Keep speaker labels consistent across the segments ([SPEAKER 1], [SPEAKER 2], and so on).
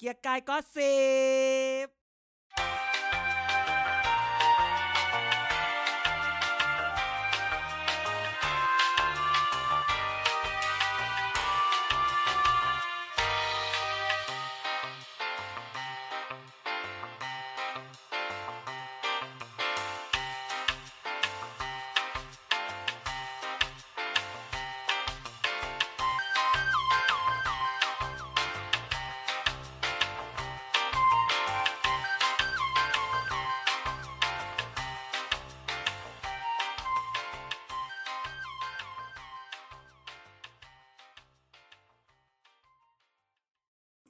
[SPEAKER 1] กียร์กายก็สิบ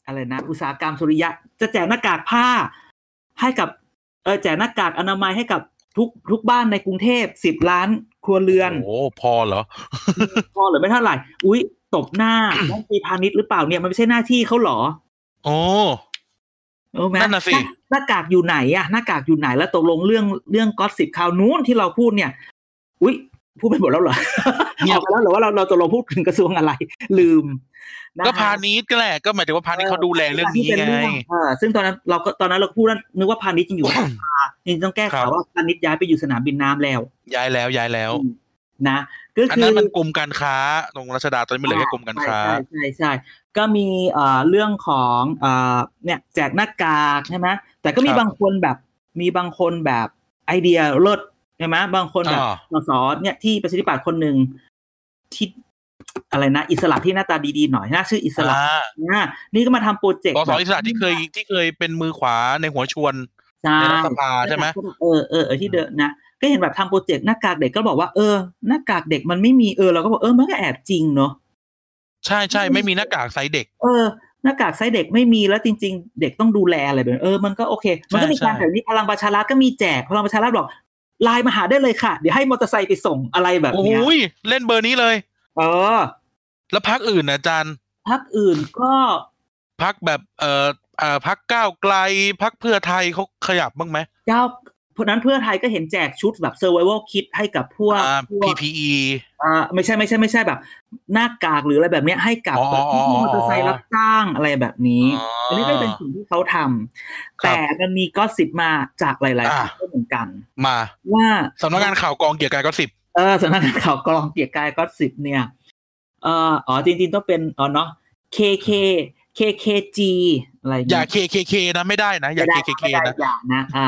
[SPEAKER 2] อะไรนะ อุตสาหกรรมสุริยะ จะแจกหน้ากากผ้า ให้กับ เออแจกหน้ากากอนามัยให้กับทุกทุกบ้านในกรุงเทพสิบล้านครัวเรือน
[SPEAKER 3] โอ้พอเหรอ
[SPEAKER 2] พอหรือไม่เท่าไหร่ อุ๊ย ตบหน้า ต้องมีพาณิชย์หรือเปล่าเนี่ย มันไม่ใช่หน้าที่เขาหรอ
[SPEAKER 3] โอ้
[SPEAKER 2] รู้ไหม
[SPEAKER 3] นั่นน่ะสิ
[SPEAKER 2] หาหน้ากากอยู่ไหนอะหน้ากากอยู่ไหนแล้วตกลงเรื่องเรื่องก็สิบคราวนู้นที่เราพูดเนี่ย อุ๊ย พูดไปหมดแล้วเหรอ
[SPEAKER 3] เงีย
[SPEAKER 2] อบ อกไปแล้วเหรอว่าเราเราจะลงพูดถึงกระทรวงอะไร ลืมนะคะ
[SPEAKER 3] ก็พาณิชย์ก็แหละ ก็หมายถึงว่าพาณิชย์เขาดูแลเรื่องนี้
[SPEAKER 2] ที่ป็
[SPEAKER 3] ไง
[SPEAKER 2] เรื่องเออซึ่งตอนนั้นเราก็ตอนนั้นเราก็พูดว่านึกว่าพาณิชย์ยังอยู่ ภาคจริงๆต้องแก้
[SPEAKER 3] ครั
[SPEAKER 2] ข่าว
[SPEAKER 3] บ
[SPEAKER 2] ว่าพาณิชย์ย้ายไปอยู่สนามบินน้ำแล้ว
[SPEAKER 3] ย้ายแล้วย้ายแล้ว
[SPEAKER 2] อืม นะก็
[SPEAKER 3] อัน
[SPEAKER 2] คื
[SPEAKER 3] นั้น
[SPEAKER 2] อ
[SPEAKER 3] มันกรมการค้า ตรงรัชดาตอนนี้มันเหลือแค่กรมการค้า
[SPEAKER 2] ใช่ใช่ใช่ใช่ก็มีเอ่อเรื่องของเอ่อเนี่ยแจกหน้ากากใช่ไหมแต่ก็มี
[SPEAKER 3] ครับ
[SPEAKER 2] บางคนแบบมีบางคนแบบไอเดียเลิศใช่ไหมบางคนแบบ
[SPEAKER 3] อ่า
[SPEAKER 2] สสเนี่ยที่ประชาธิปัตย์คนหนึ่งที่อะไรนะ อิสระที่หน้าตาดีๆหน่อยนะชื่ออิสระ
[SPEAKER 3] อ่า
[SPEAKER 2] นะนี่ก็มาทำโปรเจกต์
[SPEAKER 3] สส
[SPEAKER 2] แบบ
[SPEAKER 3] อิสระที่เคยที่เคยเป็นมือขวาในหัวชวน
[SPEAKER 2] ใช่
[SPEAKER 3] ในรัฐสภาใช่ไหม
[SPEAKER 2] เออเออเออที่เดินนะ ก็เห็นแบบทำโปรเจกต์หน้ากากเด็กก็บอกว่าเออหน้ากากเด็กมันไม่มีเออเราก็บอกเออมันก็แอบจริงเนาะ
[SPEAKER 3] ใช่ใช่ไม่มีหน้ากากไซส์เด็ก
[SPEAKER 2] เออหน้ากากไซส์เด็กไม่มีแล้วจริง ๆ เด็กต้องดูแลอะไรแบบนี้เออมันก็โอเค มันก็มี
[SPEAKER 3] ใช่
[SPEAKER 2] การ
[SPEAKER 3] ใช่
[SPEAKER 2] แบบนี้พลังประชารัฐก็มีแจกพลังประชารัฐบอกไลน์มาหาได้เลยค่ะ เดี๋ยวให้มอเตอร์ไซค์ไปส่งอะไรแบบ
[SPEAKER 3] โอ้โห
[SPEAKER 2] เนี้ย
[SPEAKER 3] ยเล่นเบอร์นี้เลย
[SPEAKER 2] เออ
[SPEAKER 3] แล้วพักอื่นนะอาจารย์
[SPEAKER 2] พักอื่นก็
[SPEAKER 3] พักแบบเอ่อเอ่อพักก้าวไกลพักเพื่อไทยเขาขยับบ้างไหม
[SPEAKER 2] เจ้าเพราะนั้นเพื่อไทยก็เห็นแจกชุดแบบ survival kit ให้กับพวก
[SPEAKER 3] อ่า
[SPEAKER 2] พวก
[SPEAKER 3] PPE
[SPEAKER 2] อ่าไม่ใช่ไม่ใช่ไม่ใช่แบบ หน้ากากหรืออะไรแบบเนี้ยให้กับ
[SPEAKER 3] อ๋อ
[SPEAKER 2] แบบที่มอเตอร์ไซค์รับจ้างอะไรแบบนี้ อันนี้ก็เป็นสิ่งที่เขาทำ
[SPEAKER 3] ครับ
[SPEAKER 2] แต่มันมีก็สิบมาจากหลายๆ
[SPEAKER 3] อ่า
[SPEAKER 2] ที่ก็เหมือนกัน
[SPEAKER 3] มา
[SPEAKER 2] ว่า
[SPEAKER 3] สำนักงานข่าวกองเกียร์กายก็สิบ
[SPEAKER 2] เออสำนักงานข่าวกรองเกียรติกายก็สิบเนี่ยเอออ๋อจริงๆต้องเป็นอ๋อเนาะ KK KKG อะไร
[SPEAKER 3] อย่า
[SPEAKER 2] เนี่ย
[SPEAKER 3] KKK นะไม่ได้นะอย่า
[SPEAKER 2] ไม่ได้
[SPEAKER 3] KKK
[SPEAKER 2] ไม่ได้
[SPEAKER 3] นะ
[SPEAKER 2] อย่านะอ่า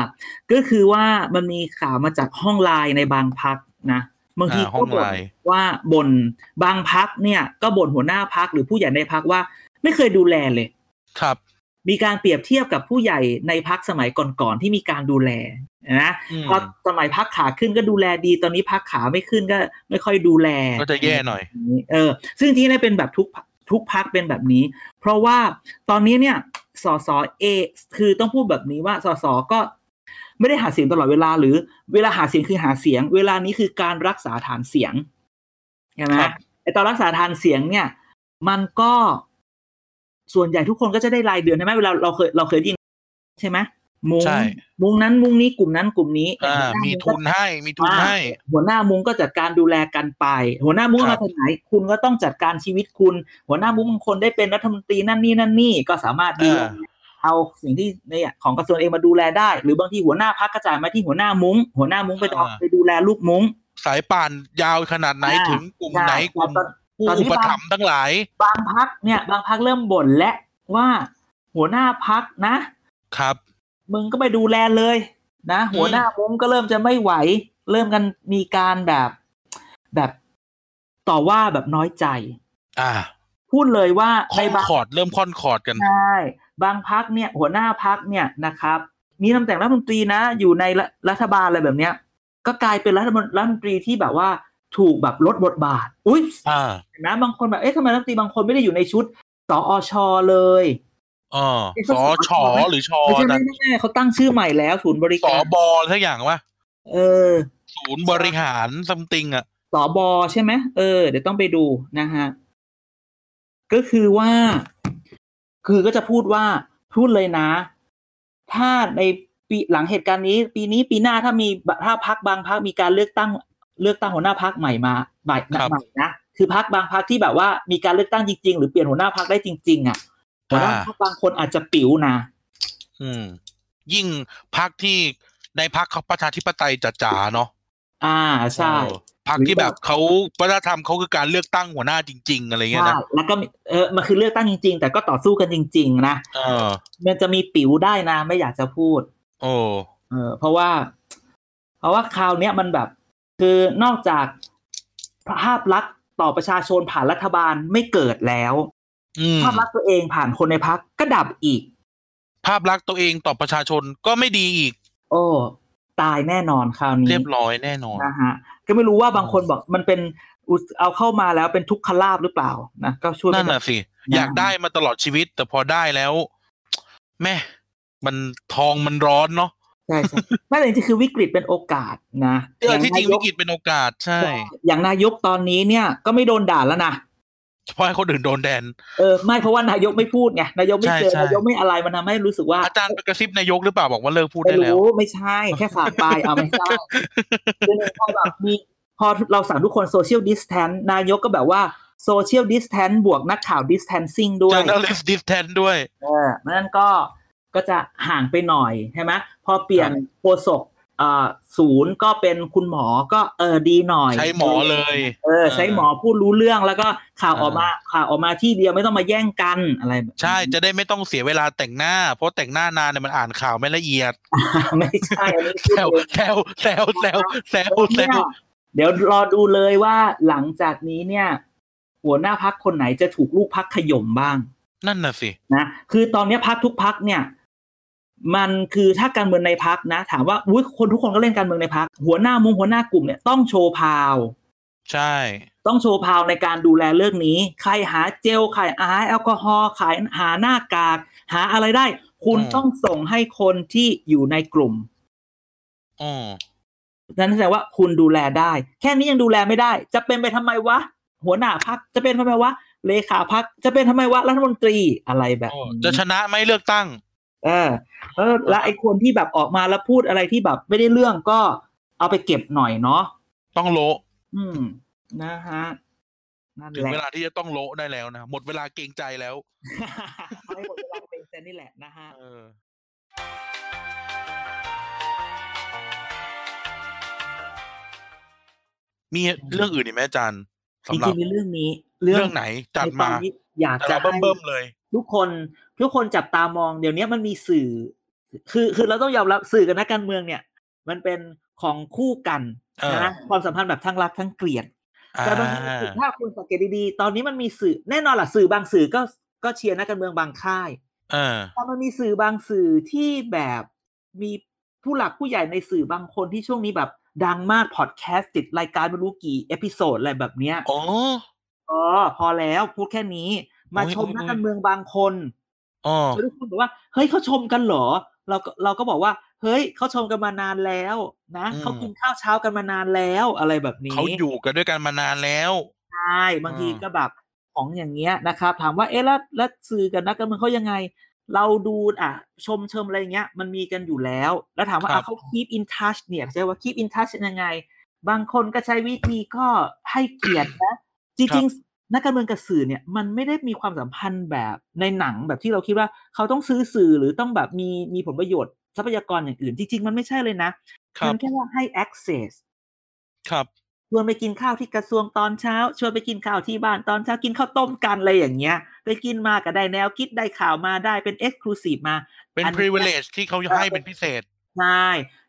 [SPEAKER 2] ก็คือว่ามันมีข่าวมาจากห้องไลน์ในบางพักนะบางที
[SPEAKER 3] อ่าห้
[SPEAKER 2] ก็
[SPEAKER 3] อง
[SPEAKER 2] บ่
[SPEAKER 3] ไล
[SPEAKER 2] น
[SPEAKER 3] น์
[SPEAKER 2] ว่าบนบางพักเนี่ยก็บ่นหัวหน้าพักหรือผู้ใหญ่ในพักว่า ไม่เคยดูแลเลย
[SPEAKER 3] ครับ
[SPEAKER 2] มีการเปรียบเทียบกับผู้ใหญ่ในพักสมัยก่อนๆที่มีการดูแลนะ
[SPEAKER 3] อืม
[SPEAKER 2] พอสมัยพักขาขึ้นก็ดูแลดี ตอนนี้พักขาไม่ขึ้นก็ไม่ค่อยดูแล
[SPEAKER 3] ก็จะแย่หน่อย
[SPEAKER 2] เออ ซึ่งที่นี่เป็นแบบทุกทุกพักเป็นแบบนี้ เพราะว่าตอนนี้เนี่ยสสเอคือต้องพูดแบบนี้ว่าสสก็ไม่ได้หาเสียงตลอดเวลาหรือเวลาหาเสียงคือหาเสียง เวลานี้คือการรักษาฐานเสียงใช่ไหม
[SPEAKER 3] ครับ
[SPEAKER 2] ไอตอนรักษาฐานเสียงเนี่ย มันก็ส่วนใหญ่ทุกคนก็จะได้รายเดือนใช่ไหมเวลาเราเคยเราเคยได้ยินใช่ไหมมุง
[SPEAKER 3] ใช่
[SPEAKER 2] มุงนั้นมุงนี้กลุ่มนั้นกลุ่มนี้
[SPEAKER 3] อ่า มีทุนให้มีทุนให้
[SPEAKER 2] หัวหน้ามุงก็จัดการดูแลกันไป หัวหน้ามุง
[SPEAKER 3] ครับ
[SPEAKER 2] มาจากไหนคุณก็ต้องจัดการชีวิตคุณ หัวหน้ามุงบางคนได้เป็นรัฐมนตรีนั่นนี่นั่นนี่ก็สามารถดู
[SPEAKER 3] อ่า
[SPEAKER 2] เอาสิ่งที่เนี่ยของกระทรวงเองมาดูแลได้ หรือบางทีหัวหน้าพักกระจายมาที่หัวหน้ามุงหัวหน้ามุงไปดู
[SPEAKER 3] อ่า
[SPEAKER 2] ไปดูแลลูกมุง
[SPEAKER 3] สายป่านยาวขนาดไหน
[SPEAKER 2] อ่า
[SPEAKER 3] ถึงกลุ่ม
[SPEAKER 2] ใช่
[SPEAKER 3] ไหนกลุ่ม
[SPEAKER 2] ตอนตอนนี้
[SPEAKER 3] ผู้อุปถัมภ์ทั้งหลาย
[SPEAKER 2] บางพักเนี่ย บางพักเริ่มบ่นและว่าหัวหน้าพักนะ
[SPEAKER 3] ครับ
[SPEAKER 2] มึงก็ไปดูแลเลยนะ
[SPEAKER 3] อืม
[SPEAKER 2] หัวหน้ามุ้งก็เริ่มจะไม่ไหว เริ่มกันมีการแบบแบบต่อว่าแบบน้อยใจ
[SPEAKER 3] อ่า
[SPEAKER 2] พูดเลยว่า
[SPEAKER 3] ค
[SPEAKER 2] ใน
[SPEAKER 3] อน
[SPEAKER 2] บาง
[SPEAKER 3] คอร์ดเริ่มคอนคอร์ดกัน
[SPEAKER 2] ใช่บางพักเนี่ย หัวหน้าพักเนี่ยนะครับ มีตำแหน่งรัฐมนตรีนะ อยู่ในรัรัฐบาลอะไรแบบเนี้ย ก็กลายเป็นรัฐมนรัฐมนตรีที่แบบว่าถูกแบบลดบทบาท อุ้ย
[SPEAKER 3] อ่า
[SPEAKER 2] นะบางคนแบบเอ๊ะทำไมรัฐมนตรีบางคนไม่ได้อยู่ในชุดสออชเลย
[SPEAKER 3] เออสอชอหรือชอ
[SPEAKER 2] ไม่ใช่
[SPEAKER 3] นะ
[SPEAKER 2] ไม่แน่เขาตั้งชื่อใหม่แล้วศูนย์บริ
[SPEAKER 3] สอ
[SPEAKER 2] การ
[SPEAKER 3] บอทักอย่างวะ
[SPEAKER 2] เออ
[SPEAKER 3] ศูนย์บริหารซัมติงอ่ะ
[SPEAKER 2] สอบอใช่ไหมเออเดี๋ยวต้องไปดูนะฮะ ก็คือว่า คือก็จะพูดว่าพูดเลยนะ ถ้าในปีหลังเหตุการณ์นี้ ปีนี้ปีหน้าถ้ามีถ้าพักบางพักมีการเลือกตั้ง เลือกตั้งหัวหน้าพักใหม่มาใหม่
[SPEAKER 3] ครับ
[SPEAKER 2] ใหม่นะคือพักบางพักที่แบบว่ามีการเลือกตั้งจริง ๆ หรือเปลี่ยนหัวหน้าพักได้จริง ๆ อ่ะ หัวหน้า
[SPEAKER 3] อ่า
[SPEAKER 2] พรรคบางคนอาจจะปิ๋วนะ
[SPEAKER 3] อืม ยิ่งพักที่ในพักเขาประชาธิปไตยจ๋าๆเนาะ
[SPEAKER 2] อ่าใช่
[SPEAKER 3] เออพักที่แบบเขาวัฒนธรรมเขาคือการเลือกตั้งหัวหน้าจริง ๆ อะไรเงี้ย
[SPEAKER 2] ใช่
[SPEAKER 3] นะ
[SPEAKER 2] แล้วก็มีเออมันคือเลือกตั้งจริง ๆ แต่ก็ต่อสู้กันจริง ๆ นะ
[SPEAKER 3] เออ
[SPEAKER 2] มันจะมีปิ๋วได้นะ ไม่อยากจะพูด
[SPEAKER 3] โอ้
[SPEAKER 2] เออเพราะว่า เพราะว่าคราวเนี้ยมันแบบ คือนอกจากภาพลักษณ์ต่อประชาชนผ่านรัฐบาลไม่เกิดแล้ว
[SPEAKER 3] อืม
[SPEAKER 2] ภาพลักษณ์ตัวเองผ่านคนในพักก็ดับอีก
[SPEAKER 3] ภาพลักษณ์ตัวเองต่อประชาชนก็ไม่ดีอีก
[SPEAKER 2] โอ้ ตายแน่นอนคราวนี้
[SPEAKER 3] เรียบร้อยแน่นอน
[SPEAKER 2] นะฮะ ก็ไม่รู้ว่าบางคนบอกมันเป็นอุตเอาเข้ามาแล้วเป็นทุกขลาบหรือเปล่านะก็ช่วยไม่
[SPEAKER 3] นั่น
[SPEAKER 2] ได้
[SPEAKER 3] น่ะสิ
[SPEAKER 2] นะ
[SPEAKER 3] อยากได้มาตลอดชีวิต แต่พอได้แล้ว แม่มันทองมันร้อนเนาะ
[SPEAKER 2] ใช่ใช่ไม่แต่จริงๆคือวิกฤตเป็นโอกาสนะ
[SPEAKER 3] เออที่จริงวิกฤตเป็นโอกาสใช่
[SPEAKER 2] อย่างนายกตอนนี้เนี่ยก็ไม่โดนด่าแล้วนะ
[SPEAKER 3] เพราะให้คนอื่นโดนแดน
[SPEAKER 2] เออไม่เพราะว่านายกไม่พูดไงนายกไม่เจอ
[SPEAKER 3] ใช่ใช่
[SPEAKER 2] นายกไม่อะไรมันทำให้รู้สึกว่า
[SPEAKER 3] อาจารย์ไปกระซิบนายกหรือเปล่าบอกว่าเลิกพูด
[SPEAKER 2] ไม่
[SPEAKER 3] ได้แล้ว
[SPEAKER 2] รู้ไม่ใช่แค่ฝากไปเอาไม่ใช่คือหนึ่งพอแบบมีพอเราสั่งทุกคนโซเชียลดิสแทนนายกก็แบบว่าโซเชียลดิสแทนบวกนักข่าวดิสแทนซิ่งด้ว
[SPEAKER 3] เจ
[SPEAKER 2] ย
[SPEAKER 3] อ a l i s t distance ด้วย
[SPEAKER 2] เออนั่นก็ก็จะห่างไปหน่อยใช่ไหมพอเปลี่ยนโฆษกอ่าศูนย์ก็เป็นคุณหมอก็เออดีหน่อย
[SPEAKER 3] ใช้หมอเลย
[SPEAKER 2] เออใช้หมอพูดรู้เรื่องแล้วก็ข่าวอ
[SPEAKER 3] อ่า
[SPEAKER 2] อกมาข่าวออกมาที่เดียวไม่ต้องมาแย่งกันอะไรแบบนี้
[SPEAKER 3] ใช่ จะได้ไม่ต้องเสียเวลาแต่งหน้า เพราะแต่งหน้านานเนี่ยมันอ่านข่าวไม่ละเอียด
[SPEAKER 2] ไม่ใช่อันนี้พูด
[SPEAKER 3] แซว
[SPEAKER 2] เอง
[SPEAKER 3] แซวแซวแซวแซวแซ
[SPEAKER 2] เนี่ยวเดี๋ยวรอดูเลยว่าหลังจากนี้เนี่ย หัวหน้าพักคนไหนจะถูกลูกพักขย่มบ้าง
[SPEAKER 3] นั่นน่ะสิ
[SPEAKER 2] นะคือตอนเนี้ยพักทุกพักเนี่ย มันคือถ้าการเมืองในพักนะ ถามว่าอุยคนทุกคนก็เล่นการเมืองในพักหัวหน้ามงหัวหน้ากลุ่มเนี่ยต้องโชว์พาว
[SPEAKER 3] ใช่
[SPEAKER 2] ต้องโชว์พาวในการดูแลเรื่องนี้ ใครหาเจลใครหาแอลกอฮอล์ใครหาหน้ากาก หาอะไรได้ คุณ
[SPEAKER 3] อืม
[SPEAKER 2] ต้องส่งให้คนที่อยู่ในกลุ่ม
[SPEAKER 3] อ๋อ
[SPEAKER 2] นั้นแสดงว่าคุณดูแลได้ แค่นี้ยังดูแลไม่ได้ จะเป็นไปทำไมวะ หัวหน้าพักจะเป็นทำไมวะ เลขาพักจะเป็นทำไมวะ รัฐมนตรีอะไรแบบ
[SPEAKER 3] อ๋อ
[SPEAKER 2] นี้
[SPEAKER 3] จะชนะไหมเลือกตั้ง
[SPEAKER 2] เออเออ และไอคนที่แบบออกมาแล้วพูดอะไรที่แบบไม่ได้เรื่องก็เอาไปเก็บหน่อยเนาะ
[SPEAKER 3] ต้องโละ
[SPEAKER 2] อืม นะฮะนั่น
[SPEAKER 3] ถึ
[SPEAKER 2] แห
[SPEAKER 3] ง
[SPEAKER 2] ละ
[SPEAKER 3] เวลาที่จะต้องโละได้แล้วนะ หมดเวลาเกรงใจแล้ว
[SPEAKER 2] ไม่หมดเวลาเป็นแต่นี่แหละนะฮะ
[SPEAKER 3] เออมีเรื่องอื่นอีกไหมอาจารย์
[SPEAKER 2] จ
[SPEAKER 3] สำหรั
[SPEAKER 2] ริ
[SPEAKER 3] บ
[SPEAKER 2] งๆในเรื่องนี้
[SPEAKER 3] เรื่องไหนจัด
[SPEAKER 2] ในตอ
[SPEAKER 3] มาน
[SPEAKER 2] นี้อยาก
[SPEAKER 3] แต่
[SPEAKER 2] จะ
[SPEAKER 3] เรา
[SPEAKER 2] ให้
[SPEAKER 3] เบิ่มๆเลย
[SPEAKER 2] ทุกคนทุกคนจับตามองเดี๋ยวนี้มันมีสื่อ คือคือเราต้องยอมรับสื่อกับนักการเมืองเนี่ย มันเป็นของคู่กัน
[SPEAKER 3] เออ
[SPEAKER 2] นะความสัมพันธ์แบบทั้งรักทั้งเกลียด
[SPEAKER 3] อ่า
[SPEAKER 2] แต่บางทีถ้าคุณสังเกตดีๆ ตอนนี้มันมีสื่อแน่นอนล่ะสื่อบางสื่อก็ก็เชียร์นักการเมืองบางค่าย
[SPEAKER 3] เออ
[SPEAKER 2] แต่มันมีสื่อบางสื่อที่แบบมีผู้หลักผู้ใหญ่ในสื่อบางคนที่ช่วงนี้แบบ ดังมากพอดแคสต์ติดรายการไม่รู้กี่เอพิโซดอะไรแบบเนี้ย
[SPEAKER 3] อ๋อ
[SPEAKER 2] อ๋อพอแล้วพูดแค่นี้มา
[SPEAKER 3] โอ้ย
[SPEAKER 2] ชม
[SPEAKER 3] โอ้ย
[SPEAKER 2] นักการเมืองบางคน
[SPEAKER 3] อ๋อ
[SPEAKER 2] แล้วทุกคนบอกว่า เฮ้ยเขาชมกันเหรอ เราก็เราก็บอกว่า เฮ้ยเขาชมกันมานานแล้วนะ
[SPEAKER 3] อืม
[SPEAKER 2] เขากินข้าวเช้ากันมานานแล้วอะไรแบบนี้
[SPEAKER 3] เขาอยู่กันด้วยกันมานานแล้ว
[SPEAKER 2] ใช่บางที
[SPEAKER 3] อืม
[SPEAKER 2] ก็แบบของอย่างเงี้ยนะครับ ถามว่าเอ๊ะแล้วแล้วสื่อกันนักการเมืองเขายังไง เราดูอ่ะ ชมเชิมอะไรอย่างเงี้ย มันมีกันอยู่แล้ว แล้วถามว่าอ่ะเขา keep in touch เนี่ยใช่ว่า keep in touch ยังไง บางคนก็ใช้วิธีก็ให้เกียรตินะ จ
[SPEAKER 3] ครั
[SPEAKER 2] ริง
[SPEAKER 3] บ
[SPEAKER 2] ๆ นักการเมืองกับสื่อเนี่ยมันไม่ได้มีความสัมพันธ์แบบในหนังแบบที่เราคิดว่าเขาต้องซื้อสื่อหรือต้องแบบมีมีผลประโยชน์ทรัพยากรอย่างอื่น จริง ๆ มันไม่ใช่เลยนะ
[SPEAKER 3] ครั
[SPEAKER 2] มั
[SPEAKER 3] บ
[SPEAKER 2] แค่ว่าให้ access
[SPEAKER 3] ครับ
[SPEAKER 2] ชวนไปกินข้าวที่กระทรวงตอนเช้า ชวนไปกินข้าวที่บ้านตอนเช้ากินข้าวต้มกันอะไรอย่างเงี้ยไปกินมาก็ได้แนวคิดได้ข่าวมาได้เป็น exclusive มา
[SPEAKER 3] เป็น
[SPEAKER 2] อันเนี้ย
[SPEAKER 3] privilege ที่เขาให้เป็นพิเศษ
[SPEAKER 2] ใช่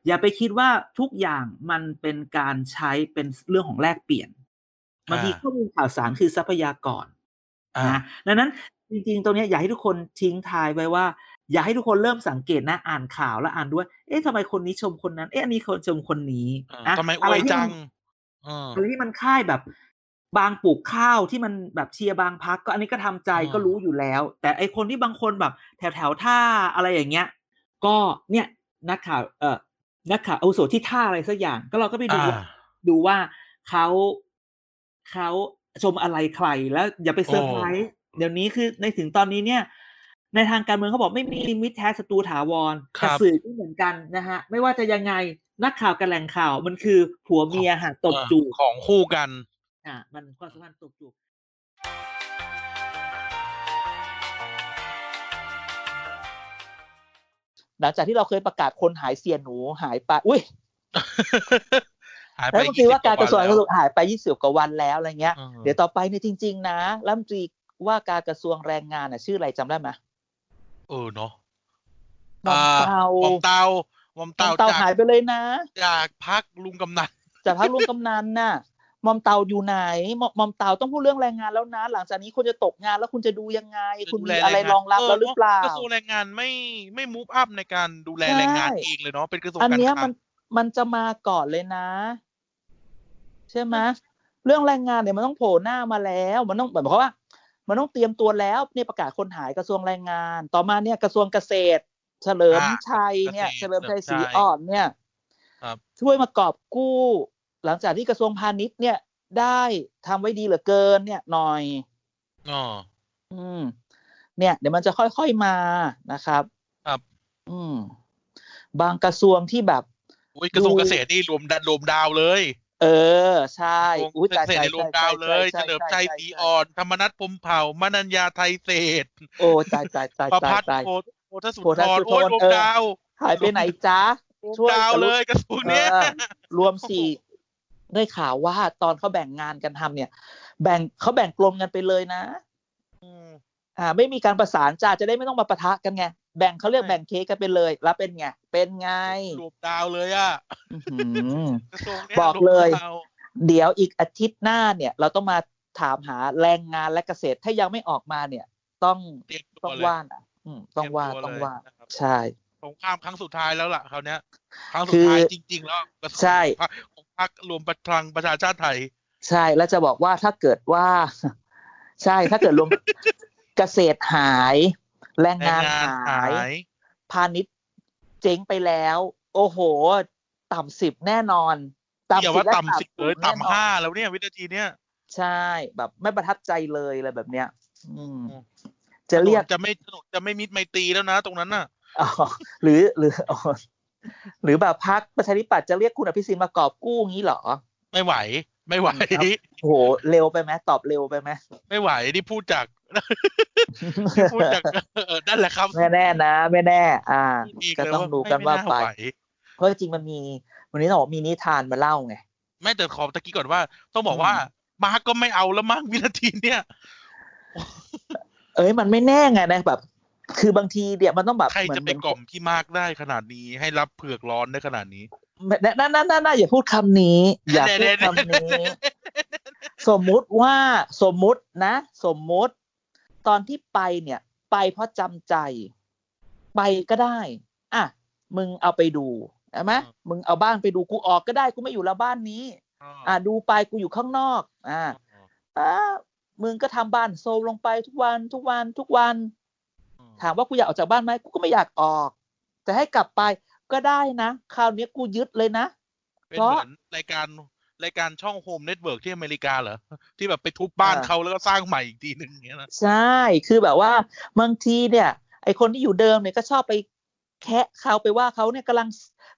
[SPEAKER 2] อย่าไปคิดว่าทุกอย่างมันเป็นการใช้เป็นเรื่องของแลกเปลี่ยนบางที
[SPEAKER 3] อ่า
[SPEAKER 2] ข้อมูลข่าวสารคือทรัพยากร
[SPEAKER 3] อ่า
[SPEAKER 2] นะดังนั้นจริงๆ ตรงเนี้ยอยากให้ทุกคนทิ้งทายไว้ว่า อยากให้ทุกคนเริ่มสังเกตนะอ่านข่าวแล้วอ่านด้วย เอ๊ะทำไมคนนี้ชมคนนั้น เอ๊ะอันนี้คนชมคนนี้
[SPEAKER 3] เออทำไม
[SPEAKER 2] นะะ
[SPEAKER 3] อ้ว
[SPEAKER 2] ร
[SPEAKER 3] ย
[SPEAKER 2] ที่
[SPEAKER 3] จั
[SPEAKER 2] มั
[SPEAKER 3] ง
[SPEAKER 2] น
[SPEAKER 3] เออ
[SPEAKER 2] อะไรที่มันค่ายแบบ บางปลูกข้าวที่มันแบบเชียร์บางพักก็อันนี้ก็ทำใจ
[SPEAKER 3] อ่า
[SPEAKER 2] ก็รู้อยู่แล้ว แต่ไอคนที่บางคนแบบ แถวแถวๆท่าอะไรอย่างเงี้ย ก็เนี่ยนักข่าวเออนักข่าวอาวุโสที่ท่าอะไรสักอย่าง ก็เราก็ไปดู
[SPEAKER 3] อ่า
[SPEAKER 2] ว่า ดูว่าเขาเขาชมอะไรใครแล้วอย่าไปเซอร์ไพรส์เดี๋ยวนี้คือในถึงตอนนี้เนี่ย ในทางการเมืองเขาบอกไม่มีลิมิตแท้ศัตรูถาวร
[SPEAKER 3] ครั
[SPEAKER 2] กับ สื่อก็เหมือนกันนะฮะ ไม่ว่าจะยังไงนักข่าวกับแหล่งข่าว มันคือผัวเมียหาตบจูบ
[SPEAKER 3] ของคู่กัน
[SPEAKER 2] อ่ะมันความสัมพันธ์ตบจูบ หลังจากที่เราเคยประกาศคนหายเสียหนูหายไปอุ้ย
[SPEAKER 3] หายไป
[SPEAKER 2] รัฐมนตรีว่าการกระทรวงสาธารณ
[SPEAKER 3] แล้
[SPEAKER 2] สุขหายไปยี่สิบกว่าวันแล้วอะไรเงี้ย
[SPEAKER 3] ออ
[SPEAKER 2] เดี๋ยวต่อไปเนี่ยจริง ๆ นะรัฐมนตรีว่าการกระทรวงแรงงานน่ะชื่ออะไรจำได้ไหม
[SPEAKER 3] เออเนาะ
[SPEAKER 2] หม่อมเตา
[SPEAKER 3] หม่อมเตาหม่อม
[SPEAKER 2] หม่อ
[SPEAKER 3] เตาม
[SPEAKER 2] เตา
[SPEAKER 3] จาก
[SPEAKER 2] หายไปเลยนะ
[SPEAKER 3] จากพักลุงกำนัน
[SPEAKER 2] จากพักลุงกำนันน่ะหมอมเตาอยู่ไหนหมอหมอมเตาต้องพูดเรื่องแรงงานแล้วนะ หลังจากนี้คุณจะตกงานแล้วคุณจะดูยังไง คุณมีอะไรรองรับแล้วหรือเปล่า
[SPEAKER 3] กระทรวงแรงงานไม่ไม่มูฟอัพในการดูแล
[SPEAKER 2] ใช่
[SPEAKER 3] แรงงานเองเลยเนาะเป็นกระทรวง
[SPEAKER 2] อัน
[SPEAKER 3] การ
[SPEAKER 2] เนี้ย
[SPEAKER 3] คลั
[SPEAKER 2] มั
[SPEAKER 3] ง
[SPEAKER 2] นมันจะมาก่อนเลยนะ ใช่ไหมเรื่องแรงงานเนี่ยมันต้องโผล่หน้ามาแล้ว มันต้องแบบเขามว่า มันต้องเตรียมตัวแล้วเนี่ยประกาศคนหายกระทรวงแรงงาน ต่อมาเนี่ยกระทรวงเกษตร เฉลิมชัยเนี่ย เฉลิมชัยศรีอ่อนเนี่ย
[SPEAKER 3] ครับ
[SPEAKER 2] ช่วยมากอบกู้ หลังจากที่กระทรวงพาณิชย์เนี่ยได้ทำไว้ดีเหลือเกิน เนี่ยหน่อย
[SPEAKER 3] อ๋อ
[SPEAKER 2] อืม เนี่ย เดี๋ยวมันจะค่อยๆมานะครับ
[SPEAKER 3] ครับ
[SPEAKER 2] อืม บางกระทรวงที่แบบ
[SPEAKER 3] อุ๊ยกระทรวง
[SPEAKER 2] ดู
[SPEAKER 3] เกษตรนี่รวมดันรวมดาวเลย
[SPEAKER 2] เออ ใช่
[SPEAKER 3] กระทรวง
[SPEAKER 2] ตา
[SPEAKER 3] เกษตรในรวมดาวเลย เฉลิมชัยศรีอ่อน ธรรมนัฐพรหมเผ่ามนัญญาไทยเศรษฐ์
[SPEAKER 2] โอ้ตายตายตาย
[SPEAKER 3] ประ
[SPEAKER 2] ตาย
[SPEAKER 3] พัฒน์
[SPEAKER 2] ตาย
[SPEAKER 3] โพธิ์โพธสุน
[SPEAKER 2] โพธสุ
[SPEAKER 3] ทร
[SPEAKER 2] นทร
[SPEAKER 3] โอ้ยรวม
[SPEAKER 2] เออ
[SPEAKER 3] ดาว
[SPEAKER 2] หายไปไหนจ๊ะ
[SPEAKER 3] รวม
[SPEAKER 2] ช่วย
[SPEAKER 3] ดาว
[SPEAKER 2] กัน
[SPEAKER 3] เลยกระทรวงเนี้ย
[SPEAKER 2] เออรวมสี่ได้ข่าวว่าตอนเขาแบ่งงานกันทำเนี่ย แบ่งเขาแบ่งกลมกันไปเลยนะ อ่า ไม่มีการประสานจ้าจะได้ไม่ต้องมาปะทะกันไง แบ่งเขาเรียก
[SPEAKER 3] ใช่
[SPEAKER 2] แบ่งเค้กกันไปเลย แล้วเป็นไง เป็นไง
[SPEAKER 3] รวมดาวเลยอ่ะ
[SPEAKER 2] อื้อหือ
[SPEAKER 3] กระทรวงเนี้
[SPEAKER 2] บอก
[SPEAKER 3] รวม
[SPEAKER 2] เลย
[SPEAKER 3] ดาว
[SPEAKER 2] เดี๋ยวอีกอาทิตย์หน้าเนี่ย เราต้องมาถามหาแรงงานและเกษตรถ้ายังไม่ออกมาเนี่ย ต้อง
[SPEAKER 3] เตรียมตั
[SPEAKER 2] ต้
[SPEAKER 3] ว
[SPEAKER 2] อง
[SPEAKER 3] เลย
[SPEAKER 2] ว่านอ่ะ อืม ต้องว่า
[SPEAKER 3] เรียม
[SPEAKER 2] ต้อง
[SPEAKER 3] เลย
[SPEAKER 2] ว่า
[SPEAKER 3] นะครับ
[SPEAKER 2] ใช่
[SPEAKER 3] สงครามครั้งสุดท้ายแล้วล่ะคราวเนี้ยครั้งสุ
[SPEAKER 2] คือ
[SPEAKER 3] ดท้ายจริง ๆ แล้วกระทรวง
[SPEAKER 2] ใช่
[SPEAKER 3] ของพรรครวมพลังประชาชาติไทย
[SPEAKER 2] ใช่แล้วจะบอกว่าถ้าเกิดว่า ใช่ถ้าเกิดรวม เกษตรหาย แรงงานหาย พาณิชย์เจ๊งไปแล้ว โอ้โห ต่ำสิบแน่นอน
[SPEAKER 3] อย่า
[SPEAKER 2] 10
[SPEAKER 3] ว่า
[SPEAKER 2] และ
[SPEAKER 3] ต่ำสิบเลย
[SPEAKER 2] แน่นอน
[SPEAKER 3] ต่ำห้าแล้วเนี่ยวินาทีเนี้ย
[SPEAKER 2] ใช่ แบบไม่ประทับใจเลยอะไรแบบเนี้ย อืม
[SPEAKER 3] อืม
[SPEAKER 2] จะเรียก
[SPEAKER 3] จะไม่ถนนจะไม่มิดไมตรีแล้วนะ ตรงนั้นน่ะ
[SPEAKER 2] อ๋อหรือหรืออ๋อหรือแบบพักประชาธิปัตย์จะเรียกคุณอภิสิทธิ์มากอบกู้งี้เหรอ
[SPEAKER 3] ไม่ไหว ไม่ไหว
[SPEAKER 2] ครับ โอ้โห เร็วไปไหมตอบเร็วไปไหม
[SPEAKER 3] ไม่ไหวนี่พูดจาก พูดจาก เออนั่นแหละครับ
[SPEAKER 2] ไม่แน่นะ ไม่แน่ อ่า
[SPEAKER 3] พูดอี
[SPEAKER 2] ก็
[SPEAKER 3] เลย
[SPEAKER 2] ต้องดูกันว่า
[SPEAKER 3] ม่
[SPEAKER 2] ไป
[SPEAKER 3] ห
[SPEAKER 2] เพราะจริงๆมันมี วันนี้เราบอกมีนิทานมาเล่าไง
[SPEAKER 3] แม่แต่ขอตะกี้ก่อนว่า ต้องบอก
[SPEAKER 2] อืม
[SPEAKER 3] ว่า มาร์กก็ไม่เอาแล้วมั้งวินาทีเนี่ย
[SPEAKER 2] เอ้ยมันไม่แน่ไงนะแบบ คือบางทีเดี๋ยวมันต้องแบบ
[SPEAKER 3] ใคร
[SPEAKER 2] เหมือน
[SPEAKER 3] จะไปกล่อมพี่มาร์กได้ขนาดนี้ ให้รับเผือกร้อนได้ขนาดนี้
[SPEAKER 2] เหมือนนั่นนั่นนั่นนั่นอย่าพูดคำนี้ อย่าพูดคำนี้ สมมุติว่าสมมุตินะ สมมุติ ตอนที่ไปเนี่ย ไปเพราะจำใจ ไปก็ได้อ่ะมึงเอาไปดูใช่ไหม
[SPEAKER 3] อืม
[SPEAKER 2] มึงเอาบ้านไปดูกูออกก็ได้กูไม่อยู่แล้วบ้านนี้ อ่ะดูไปกูอยู่ข้างนอก อ่ะอ่ะมึงก็ทำบ้านโซมลงไปทุกวันทุกวันทุกวัน ถามว่ากูอยากออกจากบ้านไหมกูก็ไม่อยากออก แต่ให้กลับไปก็ได้นะคราวเนี้ยกูยึดเลยนะ
[SPEAKER 3] เป็นเหมือนรายการรายการช่องโฮมเน็ตเวิร์กที่อเมริกาเหรอ ที่แบบไปทุบบ้าน
[SPEAKER 2] อ่า
[SPEAKER 3] เขาแล้วก็สร้างใหม่อีกทีหนึ่งอย่างเงี้ยนะ
[SPEAKER 2] ใช่คือแบบว่าบางทีเนี่ย ไอคนที่อยู่เดิมเนี่ยก็ชอบไปแคะเขาไปว่าเขาเนี่ยกำลัง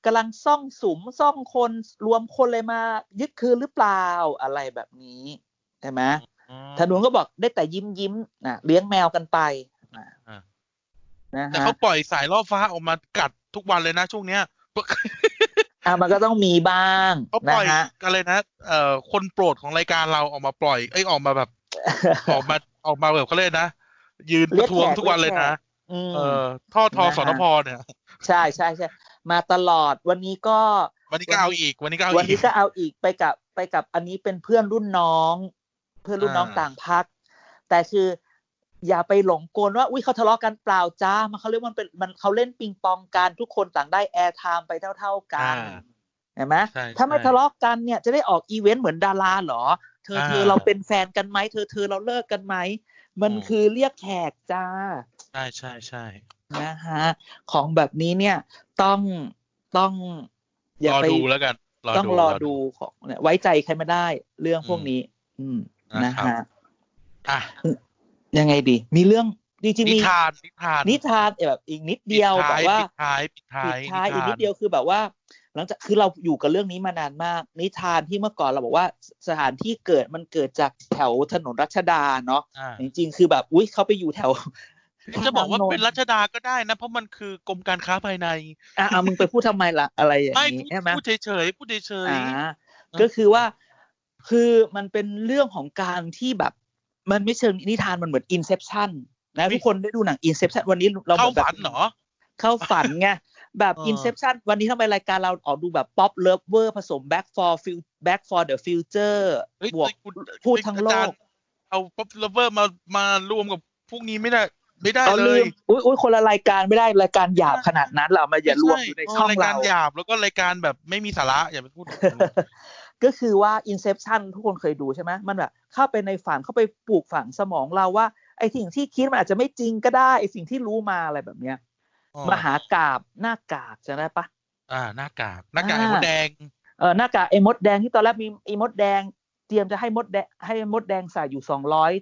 [SPEAKER 2] กำลังซ่องสุมซ่องคนรวมคนเลยมายึดคืนหรือเปล่าอะไรแบบนี้ใช่ไหมธนูก็บอกได้แต่ยิ้มยิ้มๆนะเลี้ยงแมวกันไปนะ
[SPEAKER 3] อ่า
[SPEAKER 2] นะ
[SPEAKER 3] แต่
[SPEAKER 2] ฮะ
[SPEAKER 3] เขาปล่อยสายล่อฟ้าออกมากัดทุกวันเลยนะช่วงเนี้ย
[SPEAKER 2] อ่ะมันก็ต้องมีบ้าง
[SPEAKER 3] เขาป
[SPEAKER 2] นะ
[SPEAKER 3] ล่อย
[SPEAKER 2] ฮะ
[SPEAKER 3] กันเลยนะ เอ่อคนโปรดของรายการเราออกมาปล่อยเอ้ยออกมาแบบ ออกมาออกมาแบบเขาเรียกนะ ยืน
[SPEAKER 2] เรีย
[SPEAKER 3] ป
[SPEAKER 2] ก
[SPEAKER 3] ระท้วง
[SPEAKER 2] แขก
[SPEAKER 3] ทุกวันเลยนะ
[SPEAKER 2] อืม
[SPEAKER 3] เออท่อทอ
[SPEAKER 2] นะฮะ
[SPEAKER 3] สนพเนี่ย
[SPEAKER 2] ใช่ใช่ใช่มาตลอดวันนี้ก็
[SPEAKER 3] วันนี้ก็เอาอีก วันนี้ก็เอา
[SPEAKER 2] วัน
[SPEAKER 3] อี
[SPEAKER 2] นี้
[SPEAKER 3] ก
[SPEAKER 2] ก็เอาอีกไปกับไปกับอันนี้เป็นเพื่อนรุ่นน้อง เพื่อนรุ่นน้อง
[SPEAKER 3] อ่า
[SPEAKER 2] ต่างพัก แต่คืออย่าไปหลงกลว่าอุ้ยเขาทะเลาะกันเปล่าจ้ามันเขาเรียกว่ามันเป็นมันเขาเล่นปิงปองกันทุกคนต่างได้แอร์ไทม์ไปเท่า ๆกันเห็นไหม
[SPEAKER 3] ใช่
[SPEAKER 2] ถ้าไม่
[SPEAKER 3] ใช่
[SPEAKER 2] ทะเลาะกันเนี่ยจะได้ออกอีเวนต์เหมือนดาราเหรอ เธอ
[SPEAKER 3] อ่า
[SPEAKER 2] เธอเราเป็นแฟนกันไหมเธอเธอเราเลิกกันไหมมัน
[SPEAKER 3] อืม
[SPEAKER 2] คือเรียกแขกจ้า
[SPEAKER 3] ใช่ใช่ใช่
[SPEAKER 2] นะฮะของแบบนี้เนี่ยต้องต้องอย่าร
[SPEAKER 3] อ
[SPEAKER 2] ไป
[SPEAKER 3] ดูแล้วกัน
[SPEAKER 2] ต้องรอดูของเนี่ยไว้ใจใครไม่ได้เรื่องพวกนี้ อืมนะ
[SPEAKER 3] นะครับ
[SPEAKER 2] ฮะ
[SPEAKER 3] อ่ะ
[SPEAKER 2] ยังไงดี มีเรื่องจริงๆ
[SPEAKER 3] นิ
[SPEAKER 2] มี
[SPEAKER 3] ทานนิทาน
[SPEAKER 2] นิทานแบบอีกนิดเดียวแบบว่า
[SPEAKER 3] ปิดท้ายปิดท้าย
[SPEAKER 2] ปิดท้าย
[SPEAKER 3] ปิ
[SPEAKER 2] อีกนิดเดียวคือแบบว่า หลังจากคือเราอยู่กับเรื่องนี้มานานมาก นิทานที่เมื่อก่อนเราบอกว่าสสถานที่เกิดมันเกิดจากแถวถนนรัชดาเนาะ
[SPEAKER 3] อ่า
[SPEAKER 2] จริง ๆ คือแบบอุ้ยเขาไปอยู่แถว
[SPEAKER 3] จะบอกว่าเป็นรัชดาก็ได้นะ เพราะมันคือกรมการค้าภายใน
[SPEAKER 2] อ่ะเอามึงไปพูดทำไมล่ะอะไรอย่าง
[SPEAKER 3] ไม่
[SPEAKER 2] นี้ใช่ไหม
[SPEAKER 3] พูดเฉยๆพูดเฉย
[SPEAKER 2] อ่า
[SPEAKER 3] ออ
[SPEAKER 2] ก็คือว่าคือมันเป็นเรื่องของการที่แบบ มันไม่เชิงนิทานมันเหมือน Inception นะทุกคนได้ดูหนัง Inception วันนี้เรา
[SPEAKER 3] ๆเข้า
[SPEAKER 2] แบบ
[SPEAKER 3] ฝันเหรอ
[SPEAKER 2] เข้าฝันไงแบบ
[SPEAKER 3] เออ
[SPEAKER 2] Inception วันนี้ทำไมรายการเราออกดูแบบ Pop Lover ผสม Back for Fut- Back for the Future
[SPEAKER 3] เฮ้ย
[SPEAKER 2] บวก
[SPEAKER 3] คุณ
[SPEAKER 2] พูดทั้งโล
[SPEAKER 3] อาจาร
[SPEAKER 2] ก
[SPEAKER 3] ย์เอาป๊อปเลเวอร์มามารวมกับพวกนี้ไม่ได้ ไม่ได้
[SPEAKER 2] เอา
[SPEAKER 3] เล
[SPEAKER 2] ลื
[SPEAKER 3] ย
[SPEAKER 2] มอุยอุ๊ยคนละรายการไม่ได้รายการหยาบขนาดนั้นเรามาอย่ารวมอยู่ใน
[SPEAKER 3] ไม่
[SPEAKER 2] ช่อง
[SPEAKER 3] ราย
[SPEAKER 2] เรา
[SPEAKER 3] การหยาบแล้วก็รายการแบบไม่มีสาระอย่าไปพูดถึงมันเลย
[SPEAKER 2] ก็คือว่า Inception ทุกคนเคยดูใช่ไหมมันแบบเข้าไปในฝันเข้าไปปลูกฝังสมองเราว่าไอ้สิ่งที่คิดมันอาจจะไม่จริงก็ได้ไอ้สิ่งที่รู้มาอะไรแบบเนี้ย
[SPEAKER 3] อ๋อ
[SPEAKER 2] มหากาบหน้ากากจะได้ปะ
[SPEAKER 3] อ่าหน้ากากหน้ากาก
[SPEAKER 2] อ่า
[SPEAKER 3] มดแดง
[SPEAKER 2] เออหน้ากากไอ้มดแดงที่ตอนแรกมีไอ้มดแดง เตรียมจะให้มดแดงให้มดแดงใส่อยู่สองร้อย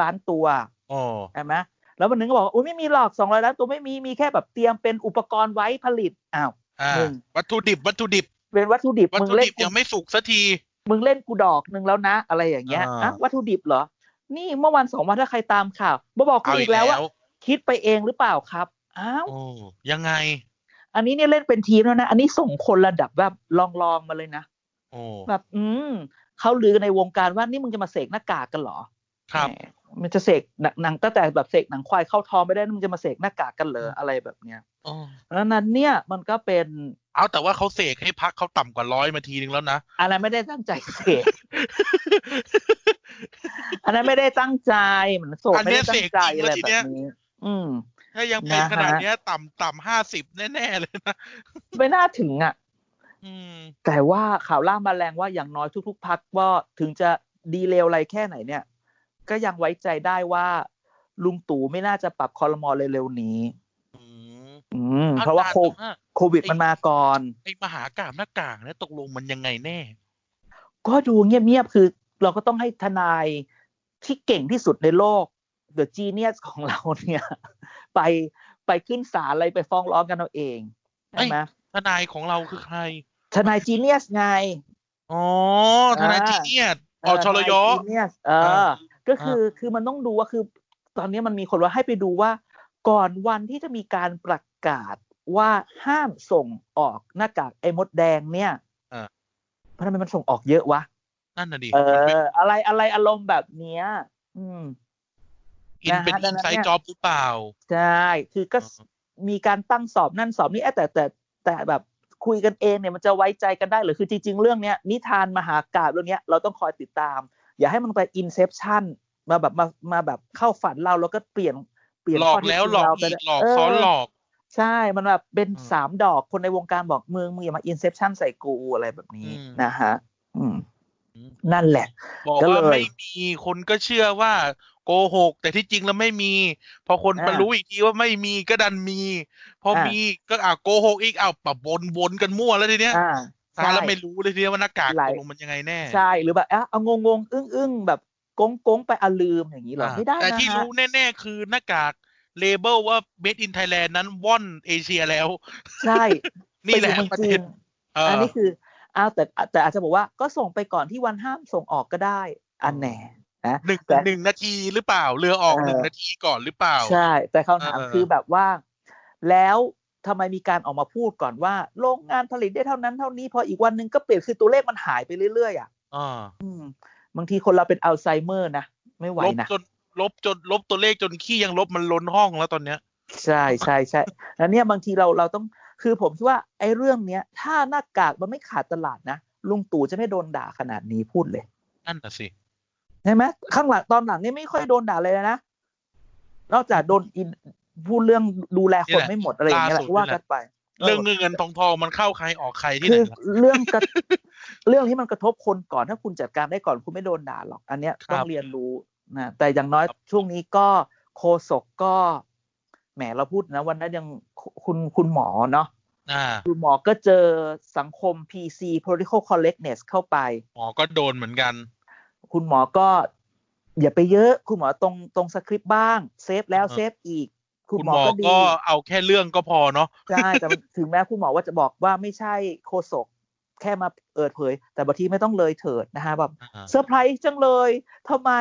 [SPEAKER 2] ล้านตัว
[SPEAKER 3] อ๋อ
[SPEAKER 2] ใช่ไหมแล้ววันหนึ่งก็บอกว่าอุ้ยไม่มีหรอกสองร้อยล้านตัวไม่มีมีแค่แบบเตรียมเป็นอุปกรณ์ไว้ผลิตอ้าว
[SPEAKER 3] อ่า
[SPEAKER 2] หนึ่ง
[SPEAKER 3] วัตถุดิบวัตถุดิบ
[SPEAKER 2] เป็นวัตถุดิบ
[SPEAKER 3] วัต
[SPEAKER 2] มึง
[SPEAKER 3] ถุ
[SPEAKER 2] เล่
[SPEAKER 3] ดิ
[SPEAKER 2] น
[SPEAKER 3] บ
[SPEAKER 2] กู
[SPEAKER 3] ยังไม่สุกสักที
[SPEAKER 2] มึงเล่นกูดอกหนึ่งแล้วนะ อะไรอย่างเงี้ย
[SPEAKER 3] อ่า
[SPEAKER 2] อะวัตถุดิบเหรอ นี่เมื่อวันสองวันถ้าใครตามข่าวมาบอกกู
[SPEAKER 3] เอา
[SPEAKER 2] อี
[SPEAKER 3] อี
[SPEAKER 2] ก
[SPEAKER 3] ก
[SPEAKER 2] แล้
[SPEAKER 3] แล้ว
[SPEAKER 2] ว่าว คิดไปเองหรือเปล่าครับอ้าว
[SPEAKER 3] โอ้ยังไง
[SPEAKER 2] อันนี้เนี่ยเล่นเป็นทีมแล้วนะ อันนี้ส่งคนระดับแบบลองๆมาเลยนะ
[SPEAKER 3] โอ้
[SPEAKER 2] แบบอืมเขาลือกันในวงการว่านี่มึงจะมาเสกหน้ากากกันเหรอ
[SPEAKER 3] ครับ
[SPEAKER 2] แหมมันจะเสกหนังหนังตั้งแต่แบบเสกหนังควายเข้าท้องไม่ได้นี่มึงจะมาเสกหน้ากากกันเหรออะไรแบบเนี้ย
[SPEAKER 3] โอ้
[SPEAKER 2] แล้วนั้นเนี่ยมันก็เป็น
[SPEAKER 3] เอาแต่ว่าเขาเสกให้พักเขาต่ำกว่าร้อยมาทีนึงแล้วนะ
[SPEAKER 2] อะไรไม่ได้ตั้งใจเสก อันนั้นไม่ได้ตั้งใจเหมือนโสด
[SPEAKER 3] อัน
[SPEAKER 2] ไม่
[SPEAKER 3] เนี้
[SPEAKER 2] ได้ตั้ง
[SPEAKER 3] ย
[SPEAKER 2] ใจอะ
[SPEAKER 3] เสกจริง
[SPEAKER 2] ไร
[SPEAKER 3] แล้วที
[SPEAKER 2] แบ
[SPEAKER 3] เนี้ย
[SPEAKER 2] บนี้ อืม
[SPEAKER 3] ถ้ายังเป็น
[SPEAKER 2] นะฮะ
[SPEAKER 3] ขนาดเนี้ยต่ำต่ำห้าสิบแน่ๆเลยนะ
[SPEAKER 2] ไม่น่าถึงอ่ะ
[SPEAKER 3] อืม
[SPEAKER 2] แต่ว่าข่าวล่ามาแรงว่าอย่างน้อยทุก ๆ พักว่าถึงจะดีเลวอะไรแค่ไหนเนี่ย ก็ยังไว้ใจได้ว่า ลุงตู่ไม่น่าจะปรับคอรมอเร็วๆนี้
[SPEAKER 3] อืม
[SPEAKER 2] อืม เพราะว่าโค
[SPEAKER 3] แต่
[SPEAKER 2] โควิดมันมาก่อน
[SPEAKER 3] ไอ้มหากาบหน้ากากเนี่ยตกลงมันยังไงแน่
[SPEAKER 2] ก็ดูเงียบๆ คือเราก็ต้องให้ทนายที่เก่งที่สุดในโลก The Genius ของเราเนี่ย ไปไปขึ้นศาลอะไรไปฟ้องร้องกันเอาเองใช่ไหม
[SPEAKER 3] ทนายของเราคือใคร
[SPEAKER 2] ทนาย Genius ไง
[SPEAKER 3] อ๋อ ทนาย
[SPEAKER 2] อ่า
[SPEAKER 3] จีเนียสอ๋อชลยอ
[SPEAKER 2] เนี่ยเออ ก็คือคือมันต้องดูว่าคือ ตอนนี้มันมีคนว่าให้ไปดูว่า ก่อนวันที่จะมีการประกาศว่าห้ามส่งออกหน้ากากไอ้มดแดงเนี่ย
[SPEAKER 3] อ่า
[SPEAKER 2] เพราะทำไมมันส่งออกเยอะวะ
[SPEAKER 3] นั่นน่ะดิ
[SPEAKER 2] เออ อะไรอะไรอารมณ์แบบเนี้ย อืม
[SPEAKER 3] อินเป็น
[SPEAKER 2] นะฮะดั
[SPEAKER 3] อิ
[SPEAKER 2] ง
[SPEAKER 3] น
[SPEAKER 2] นั้น
[SPEAKER 3] ไซ
[SPEAKER 2] เนี่
[SPEAKER 3] ต์
[SPEAKER 2] ย
[SPEAKER 3] จ็อบหรือเปล่า
[SPEAKER 2] ใช่ คือก็
[SPEAKER 3] อ่า
[SPEAKER 2] มีการตั้งสอบนั่นสอบนี่เอ๊ะแต่แต่แต่แบบคุยกันเองเนี่ยมันจะไว้ใจกันได้หรือคือจริง ๆ เรื่องเนี้ยนิทานมหากาพย์เรื่องเนี้ยเราต้องคอยติดตาม อย่าให้มันไปอินเซพชันมาแบบมามาแบบเข้าฝันเราแล้วก็เปลี่ยนเปลี่ยน
[SPEAKER 3] หลอก
[SPEAKER 2] ข้เท็จ
[SPEAKER 3] แล้ว
[SPEAKER 2] จริง
[SPEAKER 3] หลอก
[SPEAKER 2] เราไป
[SPEAKER 3] อีกหลอก
[SPEAKER 2] เ
[SPEAKER 3] ซ้อนหลอก
[SPEAKER 2] ใช่มันแบบเป็น
[SPEAKER 3] อืม
[SPEAKER 2] สามดอกคนในวงการบอกมึงมึงอย่ามาอินเซพชันใส่กูอะไรแบบนี้
[SPEAKER 3] อืม
[SPEAKER 2] นะฮะอืม นั่นแหละ
[SPEAKER 3] บอก
[SPEAKER 2] ก็
[SPEAKER 3] ว่า
[SPEAKER 2] เลย
[SPEAKER 3] ไม่มีคนก็เชื่อว่าโกหก แต่ที่จริงแล้วไม่มี พอคน
[SPEAKER 2] อ่า
[SPEAKER 3] ไปรู้อีกทีว่าไม่มีก็ดันมี พออา
[SPEAKER 2] มี
[SPEAKER 3] มีก็อ่ะโกหกอีกอ้าวปะบนวนกันมั่วแล้วทีเนี้ย
[SPEAKER 2] อ่า
[SPEAKER 3] ตายแล้ว
[SPEAKER 2] ใช่
[SPEAKER 3] ไม่รู้เลยทีเนี้ยว่าหน้ากาก
[SPEAKER 2] ห
[SPEAKER 3] ต
[SPEAKER 2] ลาย
[SPEAKER 3] กลงมันยังไงแน่
[SPEAKER 2] ใช่หรือแบบเอ๊ะเอางงงๆอึ้งอึ้งๆแบบโกงโกงๆไปอะลืมอย่างนี้เหรอ
[SPEAKER 3] อ่ะ
[SPEAKER 2] ไม่ได้นะ
[SPEAKER 3] แต่ที่
[SPEAKER 2] ฮะ
[SPEAKER 3] รู้แน่ๆคือหน้ากากเลเบลว่า made in Thailand นั้นว่อนเอเชียแล้ว
[SPEAKER 2] ใช่
[SPEAKER 3] นี่แหละ
[SPEAKER 2] ไปอยู่
[SPEAKER 3] ประ
[SPEAKER 2] เมืองจี
[SPEAKER 3] เด็น
[SPEAKER 2] น
[SPEAKER 3] เออ
[SPEAKER 2] อั
[SPEAKER 3] อั
[SPEAKER 2] นนี้คืออ้าวแต่แต่อาจจะบอกว่าก็ส่งไปก่อนที่วันห้ามส่งออกก็ได้ อันแน่นะ
[SPEAKER 3] หนึ่ง
[SPEAKER 2] แต่
[SPEAKER 3] หนึ่งนาทีหรือเปล่า เรือออก
[SPEAKER 2] เออ
[SPEAKER 3] หนึ่งนาทีก่อนหรือเปล่า
[SPEAKER 2] ใช่ แต่คำถาม
[SPEAKER 3] เออ
[SPEAKER 2] คือแบบว่า แล้วทำไมมีการออกมาพูดก่อนว่า โรงงานผลิตได้เท่านั้นเท่านี้พออีกวันหนึ่งก็เปลี่ยนคือตัวเลขมันหายไปเรื่อยๆอ่ะ
[SPEAKER 3] อ่า
[SPEAKER 2] อืมบางทีคนเราเป็นอัลไซเมอร์นะไม่ไหว
[SPEAKER 3] ลบ
[SPEAKER 2] นะ
[SPEAKER 3] จนลบจนลบตัวเลขจนขี้ยังลบมันล้นห้องแล้วตอนเนี้ย
[SPEAKER 2] ใช่ใช่ใช่แล้วเนี่ยบางทีเราเราต้องคือผมคิดว่าไอ้เรื่องเนี้ย ถ้าหน้ากากมันไม่ขาดตลาดนะลุงตู่จะไม่โดนด่าขนาดนี้พูดเลย
[SPEAKER 3] นั่นน่ะสิ
[SPEAKER 2] ใช่ไหมข้างหลังตอนหลังนี่ไม่ค่อยโดนด่าเลยนะ นอกจากโดนอินพูดเรื่องดูแลคนไม่หมดอะไรอย่างเงี้ยแหละ
[SPEAKER 3] ล่าสุด
[SPEAKER 2] ว่ากันไป
[SPEAKER 3] เรื่องเงินเงินทองทองมันเข้าใครออกใครที่ไห
[SPEAKER 2] คื
[SPEAKER 3] น
[SPEAKER 2] อ
[SPEAKER 3] ล่ะ
[SPEAKER 2] เรื่องกระเรื่องที่มันกระทบคนก่อนถ้าคุณจัดการได้ก่อนคุณไม่โดนด่าหรอก อันเนี้ย
[SPEAKER 3] ครับ
[SPEAKER 2] ต้องเรียนรู้นะแต่อย่างน้อยช่วงนี้ก็โคศกก็แหมเราพูดนะ วันนั้นยังคุณคุณหมอเนาะ
[SPEAKER 3] อ่า
[SPEAKER 2] คุณหมอก็เจอสังคม PC political correctness เข้าไป
[SPEAKER 3] หมอก็โดนเหมือนกัน
[SPEAKER 2] คุณหมอก็อย่าไปเยอะ คุณหมอตรงตรงสคริปต์บ้าง เซฟแล้ว
[SPEAKER 3] อ่า
[SPEAKER 2] เซฟอีก คุ
[SPEAKER 3] คุณ
[SPEAKER 2] ห
[SPEAKER 3] ณห
[SPEAKER 2] ม
[SPEAKER 3] ม
[SPEAKER 2] อ
[SPEAKER 3] อ
[SPEAKER 2] ก็ดี
[SPEAKER 3] ก็เอาแค่เรื่องก็พอเนาะ
[SPEAKER 2] ใช่แต่ถึงแม้คุณหมอว่าจะบอกว่าไม่ใช่โคศกแค่มาเอิดเผย แต่บางทีไม่ต้องเลยเถิดนะฮะแบบ
[SPEAKER 3] อ่า
[SPEAKER 2] เซอร์ไพรส์จังเลยทำไม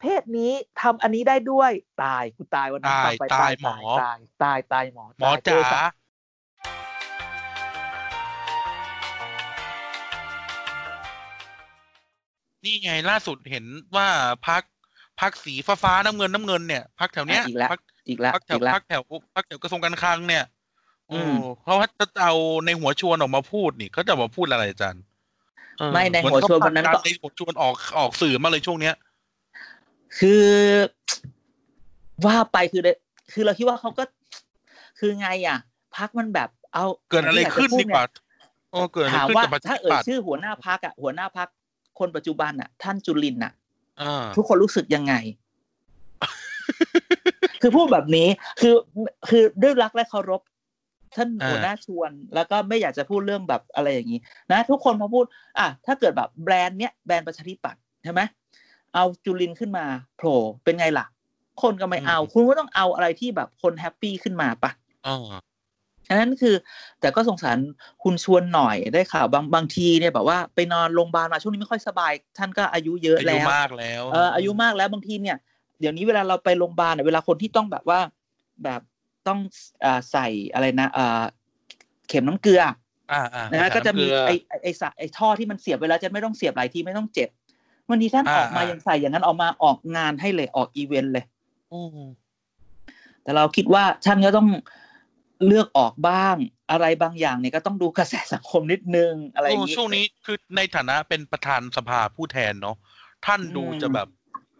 [SPEAKER 2] เพ
[SPEAKER 4] เทศนี้ทำอันนี้ได้ด้วยตายกูตายวันนั้น
[SPEAKER 3] ตาย
[SPEAKER 4] ฟังไป
[SPEAKER 3] ตายหมอ
[SPEAKER 4] ตายตายตายหมอ
[SPEAKER 3] หมอ
[SPEAKER 4] ตย
[SPEAKER 3] จ๋า
[SPEAKER 4] เสัตว์
[SPEAKER 3] นี่ไงล่าสุดเห็นว่าพักพักสีฟ้าฟ้าๆน้ำเงินน้ำเงินเนี่ย พักแถวเนี้ย
[SPEAKER 2] อ่ะอีกแล้ว
[SPEAKER 3] พรรค
[SPEAKER 2] อีกแล้ว
[SPEAKER 3] พักแถว
[SPEAKER 2] อีกแล้ว
[SPEAKER 3] พักแถวพักแถวกระทรวงการคลังเนี่ย
[SPEAKER 2] อื
[SPEAKER 3] โอ้
[SPEAKER 2] ม
[SPEAKER 3] เพราะว่าจะเอาในหัวชวนออกมาพูดนี่เขาจะออกมาพูดอะไรอาจารย์เออ
[SPEAKER 2] ไม่ในหัวชวนวันนั้น
[SPEAKER 3] เห
[SPEAKER 2] ก็
[SPEAKER 3] มือเขาผลักดัในหัวชวนออกออกสื่อมาเลยช่วงเนี้ย
[SPEAKER 2] คือว่าไปคือเดคือเราคิดว่าเขาก็ คือไงอ่ะ พักมันแบบ เอา
[SPEAKER 3] เกิดอะไรขึ้นดีกว่าโอ้เกิดอะไร
[SPEAKER 2] ถาม
[SPEAKER 3] ขึ้น
[SPEAKER 2] ว่า
[SPEAKER 3] กับประชา
[SPEAKER 2] ถ้า
[SPEAKER 3] ธิ
[SPEAKER 2] เอ่ย
[SPEAKER 3] ปัตย์
[SPEAKER 2] ชื่อหัวหน้าพักอ่ะหัวหน้าพักคนปัจจุบันอ่ะ ท่านจุลินทร์อ่ะ
[SPEAKER 3] อ่า
[SPEAKER 2] ทุกคนรู้สึกยังไง คือพูดแบบนี้ คือคือด้วยรักและเคารพ ท่านหัวหน้าชวน แล้วก็ไม่อยากจะพูดเรื่องแบบอะไรอย่างนี้ นะ ทุกคนพอพูด อ่ะถ้าเกิดแบบแบรนด์เนี้ยแบรนด์ประชาธิปัตย์ใช่ไหมเอาจุลินขึ้นมาโผล่เป็นไงล่ะ คนก็ไม่เอา คุณก็ต้องเอาอะไรที่แบบคนแฮปปี้ขึ้นมาปะ
[SPEAKER 3] อ่า
[SPEAKER 2] อันนั้นคือ แต่ก็สงสารคุณชวนหน่อยได้ข่าวบางบางทีเนี่ยแบบว่าไปนอนโรงพยาบาลมาช่วงนี้ไม่ค่อยสบาย ท่านก็อายุเยอะ
[SPEAKER 3] อา
[SPEAKER 2] แล้
[SPEAKER 3] ยุ
[SPEAKER 2] ว
[SPEAKER 3] มากแล้ว
[SPEAKER 2] เอออายุมากแล้วบางทีเนี่ยเดี๋ยวนี้เวลาเราไปโรงพยาบาลเนี่ยเวลาคนที่ต้องแบบว่าแบบต้องอ่าใส่อะไรนะอ่าเข็มน้ำเกลือ
[SPEAKER 3] อ่าอ่า
[SPEAKER 2] นะฮะก็จะมี
[SPEAKER 3] น้ำเลือ
[SPEAKER 2] ไอไอ้ไอสะไอท่อที่มันเสียบเวลาจะไม่ต้องเสียบหลายทีไม่ต้องเจ็บวันนี้ท่านอ
[SPEAKER 3] อ่า
[SPEAKER 2] อกมา
[SPEAKER 3] อ่ายั
[SPEAKER 2] ยังใส่อย่างนั้นออกมาออกงานให้เลยออกอีเวนต์เลย
[SPEAKER 3] โอ้
[SPEAKER 2] แต่เราคิดว่าท่านก็ต้องเลือกออกบ้างอะไรบางอย่างเนี่ยก็ต้องดูกระแสสังคมนิดนึงอะไรอย่าง
[SPEAKER 3] โอ้
[SPEAKER 2] งี้
[SPEAKER 3] ช่วงนี้คือในฐานะเป็นประธานสภาผู้แทนเนาะท่านดู
[SPEAKER 2] อืม
[SPEAKER 3] จะแบบ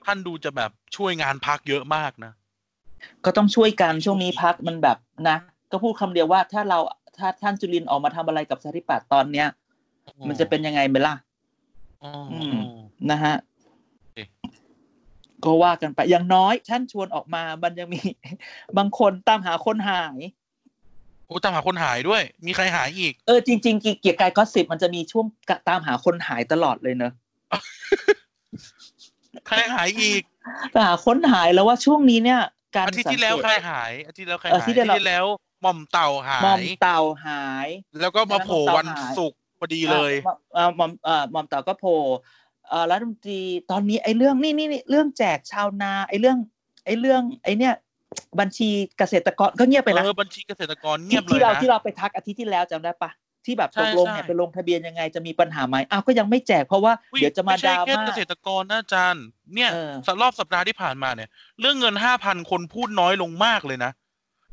[SPEAKER 3] ท่านดูจะแบบช่วยงานพักเยอะมากนะ
[SPEAKER 2] ก็ต้องช่วยกันช่วงนี้พักมันแบบนะ ก็พูดคำเดียวว่าถ้าเราถ้าท่านจุลินออกมาทำอะไรกับสาธิปัตย์ตอนเนี้ย มันจะเป็นยังไงไหมล่ะ
[SPEAKER 3] อ๋อ
[SPEAKER 2] อื
[SPEAKER 3] อ๋
[SPEAKER 2] ม
[SPEAKER 3] อ
[SPEAKER 2] นะฮะ
[SPEAKER 3] เอ๊ะ
[SPEAKER 2] ก็ว่ากันไปอย่างน้อย ท่านชวนออกมามันยังมี บางคนตามหาคนหาย
[SPEAKER 3] โอ้ตามหาคนหายด้วย มีใครหายอีก
[SPEAKER 2] เออจริง ๆ เกียร์กายก็สิบมันจะมีช่วงกะตามหาคนหายตลอดเลยเนอะ
[SPEAKER 3] ใครหายอีก
[SPEAKER 2] ตามหาคนหายแล้วว่าช่วงนี้เนี่ย การ
[SPEAKER 3] อาทิตย์
[SPEAKER 2] สัง
[SPEAKER 3] ที่
[SPEAKER 2] เก
[SPEAKER 3] แล้วใครหาย อาทิตย์แล้วใครหาย
[SPEAKER 2] เออ
[SPEAKER 3] อา
[SPEAKER 2] ที่
[SPEAKER 3] ทิต
[SPEAKER 2] เดียว
[SPEAKER 3] ย์ที่แล้วหม่อมเต่าหาม
[SPEAKER 2] อม
[SPEAKER 3] ย
[SPEAKER 2] เต่าหาย
[SPEAKER 3] แล้วก็มาโผล่วันศุกร์พอดีเลย
[SPEAKER 2] เอ่อหม่อมเอ่อหม่อมเต่าก็โพลเอ่อรัฐมนตรีตอนนี้ไอ้เรื่องนี่นี่นี่เรื่องแจกชาวนา ไอ้เรื่อง ไอ้เรื่อง ไอ้เนี่ย บัญชีเกษตรกรก็เงียบไปนะ
[SPEAKER 3] เออบัญชีเกษตรกรเงี
[SPEAKER 2] ที่
[SPEAKER 3] ยบเล
[SPEAKER 2] ที่
[SPEAKER 3] ย
[SPEAKER 2] เรา
[SPEAKER 3] นะ
[SPEAKER 2] ที่เราไปทักอาทิตย์ที่แล้วจำได้ปะที่แบบ
[SPEAKER 3] ใช่
[SPEAKER 2] ตกลงเนี่ย
[SPEAKER 3] ใช่
[SPEAKER 2] ไปลงทะเบียนยังไงจะมีปัญหาไหมอ้าวก็ยังไม่แจกเพราะว่า
[SPEAKER 3] อุ๊
[SPEAKER 2] เดี๋ยวจะมา
[SPEAKER 3] ไใช่
[SPEAKER 2] ดรา
[SPEAKER 3] แค่
[SPEAKER 2] ม่า
[SPEAKER 3] เกษตรกรนะอาจารย์ เนี่ย
[SPEAKER 2] เออ
[SPEAKER 3] สรอบสัปดาห์ที่ผ่านมาเนี่ย เรื่องเงินห้าพันคนพูดน้อยลงมากเลยนะ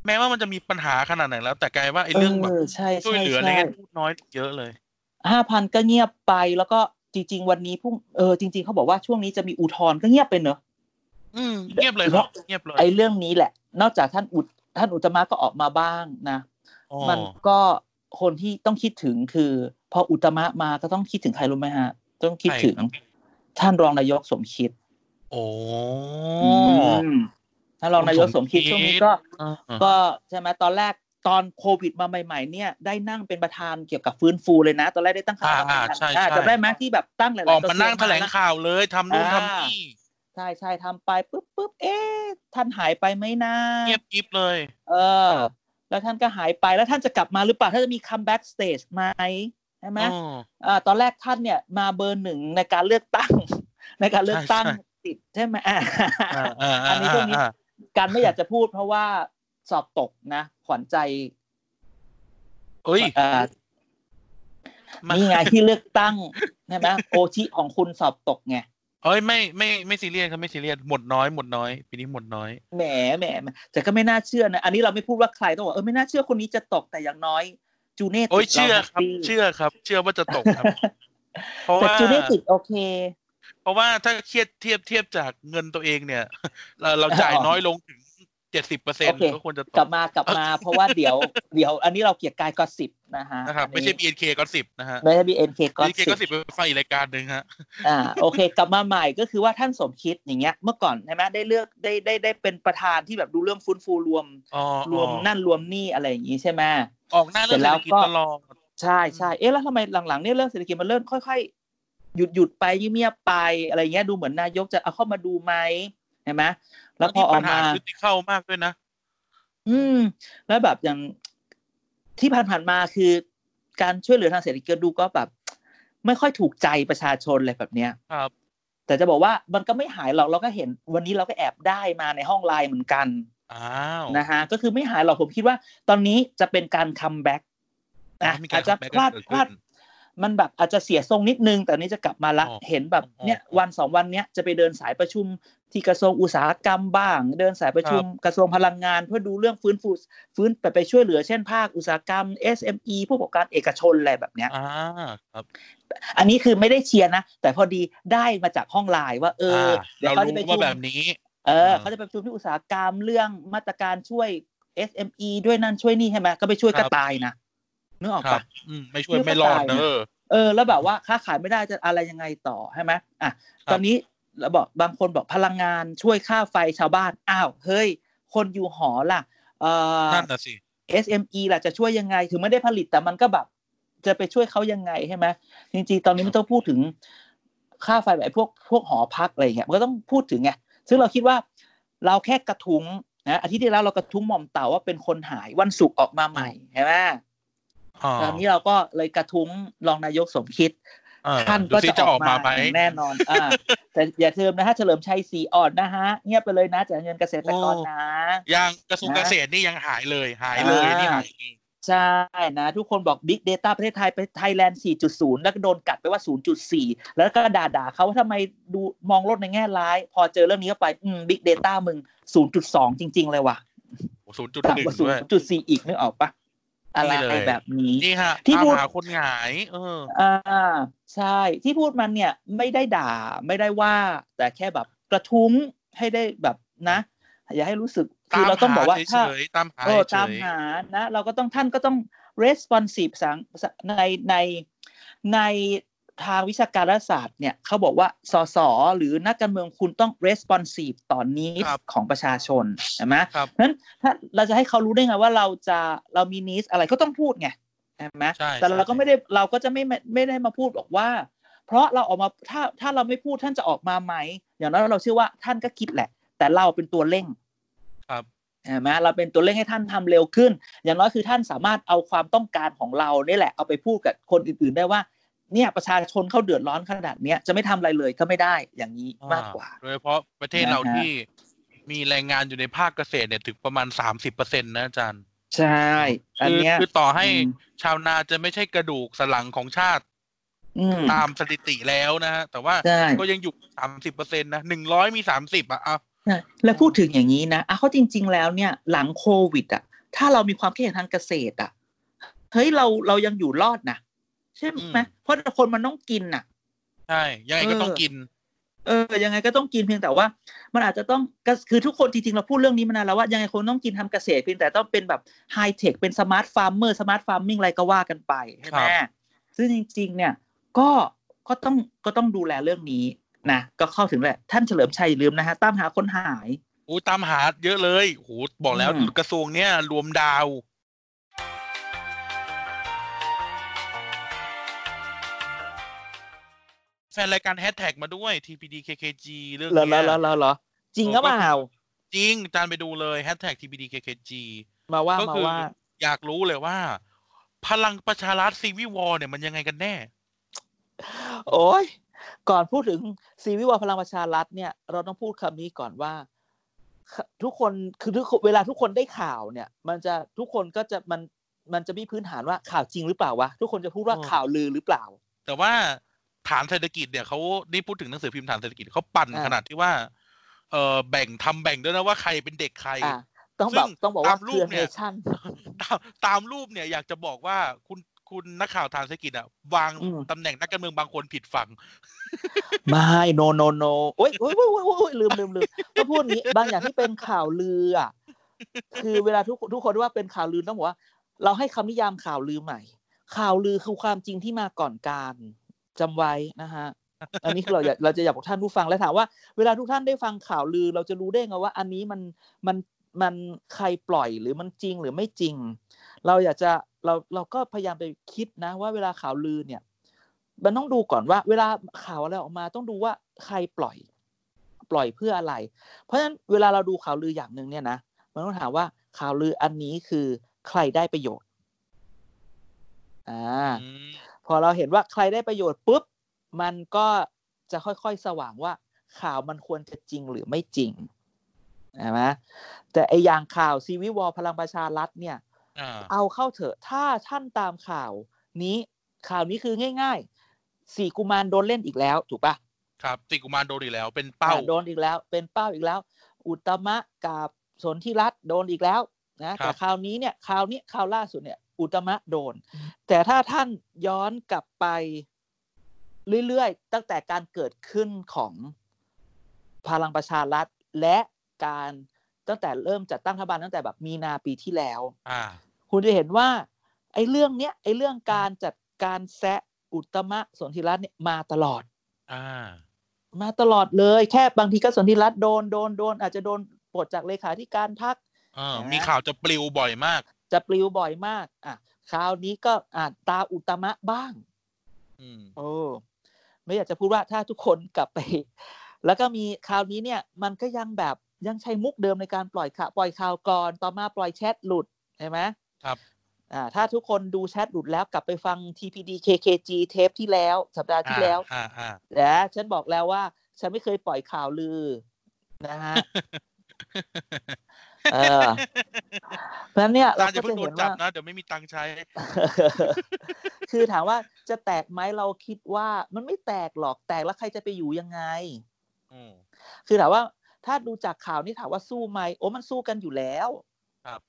[SPEAKER 3] แม้ว่ามันจะมีปัญหาขนาดไหนแล้ว แต่กลายว่าไอ้เรื่องแบบ
[SPEAKER 2] อใช่
[SPEAKER 3] ช่วย
[SPEAKER 2] ใช่
[SPEAKER 3] เหลืออะไร
[SPEAKER 2] ใช่
[SPEAKER 3] เงี้ยพูดน้อยเยอะเลย
[SPEAKER 2] ห้าพันก็เงียบไปแล้วก็จริง ๆ วันนี้พรุ่งเออจริง ๆเขาบอกว่าช่วงนี้จะมีอุทธรณ์ก็เงียบไปเนอะ
[SPEAKER 3] อืมเงียบเลยครับเงียบเลย
[SPEAKER 2] ไอ้เรื่องนี้แหละ นอกจากท่านอุดท่านอุตมะก็ออกมาบ้างนะ
[SPEAKER 3] อ๋อ
[SPEAKER 2] มันก็คนที่ต้องคิดถึงคือ พออุตมะมาก็ต้องคิดถึงใครรู้ไหมฮะ ต้องคิดถึง ท่านรองนายกสมคิด
[SPEAKER 3] โอ้
[SPEAKER 2] มท่านรองนายกสมคิด
[SPEAKER 3] สมคิด
[SPEAKER 2] ช่วงนี้ก็
[SPEAKER 3] อ่า
[SPEAKER 2] ก็ใช่ไหมตอนแรกตอนโควิดมาใหม่ ๆ เนี่ย ได้นั่งเป็นประธานเกี่ยวกับฟื้นฟูเลยนะ ตอนแรกได้ตั้งคณะกรรมการ
[SPEAKER 3] อ่าอ่าใช่ใช่
[SPEAKER 2] อ่าจำได้ไหมที่แบบตั้งหลายๆ
[SPEAKER 3] ออก
[SPEAKER 2] กระท
[SPEAKER 3] มา
[SPEAKER 2] รวง
[SPEAKER 3] นั่งแถลง
[SPEAKER 2] มานะ
[SPEAKER 3] ข่าวเลยทำนู่น
[SPEAKER 2] อ่า
[SPEAKER 3] ทำนี่
[SPEAKER 2] ใช่ใช่ทำไปปุ๊บปุ๊บเอ๊ะท่านหายไปไหมนะ
[SPEAKER 3] เงียบกริบเลย
[SPEAKER 2] เออ แล้วท่านก็หายไปแล้วท่านจะกลับมาหรือเปล่าท่านจะมีคัมแบ็กสเตจไหมใช่ไหม
[SPEAKER 3] อ๋อ
[SPEAKER 2] อ่าตอนแรกท่านเนี่ยมาเบอร์หนึ่งในการเลือกตั้ง ในการเลือกตั้ง
[SPEAKER 3] ใช่
[SPEAKER 2] ติดใช่ไหมอ่า
[SPEAKER 3] อ่าอ่า
[SPEAKER 2] อันนี้ช่วงนี้
[SPEAKER 3] อ่า
[SPEAKER 2] การไม่อยากจะพูดเพราะว่าสอบตกนะขวัญใจ
[SPEAKER 3] เอ้ย
[SPEAKER 2] เอ่อ
[SPEAKER 3] มัน
[SPEAKER 2] นี่ไงที่เลือกตั้งใช่ไหมโอชิของคุณสอบตกไง
[SPEAKER 3] เอ้ยไม่ไม่ไม่ซีเรียสครับไม่ซีเรียสหมดน้อยหมดน้อยปีนี้หมดน้อย
[SPEAKER 2] แหมแหมแหมแต่ก็ไม่น่าเชื่อนะอันนี้เราไม่พูดว่าใครต้องบอกเออไม่น่าเชื่อคนนี้จะตกแต่อย่างน้อย จูเน่ติด
[SPEAKER 3] โอ้ย
[SPEAKER 2] เรา
[SPEAKER 3] เชื่อ
[SPEAKER 2] แฮ
[SPEAKER 3] ครับ
[SPEAKER 2] ปปี้
[SPEAKER 3] เชื่อครับ เชื่อว่าจะตก ครับ เพราะ
[SPEAKER 2] แต่
[SPEAKER 3] ว่า
[SPEAKER 2] จูเน่ติดโอเค
[SPEAKER 3] เพราะว่าถ้าเครียดเทียบเทียบจากเงินตัวเองเนี่ย เราเราจ่าย
[SPEAKER 2] อ๋อ
[SPEAKER 3] น้อยลงถึงเจ็ดสิบเปอร์เซ็น
[SPEAKER 2] โอ
[SPEAKER 3] ต์
[SPEAKER 2] เค
[SPEAKER 3] ก็ควรจะต
[SPEAKER 2] กลับ
[SPEAKER 3] ก
[SPEAKER 2] มากลับมาเพราะว่าเดี๋ยว เดี๋ยวอันนี้เราเกียร์กายก็สิบนะฮะ
[SPEAKER 3] นะครับไม่ใช่ BNK ก็สิบนะฮะ
[SPEAKER 2] ไม่ใช่บีเอ็นเคก็
[SPEAKER 3] BNK ก็สิ
[SPEAKER 2] สิ
[SPEAKER 3] บบ เป็นไฟอีกรายการหนึ่งฮะ
[SPEAKER 2] อ่าโอเค กลับมาใหม่ก็คือว่าท่านสมคิดอย่างเงี้ยเมื่อก่อนใช่ไหมได้เลือกได้ได้ได้เป็นประธานที่แบบดูเรื่องฟื้นฟูรวม
[SPEAKER 3] อ๋ออ๋อ
[SPEAKER 2] รวมนั่นรวมนี่อะไรอย่างงี้ใช่ไหม
[SPEAKER 3] ออกหน้าเรื่องเศรษฐกิจ
[SPEAKER 2] เสร็จแล้วก็
[SPEAKER 3] ตลอด
[SPEAKER 2] ใช่ใช่เอ๊ะแล้วทำไมหลังๆเนี่ยเรื่องเศรษฐกิจมันเริ่มค่อยๆ หยุดหยุดไปเงียบๆไปอะไรเงี้ยดูเหมือนนายกจะเอาเข้ามาดูไหมใช่ไหมแล้วพออ
[SPEAKER 3] นี่
[SPEAKER 2] อ
[SPEAKER 3] ปั
[SPEAKER 2] ก
[SPEAKER 3] ญหา
[SPEAKER 2] มา
[SPEAKER 3] คริติเข้ามากด้วยนะ
[SPEAKER 2] อืม แล้วแบบอย่างที่ผ่านๆมาคือการช่วยเหลือทางเศรษฐกิจดูก็แบบ ไม่ค่อยถูกใจประชาชนอะไรแบบเนี้ย
[SPEAKER 3] ครับ
[SPEAKER 2] แต่จะบอกว่ามันก็ไม่หายหรอกเราก็เห็นวันนี้เราก็แอบได้มาในห้องไลน์เหมือนกัน
[SPEAKER 3] อ้าว
[SPEAKER 2] นะฮะก็คือไม่หายหรอกผมคิดว่า ตอนนี้จะเป็นการคัมแบ็กนะ
[SPEAKER 3] มีกา
[SPEAKER 2] อาจ
[SPEAKER 3] ร
[SPEAKER 2] จะ
[SPEAKER 3] แบ็ก
[SPEAKER 2] พลาด
[SPEAKER 3] เกิด
[SPEAKER 2] พ
[SPEAKER 3] ขึ้
[SPEAKER 2] ลาด
[SPEAKER 3] น
[SPEAKER 2] มันแบบอาจจะเสียทรงนิดนึง แต่อันนี้จะกลับมาละ
[SPEAKER 3] อ๋อ
[SPEAKER 2] เห็นแบบ
[SPEAKER 3] อ๋อ
[SPEAKER 2] เนี่ยวันสองวันเนี้ยจะไปเดินสายประชุมที่กระทรวงอุตสาหกรรมบ้าง เดินสายประชุมกระทรวงพลังงาน เพื่อดูเรื่องฟื้นฟูฟื้นไปไปช่วยเหลือเช่นภาคอุตสาหกรรม SME ผู้ประกอบการเอกชนอะไรแบบเนี้ย
[SPEAKER 3] อ่าครับ
[SPEAKER 2] อันนี้คือไม่ได้เชียร์นะ แต่พอดีได้มาจากห้องไลน์ว่าเออ
[SPEAKER 3] อ่า
[SPEAKER 2] ดี๋ยว
[SPEAKER 3] เรา
[SPEAKER 2] ขจะ
[SPEAKER 3] รู้
[SPEAKER 2] ไป
[SPEAKER 3] ว่า
[SPEAKER 2] ชุม
[SPEAKER 3] แบบนี้
[SPEAKER 2] เออ
[SPEAKER 3] อ่า
[SPEAKER 2] เขาจะไปประชุมที่อุตสาหกรรมเรื่องมาตรการช่วย SME ด้วยนั่นช่วยนี่ใช่ไหมก็ไปช่วยก็
[SPEAKER 3] ครับ
[SPEAKER 2] ตายนะนึกออก
[SPEAKER 3] ครั
[SPEAKER 2] ปะ
[SPEAKER 3] บอืมไม่ช่วย
[SPEAKER 2] นี่ก็
[SPEAKER 3] ไม่รอด
[SPEAKER 2] ตายนะ
[SPEAKER 3] เด้อ
[SPEAKER 2] เออแล้วแบบว่าค้าขายไม่ได้จะอะไรยังไงต่อใช่ไหมอ่ะ
[SPEAKER 3] ครับ
[SPEAKER 2] ตอนนี้เราบอกบางคนบอกพลังงานช่วยค่าไฟชาวบ้านอ้าวเฮ้ย คนอยู่หอล่ะเออ
[SPEAKER 3] นั่นน่ะสิ
[SPEAKER 2] SME ล่ะจะช่วยยังไง ถึงไม่ได้ผลิตแต่มันก็แบบ จะไปช่วยเขายังไงใช่ไหมจริงๆตอนนี้ไม่ต้องพูดถึงค่าไฟแบบพวกพวกหอพักอะไรอย่างเงี้ยมันก็ต้องพูดถึงไงซึ่งเราคิดว่าเราแค่กระทุ้งนะอาทิตย์ที่แล้วเรากระทุ้งหม่อมเต่าว่าเป็นคนหายวันศุกร์ออกมาใหม่ใช่ไหม
[SPEAKER 3] อ่า
[SPEAKER 2] ตอนนี้เราก็เลยกระทุ้งรองนายกสมคิด
[SPEAKER 3] เออ
[SPEAKER 2] ท่าน
[SPEAKER 3] ดู
[SPEAKER 2] ก็
[SPEAKER 3] สิ
[SPEAKER 2] จะออกมา
[SPEAKER 3] ไหม
[SPEAKER 2] แน่นอนอ่าแต่อย่าเทิมนะฮะเฉลิมชัยสีอ่อนนะฮะเงียบไปเลยนะจ่ายเงินเกษตรกรนะ
[SPEAKER 3] ยังกระทรวง
[SPEAKER 2] นะ
[SPEAKER 3] เกษตรนี่ยังหายเลยหายเลย
[SPEAKER 2] อ่านี่
[SPEAKER 3] นี่หายเลย
[SPEAKER 2] ใช่นะ ทุกคนบอก Big Data ประเทศไทยไปไทยแลนด์ 4.0 แล้วก็โดนกัดไปว่า 0.4 แล้วก็ด่าด่าๆเขาว่าทำไมดูมองโลกในแง่ร้าย พอเจอเรื่องนี้เข้าไป อืม Big Data มึง 0.2 จริง ๆ เลยว่ะ
[SPEAKER 3] ศูนย์จุดห
[SPEAKER 2] ต่ำ
[SPEAKER 3] นึ่ง
[SPEAKER 2] กว่า
[SPEAKER 3] ด้วย
[SPEAKER 2] 0.4 อีกนึกออกปะอะไร
[SPEAKER 3] นี่เลย
[SPEAKER 2] แบบนี้
[SPEAKER 3] นี่ฮะ
[SPEAKER 2] ที่
[SPEAKER 3] ตาม
[SPEAKER 2] พูด
[SPEAKER 3] หาคนหงาย เออ
[SPEAKER 2] อ่าใช่ที่พูดมันเนี่ยไม่ได้ด่าไม่ได้ว่า แต่แค่แบบกระทุ้งให้ได้แบบนะ อย่าให้รู้สึกคือ
[SPEAKER 3] ตาม
[SPEAKER 2] เราต้องบอกว่า
[SPEAKER 3] หาเฉ
[SPEAKER 2] ถ้า
[SPEAKER 3] ยๆตามหา
[SPEAKER 2] เออ
[SPEAKER 3] เฉ
[SPEAKER 2] ตาม
[SPEAKER 3] ย
[SPEAKER 2] หานะเราก็ต้องท่านก็ต้อง responsive สังสในในในทางวิชาการรัฐศาสตร์เนี่ยเขาบอกว่าสสหรือนักการเมืองคุณต้อง responsive ต่อ needs ของประชาชนใช่ไหม
[SPEAKER 3] ๆครับ
[SPEAKER 2] นั้นถ้าเราจะให้เขารู้ได้ไงว่าเราจะเรามี needs อะไรก็ต้องพูดไงใช่ไหม
[SPEAKER 3] ใช่
[SPEAKER 2] แต่เราก็
[SPEAKER 3] ใช่
[SPEAKER 2] ไม่ได้เราก็จะไม่ไม่ไม่ได้มาพูดบอกว่า เพราะเราออกมาถ้าถ้าเราไม่พูดท่านจะออกมาไหม อย่างน้อยเราเชื่อว่าท่านก็คิดแหละ แต่เราเป็นตัวเร่ง
[SPEAKER 3] ครับ
[SPEAKER 2] ใช่ไหมเราเป็นตัวเร่งให้ท่านทำเร็วขึ้น อย่างน้อยคือท่านสามารถเอาความต้องการของเราเนี่ยแหละเอาไปพูดกับคนอื่นๆได้ว่า เนี่ยประชาชนเขาเดือดร้อนขนาดเนี้ยจะไม่ทำอะไรเลยก็ไม่ได้อย่างนี้มากกว่า
[SPEAKER 3] อ่โดยเฉพาะประเทศเรา
[SPEAKER 2] นะฮะ
[SPEAKER 3] ที่มีแรงงานอยู่ในภาคเกษตรเนี่ยถึงประมาณสามสิบเปอร์เซ็นต์นะอาจารย์
[SPEAKER 2] ใช่อัน
[SPEAKER 3] คือ
[SPEAKER 2] เนี้ย
[SPEAKER 3] คือต่อให้
[SPEAKER 2] อืม
[SPEAKER 3] ชาวนาจะไม่ใช่กระดูกสันหลังของชาติ
[SPEAKER 2] อืม
[SPEAKER 3] ตามสถิติแล้วนะฮะแต่ว่า
[SPEAKER 2] ใช่
[SPEAKER 3] ก็ยังอยู่สามสิบเปอร์เซ็นต์นะหนึ่งร้อยมีสามสิบอ่ะเอา
[SPEAKER 2] ใช่แล้วพูดถึงอย่างนี้นะอ่ะเขาจริง ๆ แล้วเนี่ยหลังโควิดอ่ะถ้าเรามีความคิดเห็นทางเกษตรอ่ะเฮ้ยเราเรายังอยู่รอดนะใช่ไหม
[SPEAKER 3] อืม
[SPEAKER 2] เพราะคนมันต้องกินน่ะ
[SPEAKER 3] ใช่ยังไงก็
[SPEAKER 2] เออ
[SPEAKER 3] ต้องกิน
[SPEAKER 2] เออยังไงก็ต้องกินเพียงแต่ว่า มันอาจจะต้องก็คือทุกคนจริงๆเราพูดเรื่องนี้มานานแล้วว่ายังไงคนต้องกินทำเกษตรเพียงแต่ต้องเป็นแบบไฮเทคเป็นสมาร์ทฟาร์มเมอร์สมาร์ทฟาร์มมิ่งอะไรก็ว่ากันไปใช่ไหม
[SPEAKER 3] ครับ
[SPEAKER 2] ซึ่งจริง ๆ เนี่ยก็ก็ต้องก็ต้องดูแลเรื่องนี้นะก็เข้าถึงแหละ ท่านเฉลิมชัยอย่าลืมนะฮะตามหาคนหาย
[SPEAKER 3] อู้ตามหาเยอะเลยโหบอกแล้ว
[SPEAKER 2] อืม
[SPEAKER 3] กระทรวงเนี่ยรวมดาว แฟนรายการแฮชแท็กมาด้วย TPDKKG เรื่อง
[SPEAKER 2] เหรอ
[SPEAKER 3] เนี้
[SPEAKER 2] เหรอย เหรอเหรอเหรอจริง
[SPEAKER 3] เออ
[SPEAKER 2] ก็เปล่า
[SPEAKER 3] จริงอาจารย์ไปดูเลยแฮชแท็ก TPDKKG
[SPEAKER 2] มาว่า
[SPEAKER 3] ก็
[SPEAKER 2] มา
[SPEAKER 3] คือ
[SPEAKER 2] ว่า
[SPEAKER 3] อยากรู้เลยว่า พลังประชารัฐซีวิวอเนี่ยมันยังไงกันแน่
[SPEAKER 2] โอ้ยก่อนพูดถึงซีวิวาพลังประชารัฐเนี่ย เราต้องพูดคำนี้ก่อนว่า ทุกคนคือทุกคนเวลาทุกคนได้ข่าวเนี่ย มันจะทุกคนก็จะมันมันจะมีพื้นฐานว่าข่าวจริงหรือเปล่าวะทุกคนจะพูดว่า
[SPEAKER 3] อ๋อ
[SPEAKER 2] ข่าวลือหรือเปล่า
[SPEAKER 3] แต่ว่าฐานเศรษฐกิจเนี่ยเขานี่พูดถึงหนังสือพิมพ์ฐานเศรษฐกิจเขาปั่น
[SPEAKER 2] อ่า
[SPEAKER 3] ขนาดที่ว่า เออแบ่งทำแบ่งด้วยนะว่าใครเป็นเด็กใคร
[SPEAKER 2] อ่าต้องแบบ
[SPEAKER 3] ซึ่ง
[SPEAKER 2] ต้องบอกว่า
[SPEAKER 3] ตามรู
[SPEAKER 2] เพื่
[SPEAKER 3] ป
[SPEAKER 2] อ
[SPEAKER 3] เนี่
[SPEAKER 2] เน
[SPEAKER 3] ย
[SPEAKER 2] ชั่น
[SPEAKER 3] ตามตามรูปเนี่ยอยากจะบอกว่าคุณคุณนักข่าวทางเศรษฐกิจอ่ะ วาง
[SPEAKER 2] อืม
[SPEAKER 3] ตำแหน่งนักการเมืองบางคนผิดฝั่ง
[SPEAKER 2] ไม่โนโนโนโอ้ยโอ้ยโอ้ยโอ้ยโอ้ยลืมลืมลืมก็พูดอย่างนี้ บางอย่างที่เป็นข่าวลืออ่ะคือเวลาทุกทุกคนว่าเป็นข่าวลือต้องบอกว่า เราให้คำนิยามข่าวลือใหม่ ข่าวลือคือความจริงที่มาก่อนการจำไว้นะฮะ อันนี้คือเราอยากเราจะอยากบอกท่านผู้ฟังและถามว่าเวลาทุกท่านได้ฟังข่าวลือ เราจะรู้ได้ไงว่า อันนี้มันมันมันใครปล่อยหรือมันจริงหรือไม่จริง เราอยากจะเราเราก็พยายามไปคิดนะ ว่าเวลาข่าวลือเนี่ย มันต้องดูก่อนว่า เวลาข่าวอะไรออกมาต้องดูว่าใครปล่อย ปล่อยเพื่ออะไร เพราะฉะนั้นเวลาเราดูข่าวลืออย่างหนึ่งเนี่ยนะมันต้องถามว่าข่าวลืออันนี้คือใครได้ประโยชน์อ่า
[SPEAKER 3] อืม
[SPEAKER 2] พอเราเห็นว่าใครได้ประโยชน์ปุ๊บ มันก็ จะค่อยๆสว่างว่า ข่าวมันควรจะจริงหรือไม่จริงใช่ไหมแต่ไออย่างข่าวซีวิวอพลังประชารัฐเนี่ย
[SPEAKER 3] อ่า
[SPEAKER 2] เอาเข้าเถอะถ้าท่านตามข่าวนี้ข่าวนี้คือง่ายๆสี่กุมารโดนเล่นอีกแล้ว ถูกปะ
[SPEAKER 3] ครับติกุมารโดนอีกแล้ว เป็นเป้า
[SPEAKER 2] อ่ะโดนอีกแล้ว เป็นเป้าอีกแล้ว อุตมะกับสนธิรัตน์โดนอีกแล้วนะแต่คราวนี้เนี่ยคราวนี้คราวล่าสุดเนี่ย อุตมะโดน แต่ถ้าท่านย้อนกลับไปเรื่อยๆ ตั้งแต่การเกิดขึ้นของพลังประชารัฐ และการตั้งแต่เริ่มจัดตั้งรัฐบาลตั้งแต่แบบมีนาปีที่แล้ว
[SPEAKER 3] อ่า
[SPEAKER 2] คุณจะเห็นว่า ไอ้เรื่องเนี้ยไอ้เรื่องการจัดการแซะอุตตมะสนธิรัตน์เนี่ยมาตลอด
[SPEAKER 3] อ่า
[SPEAKER 2] มาตลอดเลย แค่บางทีก็สนธิรัตน์โดนโดนโดนอาจจะโดนปลดจากเลขาธิการพัก
[SPEAKER 3] เออ
[SPEAKER 2] นะ
[SPEAKER 3] มีข่าวจะปลิวบ่อยมาก
[SPEAKER 2] จะปลิวบ่อยมากอ่ะคราวนี้ก็อ่าตาอุตตมะบ้าง
[SPEAKER 3] อืม
[SPEAKER 2] โอ้ไม่อยากจะพูดว่าถ้าทุกคนกลับไป แล้วก็มีคราวนี้เนี่ย มันก็ยังแบบยังใช้มุกเดิมในการปล่อยข่าวปล่อยข่าวก่อนต่อมาปล่อยแชทหลุดใช่ไหม
[SPEAKER 3] ครับ
[SPEAKER 2] อ่าถ้าทุกคนดูแชทหลุดแล้วกลับไปฟัง TPD KKG เทปที่แล้ว สัปดาห์ที่แล้ว
[SPEAKER 3] อ่าอ่า
[SPEAKER 2] นะฉันบอกแล้วว่า ฉันไม่เคยปล่อยข่าวลือนะฮะเออเพราะฉะนั้น เนี่ย
[SPEAKER 3] ตา
[SPEAKER 2] เรา
[SPEAKER 3] จะ
[SPEAKER 2] ก็
[SPEAKER 3] เพิ่
[SPEAKER 2] จะ
[SPEAKER 3] งโด
[SPEAKER 2] เห็
[SPEAKER 3] น
[SPEAKER 2] น
[SPEAKER 3] จับ
[SPEAKER 2] ว่า
[SPEAKER 3] นะ เดี๋ยวไม่มีตังค์ใช้
[SPEAKER 2] คือถามว่าจะแตกไหมเราคิดว่ามันไม่แตกหรอกแตกแล้วใครจะไปอยู่ยังไง
[SPEAKER 3] อืม
[SPEAKER 2] คือถามว่าถ้าดูจากข่าวนี่ถามว่าสู้ไหมโอ้มันสู้กันอยู่แล้ว
[SPEAKER 3] ครับ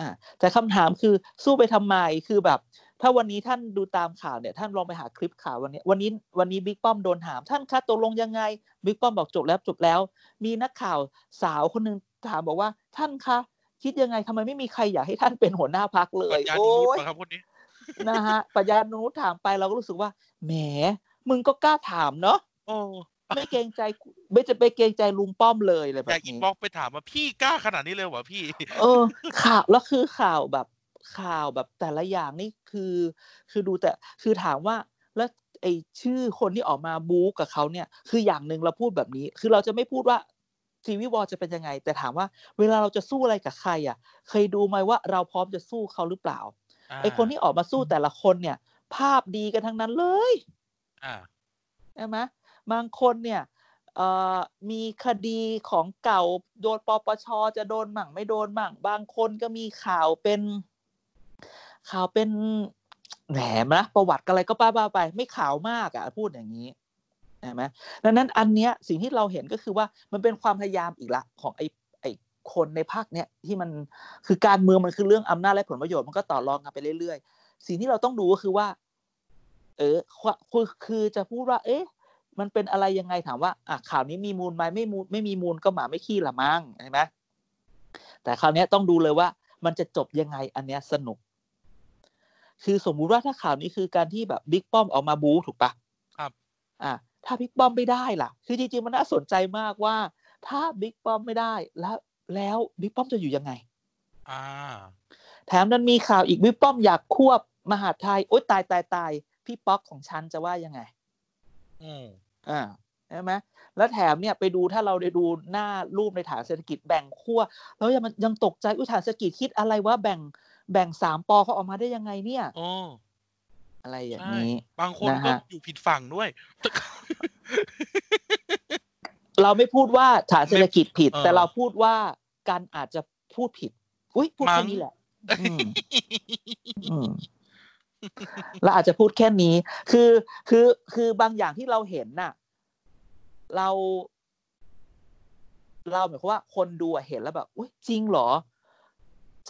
[SPEAKER 2] อ่าแต่คำถามคือสู้ไปทำไมคือแบบ ถ้าวันนี้ท่านดูตามข่าวเนี่ย ท่านลองไปหาคลิปข่าววันนี้ วันนี้วันนี้บิ๊กป้อมโดนถาม ท่านคะตกลงยังไงบิ๊กป้อมบอกจบแล้วจบแล้ว มีนักข่าวสาวคนหนึ่งถามบอกว่า ท่านคะคิดยังไงทำไมไม่มีใครอยากให้ท่านเป็นหัวหน้าพักเล
[SPEAKER 3] ปรั
[SPEAKER 2] ย
[SPEAKER 3] ญญา
[SPEAKER 2] โอ้
[SPEAKER 3] นุษ
[SPEAKER 2] ย
[SPEAKER 3] ย์ครับคนนี้
[SPEAKER 2] นะฮะปรัญญานุถามไปเราก็รู้สึกว่า แหม มึงก็กล้าถามเนาะ
[SPEAKER 3] โอ้
[SPEAKER 2] ไม่เกรงใจไม่จะไปเกรงใจลุงป้อมเลยอะไรแบ
[SPEAKER 3] อยาก
[SPEAKER 2] บ
[SPEAKER 3] อิน
[SPEAKER 2] นี้
[SPEAKER 3] บ็อกซ์ไปถามว่าพี่กล้าขนาดนี้เลยเหรอพี่
[SPEAKER 2] เออ ข่าวแล้วคือข่าวแบบข่าวแบบแต่ละอย่างนี่คือ คือดูแต่คือถามว่า แล้วไอชื่อคนที่ออกมาบู๊กับเขาเนี่ย คืออย่างหนึ่งเราพูดแบบนี้ คือเราจะไม่พูดว่าทีวีวอลจะเป็นยังไง แต่ถามว่า เวลาเราจะสู้อะไรกับใครอ่ะ เคยดูไหมว่าเราพร้อมจะสู้เขาหรือเปล่าไอคนที่ออกมาสู้แต่ละคนเนี่ย ภาพดีกันทั้งนั้นเลย
[SPEAKER 3] อ่า
[SPEAKER 2] ใช่ไหมบางคนเนี่ยเอ่อมีคดีของเก่าโดนปปชจะโดนมั่งไม่โดนมั่งบางคนก็มีข่าวเป็น ข่าวเป็นแหมนะประวัติอะไรก็บ้าๆไป ไม่ข่าวมากอะพูดอย่างนี้ใช่ไหมดังนั้นอันเนี้ยสิ่งที่เราเห็นก็คือว่ามันเป็นความพยายามอีกละของไอ้ไอ้คนในภาคเนี้ยที่มันคือการเมืองมันคือเรื่องอำนาจและผลประโยชน์มันก็ต่อรองกันไปเรื่อย ๆ สิ่งที่เราต้องดูก็คือว่า เออควคือคือจะพูดว่า เอ๊ะ มันเป็นอะไรยังไงถามว่าอ่ะข่าวนี้มีมูลไหมไม่มูลไม่มีมูลก็หมาไม่ขี้ละมั้งใช่ไหมแต่คราวเนี้ยต้องดูเลยว่า มันจะจบยังไงอันเนี้ยสนุก คือสมมุติว่าถ้าข่าวนี้คือการที่แบบบิ๊กป้อมออกมาบู๊ถูกปะ
[SPEAKER 3] ครับ
[SPEAKER 2] อ่ะถ้าบิ๊กป้อมไม่ได้ล่ะ คือจริงๆมันน่าสนใจมากว่า ถ้าบิ๊กป้อมไม่ได้แล้ว แล้วบิ๊กป้อมจะอยู่ยังไง
[SPEAKER 3] อ่า
[SPEAKER 2] แถมนั้นมีข่าวอีกบิ๊กป้อมอยากควบมหาดไทยโอ๊ยตายตายตายพี่ป๊อกของฉันจะว่ายังไง
[SPEAKER 3] อืม
[SPEAKER 2] อ่าใช่ไหมแล้วแถมเนี่ยไปดูถ้าเราได้ดูหน้ารูปในฐานเศรษฐกิจแบ่งขั้วแล้วยังมันยังตกใจอุยฐานเศรษฐกิจคิดอะไรว่าแบ่งแบ่งสามปอเขาออกมาได้ยังไงเนี่ย
[SPEAKER 3] โอ้
[SPEAKER 2] อะไรอย่างนี้
[SPEAKER 3] บางคน
[SPEAKER 2] นะ
[SPEAKER 3] ก็
[SPEAKER 2] ฮะ
[SPEAKER 3] อยู่ผิดฝั่งด้วย
[SPEAKER 2] เราไม่พูดว่าฐานเศรษฐกิจผิด
[SPEAKER 3] เออ
[SPEAKER 2] แต่เราพูดว่าการอาจจะพูดผิด อุ้ยพูด
[SPEAKER 3] มั้
[SPEAKER 2] แค่
[SPEAKER 3] ง
[SPEAKER 2] นี้แหละ อืม อืมเราอาจจะพูดแค่นี้ คือคือคือบางอย่างที่เราเห็นน่ะ เรา เราหมายความว่าคนดูอะเห็นแล้วแบบอุยจริงเหรอ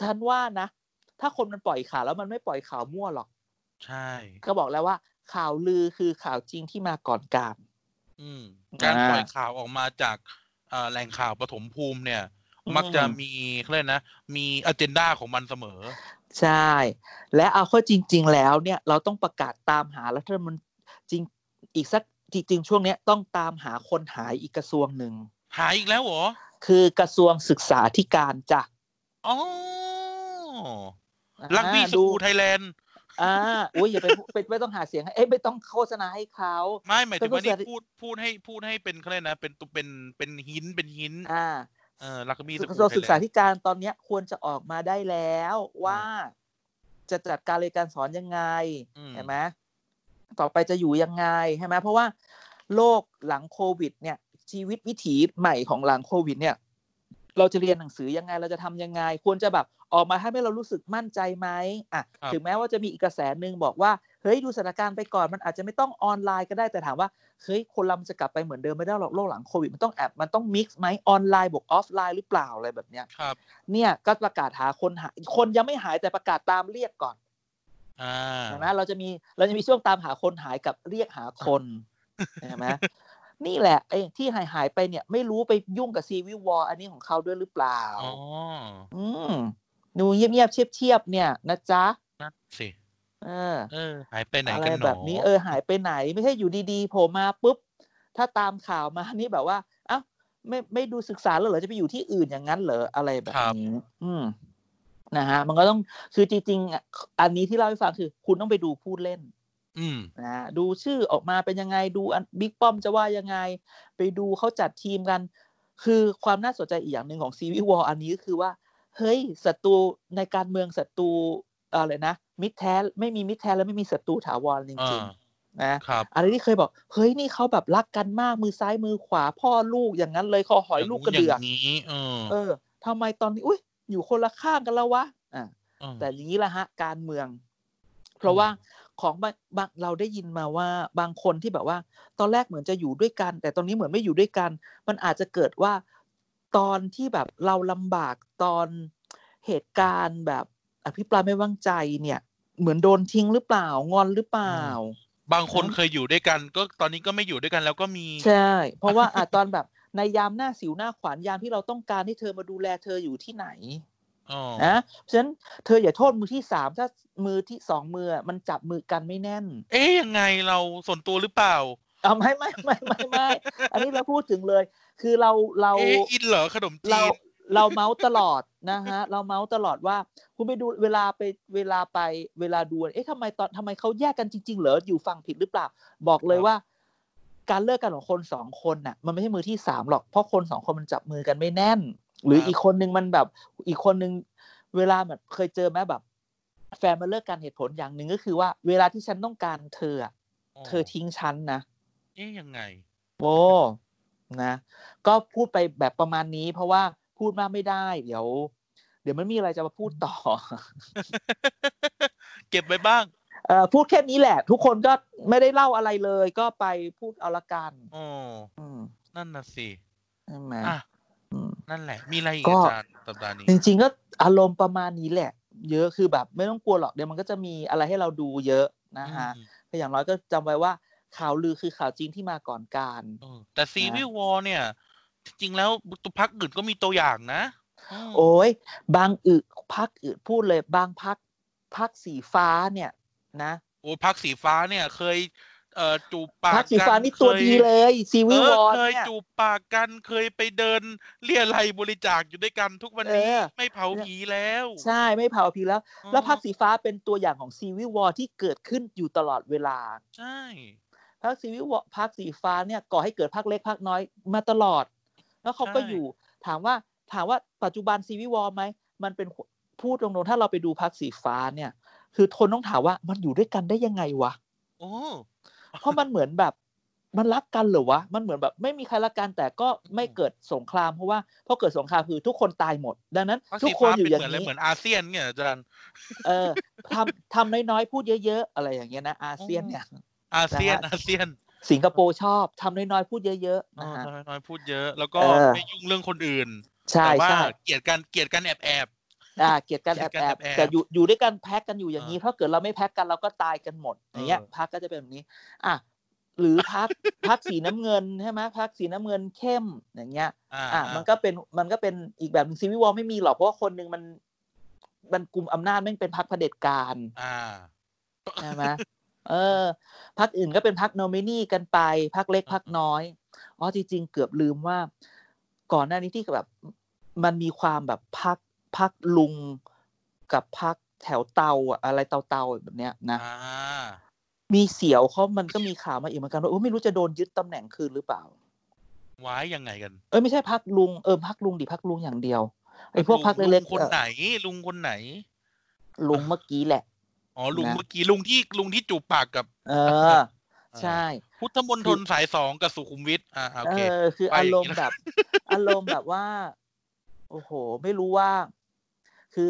[SPEAKER 2] ฉันว่านะ ถ้าคนมันปล่อยข่าวแล้วมันไม่ปล่อยข่าวมั่วหรอก
[SPEAKER 3] ใช่
[SPEAKER 2] ก็บอกแล้วว่า ข่าวลือคือข่าวจริงที่มาก่อนการ
[SPEAKER 3] อืม
[SPEAKER 2] อ่า
[SPEAKER 3] การปล่อยข่าวออกมาจากเอ่อแหล่งข่าวปฐมภูมิเนี่ย
[SPEAKER 2] อืม
[SPEAKER 3] มักจะมีเขาเรียกนะ มีอเจนดาของมันเสมอ
[SPEAKER 2] ใช่ และเอาเข้อจริง ๆ แล้วเนี่ย เราต้องประกาศตามหารัฐมนตรีจริง อีกสักจริงๆช่วงเนี้ยต้องตามหาคนหายอีกกระทรวงหนึ่ง
[SPEAKER 3] หายอีกแล้วเหรอ
[SPEAKER 2] คือกระทรวงศึกษาธิการจ้ะ
[SPEAKER 3] อ๋อลักบี้
[SPEAKER 2] อ่า
[SPEAKER 3] สกูไทยแลนด์
[SPEAKER 2] อ่าอุ้ยอย่าไปพูดไป ไม่ต้องหาเสียงให้เอ้ยไม่ต้องโฆษณาให้เขา
[SPEAKER 3] ไม่หมายถึงว่า
[SPEAKER 2] ก็
[SPEAKER 3] นี่
[SPEAKER 2] คือ
[SPEAKER 3] พูดพูดให้พูดให้เป็นเขาเรียกนะ เป็นตุเป็นเป็นหินเป็นหิน
[SPEAKER 2] อ่า
[SPEAKER 3] เออลักบี้
[SPEAKER 2] ก
[SPEAKER 3] สกู
[SPEAKER 2] ระทรวง
[SPEAKER 3] ไท
[SPEAKER 2] ศึ
[SPEAKER 3] ย
[SPEAKER 2] ก
[SPEAKER 3] แล
[SPEAKER 2] ษาน
[SPEAKER 3] ด์
[SPEAKER 2] ธิการตอนเนี้ยควรจะออกมาได้แล้วว่าจะจัดการเรียนการสอนยังไง
[SPEAKER 3] อืม
[SPEAKER 2] ใช่ไหมต่อไปจะอยู่ยังไงใช่ไหมเพราะว่า โลกหลังโควิด เนี่ย ชีวิตวิถีใหม่ของหลังโควิด เนี่ย เราจะเรียนหนังสือยังไงเราจะทำยังไง ควรจะแบบออกมาให้เรารู้สึกมั่นใจไหมอ่ะ
[SPEAKER 3] ครับ
[SPEAKER 2] ถึงแม้ว่าจะมีอีกกระแสหนึ่งบอกว่าเฮ้ยดูสถานการณ์ไปก่อนมันอาจจะไม่ต้องออนไลน์ก็ได้แต่ถามว่าเฮ้ยคนเรามันจะกลับไปเหมือนเดิมไม่ได้หรอกโลกหลังโควิดมันต้องแอบมันต้องมิกซ์ไหมออนไลน์บวกออฟไลน์หรือเปล่าอะไรแบบเนี้ย
[SPEAKER 3] ครับ
[SPEAKER 2] เนี่ยก็ประกาศหาคนหาคนยังไม่หายแต่ประกาศตามเรียกก่อน
[SPEAKER 3] อ่า
[SPEAKER 2] เห็นไหมเราจะมีเราจะมีช่วงตามหาคนหายกับเรียกหา คนเห็นไหมนี่แหละไอ้ที่หายหายไปเนี่ย ไม่รู้ไปยุ่งกับซีวิววออันนี้ของเขาด้วยหรือเปล่า
[SPEAKER 3] อ๋อ
[SPEAKER 2] อืมดูเงียบๆเชียบๆเนี่ยนะจ๊ะ
[SPEAKER 3] นั่นสิ
[SPEAKER 2] เออ
[SPEAKER 3] เออ หายไปไหน
[SPEAKER 2] อะ
[SPEAKER 3] กั
[SPEAKER 2] ไร
[SPEAKER 3] นหนอ
[SPEAKER 2] แบบนี้เออหายไปไหนไม่ใช่อยู่ดีๆโผล่มาปุ๊บ ถ้าตามข่าวมานี่แบบว่าเอ้าไม่ไม่ดูศึกษาแล้วเหรอจะไปอยู่ที่อื่นอย่างนั้นเหรออะไรแบบนี้อืมนะฮะ มันก็ต้องคือจริงๆอ่ะอันนี้ที่เล่าให้ฟังคือ คุณต้องไปดูผู้เล่น
[SPEAKER 3] อืม
[SPEAKER 2] นะดูชื่อออกมาเป็นยังไงดูบิ๊กป้อมจะว่ายังไง ไปดูเขาจัดทีมกัน คือความน่าสนใจอีกอย่างหนึ่งของซีวิวอลอันนี้ก็คือว่า เฮ้ยศัตรูในการเมืองศัตรูอะไรนะมิตรแท้ไม่มีมิตรแท้และไม่มีศัตรูถาวรจ
[SPEAKER 3] อ่า
[SPEAKER 2] ริง ๆ นะครับ อะไรที่เคยบอกเฮ้ยนี่เขาแบบรักกันมากมือซ้ายมือขวาพ่อลูกอย่างนั้นเลยคอหอยลูกกระเดือก
[SPEAKER 3] ย่างนี้เออ
[SPEAKER 2] เออทำไมตอนนี้อุ้ยอยู่คนละข้างกันแล้ววะอ่า
[SPEAKER 3] เออ
[SPEAKER 2] แต่อย่างนี้ละฮะการเมือง เพราะว่าของบางบางเราได้ยินมาว่าบางคนที่แบบว่า ตอนแรกเหมือนจะอยู่ด้วยกัน แต่ตอนนี้เหมือนไม่อยู่ด้วยกัน มันอาจจะเกิดว่าตอนที่แบบเราลำบากตอนเหตุการณ์แบบอภิปรายไม่วางใจเนี่ย เหมือนโดนทิ้งหรือเปล่างอนหรือเปล่า
[SPEAKER 3] อืม บางคน
[SPEAKER 2] เออ
[SPEAKER 3] เคยอยู่ด้วยกัน ก็ตอนนี้ก็ไม่อยู่ด้วยกันแล้วก็มี
[SPEAKER 2] ใช่ เพราะว่าอ่ะ ตอนแบบในยามหน้าสิวหน้าขวานยามที่เราต้องการให้เธอมาดูแลเธออยู่ที่ไหน
[SPEAKER 3] อ๋อ
[SPEAKER 2] นะเพราะฉะนั้นเธออย่าโทษมือที่สามถ้ามือที่สองมืออ่ะมันจับมือกันไม่แน่น
[SPEAKER 3] เอ๊ยยังไงเราส่วนตัวหรือเปล่า
[SPEAKER 2] เอาไม่ไม่ไม่ไม่ไม่ อันนี้เราพูดถึงเลย คือเราเรา
[SPEAKER 3] เอ๊ะอินเหรอขนมจี
[SPEAKER 2] เรา
[SPEAKER 3] น
[SPEAKER 2] เราเมาส์ตลอดนะฮะ เราเมาส์ตลอดว่า คุณไปดูเวลาไปเวลาไปเวลาดู เอ๊ะทำไมตอนทำไมเขาแยกกันจริง ๆ เหรออยู่ฝั่งผิดหรือเปล่า บอกเลยว่า การเลิกกันของคนสองคนน่ะ มันไม่ใช่มือที่สามหรอกเพราะคนสองคนมันจับมือกันไม่แน่น หรือ
[SPEAKER 3] ครับ
[SPEAKER 2] อีกคนนึงมันแบบ อีกคนนึงเวลาแบบเคยเจอไหมแบบ แฟนมาเลิกกันเหตุผลอย่างหนึ่งก็คือว่า เวลาที่ฉันต้องการเธออะเธอทิ้งฉันนะ
[SPEAKER 3] เอ๊ยยังไง
[SPEAKER 2] โอ้นะ ก็พูดไปแบบประมาณนี้ เพราะว่าพูดมากไม่ได้ เดี๋ยว เดี๋ยวมันมีอะไรจะมาพูดต่อ
[SPEAKER 3] เก็บไว้บ้าง
[SPEAKER 2] เอ่อพูดแค่นี้แหละ ทุกคนก็ไม่ได้เล่าอะไรเลย ก็ไปพูดเอาละกัน
[SPEAKER 3] อ๋อ
[SPEAKER 2] อืม
[SPEAKER 3] นั่นน่ะสิ
[SPEAKER 2] ใช่ไหม
[SPEAKER 3] อ่ะ
[SPEAKER 2] อืม
[SPEAKER 3] นั่นแหละ มีอะไรอีก
[SPEAKER 2] ก็
[SPEAKER 3] อาจารย์สัปดาห์นี้
[SPEAKER 2] จริงๆก็อารมณ์ประมาณนี้แหละ เยอะคือแบบ ไม่ต้องกลัวหรอกเดี๋ยวมันก็จะมีอะไรให้เราดูเยอะนะฮะ
[SPEAKER 3] อืม
[SPEAKER 2] แต่อย่างน้อยก็จำไว้ว่าข่าวลือคือข่าวจริงที่มาก่อนการ
[SPEAKER 3] เออแต่ซีวิววอลเนี่ย จริงๆแล้วตุพักอื่นก็มีตัวอย่างนะม
[SPEAKER 2] โอ้ยบางอึพักอึพูดเลย บางพักพักสีฟ้าเนี่ยนะ
[SPEAKER 3] โอ้พักสีฟ้าเนี่ย เคย เอ่อจูบปาก
[SPEAKER 2] พักสีฟ้านี่ตัว
[SPEAKER 3] เคย
[SPEAKER 2] ดีเลยซี
[SPEAKER 3] เอ
[SPEAKER 2] วิวว
[SPEAKER 3] อ
[SPEAKER 2] อน
[SPEAKER 3] เคย
[SPEAKER 2] เนี่ย
[SPEAKER 3] จูบปากกันเคยไปเดินเลี่ยไรบริจาคอยู่ด้วยกันทุกวันนี้
[SPEAKER 2] เออ
[SPEAKER 3] ไม่เผาผีแล้ว
[SPEAKER 2] ใช่ไม่เผาพีแล้ว
[SPEAKER 3] เออ
[SPEAKER 2] แล้วพักสีฟ้าเป็นตัวอย่างของซีวิววอที่เกิดขึ้นอยู่ตลอดเวลา
[SPEAKER 3] ใช่
[SPEAKER 2] พักซีวิววอพักสีฟ้าเนี่ยก่อให้เกิดพักเล็กพักน้อยมาตลอด แล้วเขาก็อยู่ ถามว่าถามว่าปัจจุบันซีวิววอไหมมันเป็นพูดตรงๆถ้าเราไปดูพักสีฟ้าเนี่ย คือทนต้องถามว่ามันอยู่ด้วยกันได้ยังไงวะ
[SPEAKER 3] โอ้
[SPEAKER 2] เพราะมันเหมือนแบบมันรักกันเหรือวะ มันเหมือนแบบไม่มีใครรักกันแต่ก็ไม่เกิดสงครามเพราะว่าพอเกิดสงครามคือทุกคนตายหมด ดังนั้น
[SPEAKER 3] พัก
[SPEAKER 2] ทุ
[SPEAKER 3] สี
[SPEAKER 2] กคน
[SPEAKER 3] ฟ้า
[SPEAKER 2] อยู่
[SPEAKER 3] เป็น
[SPEAKER 2] อย่าง
[SPEAKER 3] เหมือนอะไร
[SPEAKER 2] นี้
[SPEAKER 3] เหมือนอาเซียนเนี่ยอาจารย์
[SPEAKER 2] เออทำทำน้อยๆพูดเยอะ ๆ อะไรอย่างเงี้ยนะอาเซียนเนี่ย
[SPEAKER 3] อาเซียน
[SPEAKER 2] นะฮะ
[SPEAKER 3] อาเซียน
[SPEAKER 2] สิงคโปร์ชอบทำน้อยๆพูดเยอะๆ
[SPEAKER 3] เอ
[SPEAKER 2] นะ
[SPEAKER 3] อ
[SPEAKER 2] ฮะ
[SPEAKER 3] น้อยๆพูดเยอะ แล้วก็
[SPEAKER 2] เออ
[SPEAKER 3] ไม่ยุ่งเรื่องคนอื่น
[SPEAKER 2] ใช่
[SPEAKER 3] แต่ว่า
[SPEAKER 2] ใช่
[SPEAKER 3] เกลียดกันเกลียดกันแอบแอบ
[SPEAKER 2] อ่าเกลียดกัน
[SPEAKER 3] เก
[SPEAKER 2] แอยบ
[SPEAKER 3] ลีดกัน
[SPEAKER 2] แอบ
[SPEAKER 3] แอบ
[SPEAKER 2] แต่อยู่อยู่ด้วยกันแพ็กกันอยู่อย่างนี้
[SPEAKER 3] เออ
[SPEAKER 2] ถ้าเกิดเราไม่แพ็กกันเราก็ตายกันหมดอย่างเงี้ย
[SPEAKER 3] เออ
[SPEAKER 2] พักก็จะเป็นแบบนี้ อ่ะหรือพักพักสีน้ำเงินใช่ไหมพักสีน้ำเงินเข้มอย่างเงี้ย
[SPEAKER 3] ๆอ่า
[SPEAKER 2] อ่ะมันก็เป็นมันก็เป็นอีกแบบหนึ่งซีวิวอลไม่มีหรอกเพราะว่าคนหนึ่งมันมันกลุ่มอำนาจแม่งเป็นพรรคเผด็จการ
[SPEAKER 3] อ่า
[SPEAKER 2] ใช่ไหม เออพรรคอื่นก็เป็นพรรคโนมินีกันไปพรรคเล็กพรรคน้อยอ๋อจริงๆเกือบลืมว่า ก่อนหน้านี้ที่แบบมันมีความแบบพรรคพรรคลุงกับพรรคแถวเตาอะอะไรเตาเตาๆแบบเนี้ยนะ
[SPEAKER 3] อ่า
[SPEAKER 2] มีเสียวเขามันก็มีข่าวมาอีกเหมือนกันว่าโอ้ไม่รู้จะโดนยึดตำแหน่งคืนหรือเปล่า
[SPEAKER 3] ไว้ยังไงกัน
[SPEAKER 2] เอ้ยไม่ใช่พักลุงเออพักลุงดิพักลุงอย่างเดียวไอ้พวกพักเล็ก
[SPEAKER 3] ง
[SPEAKER 2] ๆ
[SPEAKER 3] คน
[SPEAKER 2] เอ่อ
[SPEAKER 3] ไหน ลุงคนไหน
[SPEAKER 2] ลุงเมื่อกี้แหละ
[SPEAKER 3] อ๋อลุง
[SPEAKER 2] นะ
[SPEAKER 3] เมื่อกี้ลุงที่ลุงที่จูบปากกับ
[SPEAKER 2] เอ
[SPEAKER 3] เอ
[SPEAKER 2] อ
[SPEAKER 3] อ
[SPEAKER 2] ใช่
[SPEAKER 3] พุทธมณฑลสายสองกับสุขุมวิทอ่า
[SPEAKER 2] เอ
[SPEAKER 3] โอเค
[SPEAKER 2] อคือ
[SPEAKER 3] ไป
[SPEAKER 2] อา
[SPEAKER 3] อ
[SPEAKER 2] ร
[SPEAKER 3] ย่าง
[SPEAKER 2] ม
[SPEAKER 3] นี้
[SPEAKER 2] ณ์
[SPEAKER 3] นะ
[SPEAKER 2] แบบ อารมณ์แบบว่า โอ้โห ไม่รู้ว่า คือ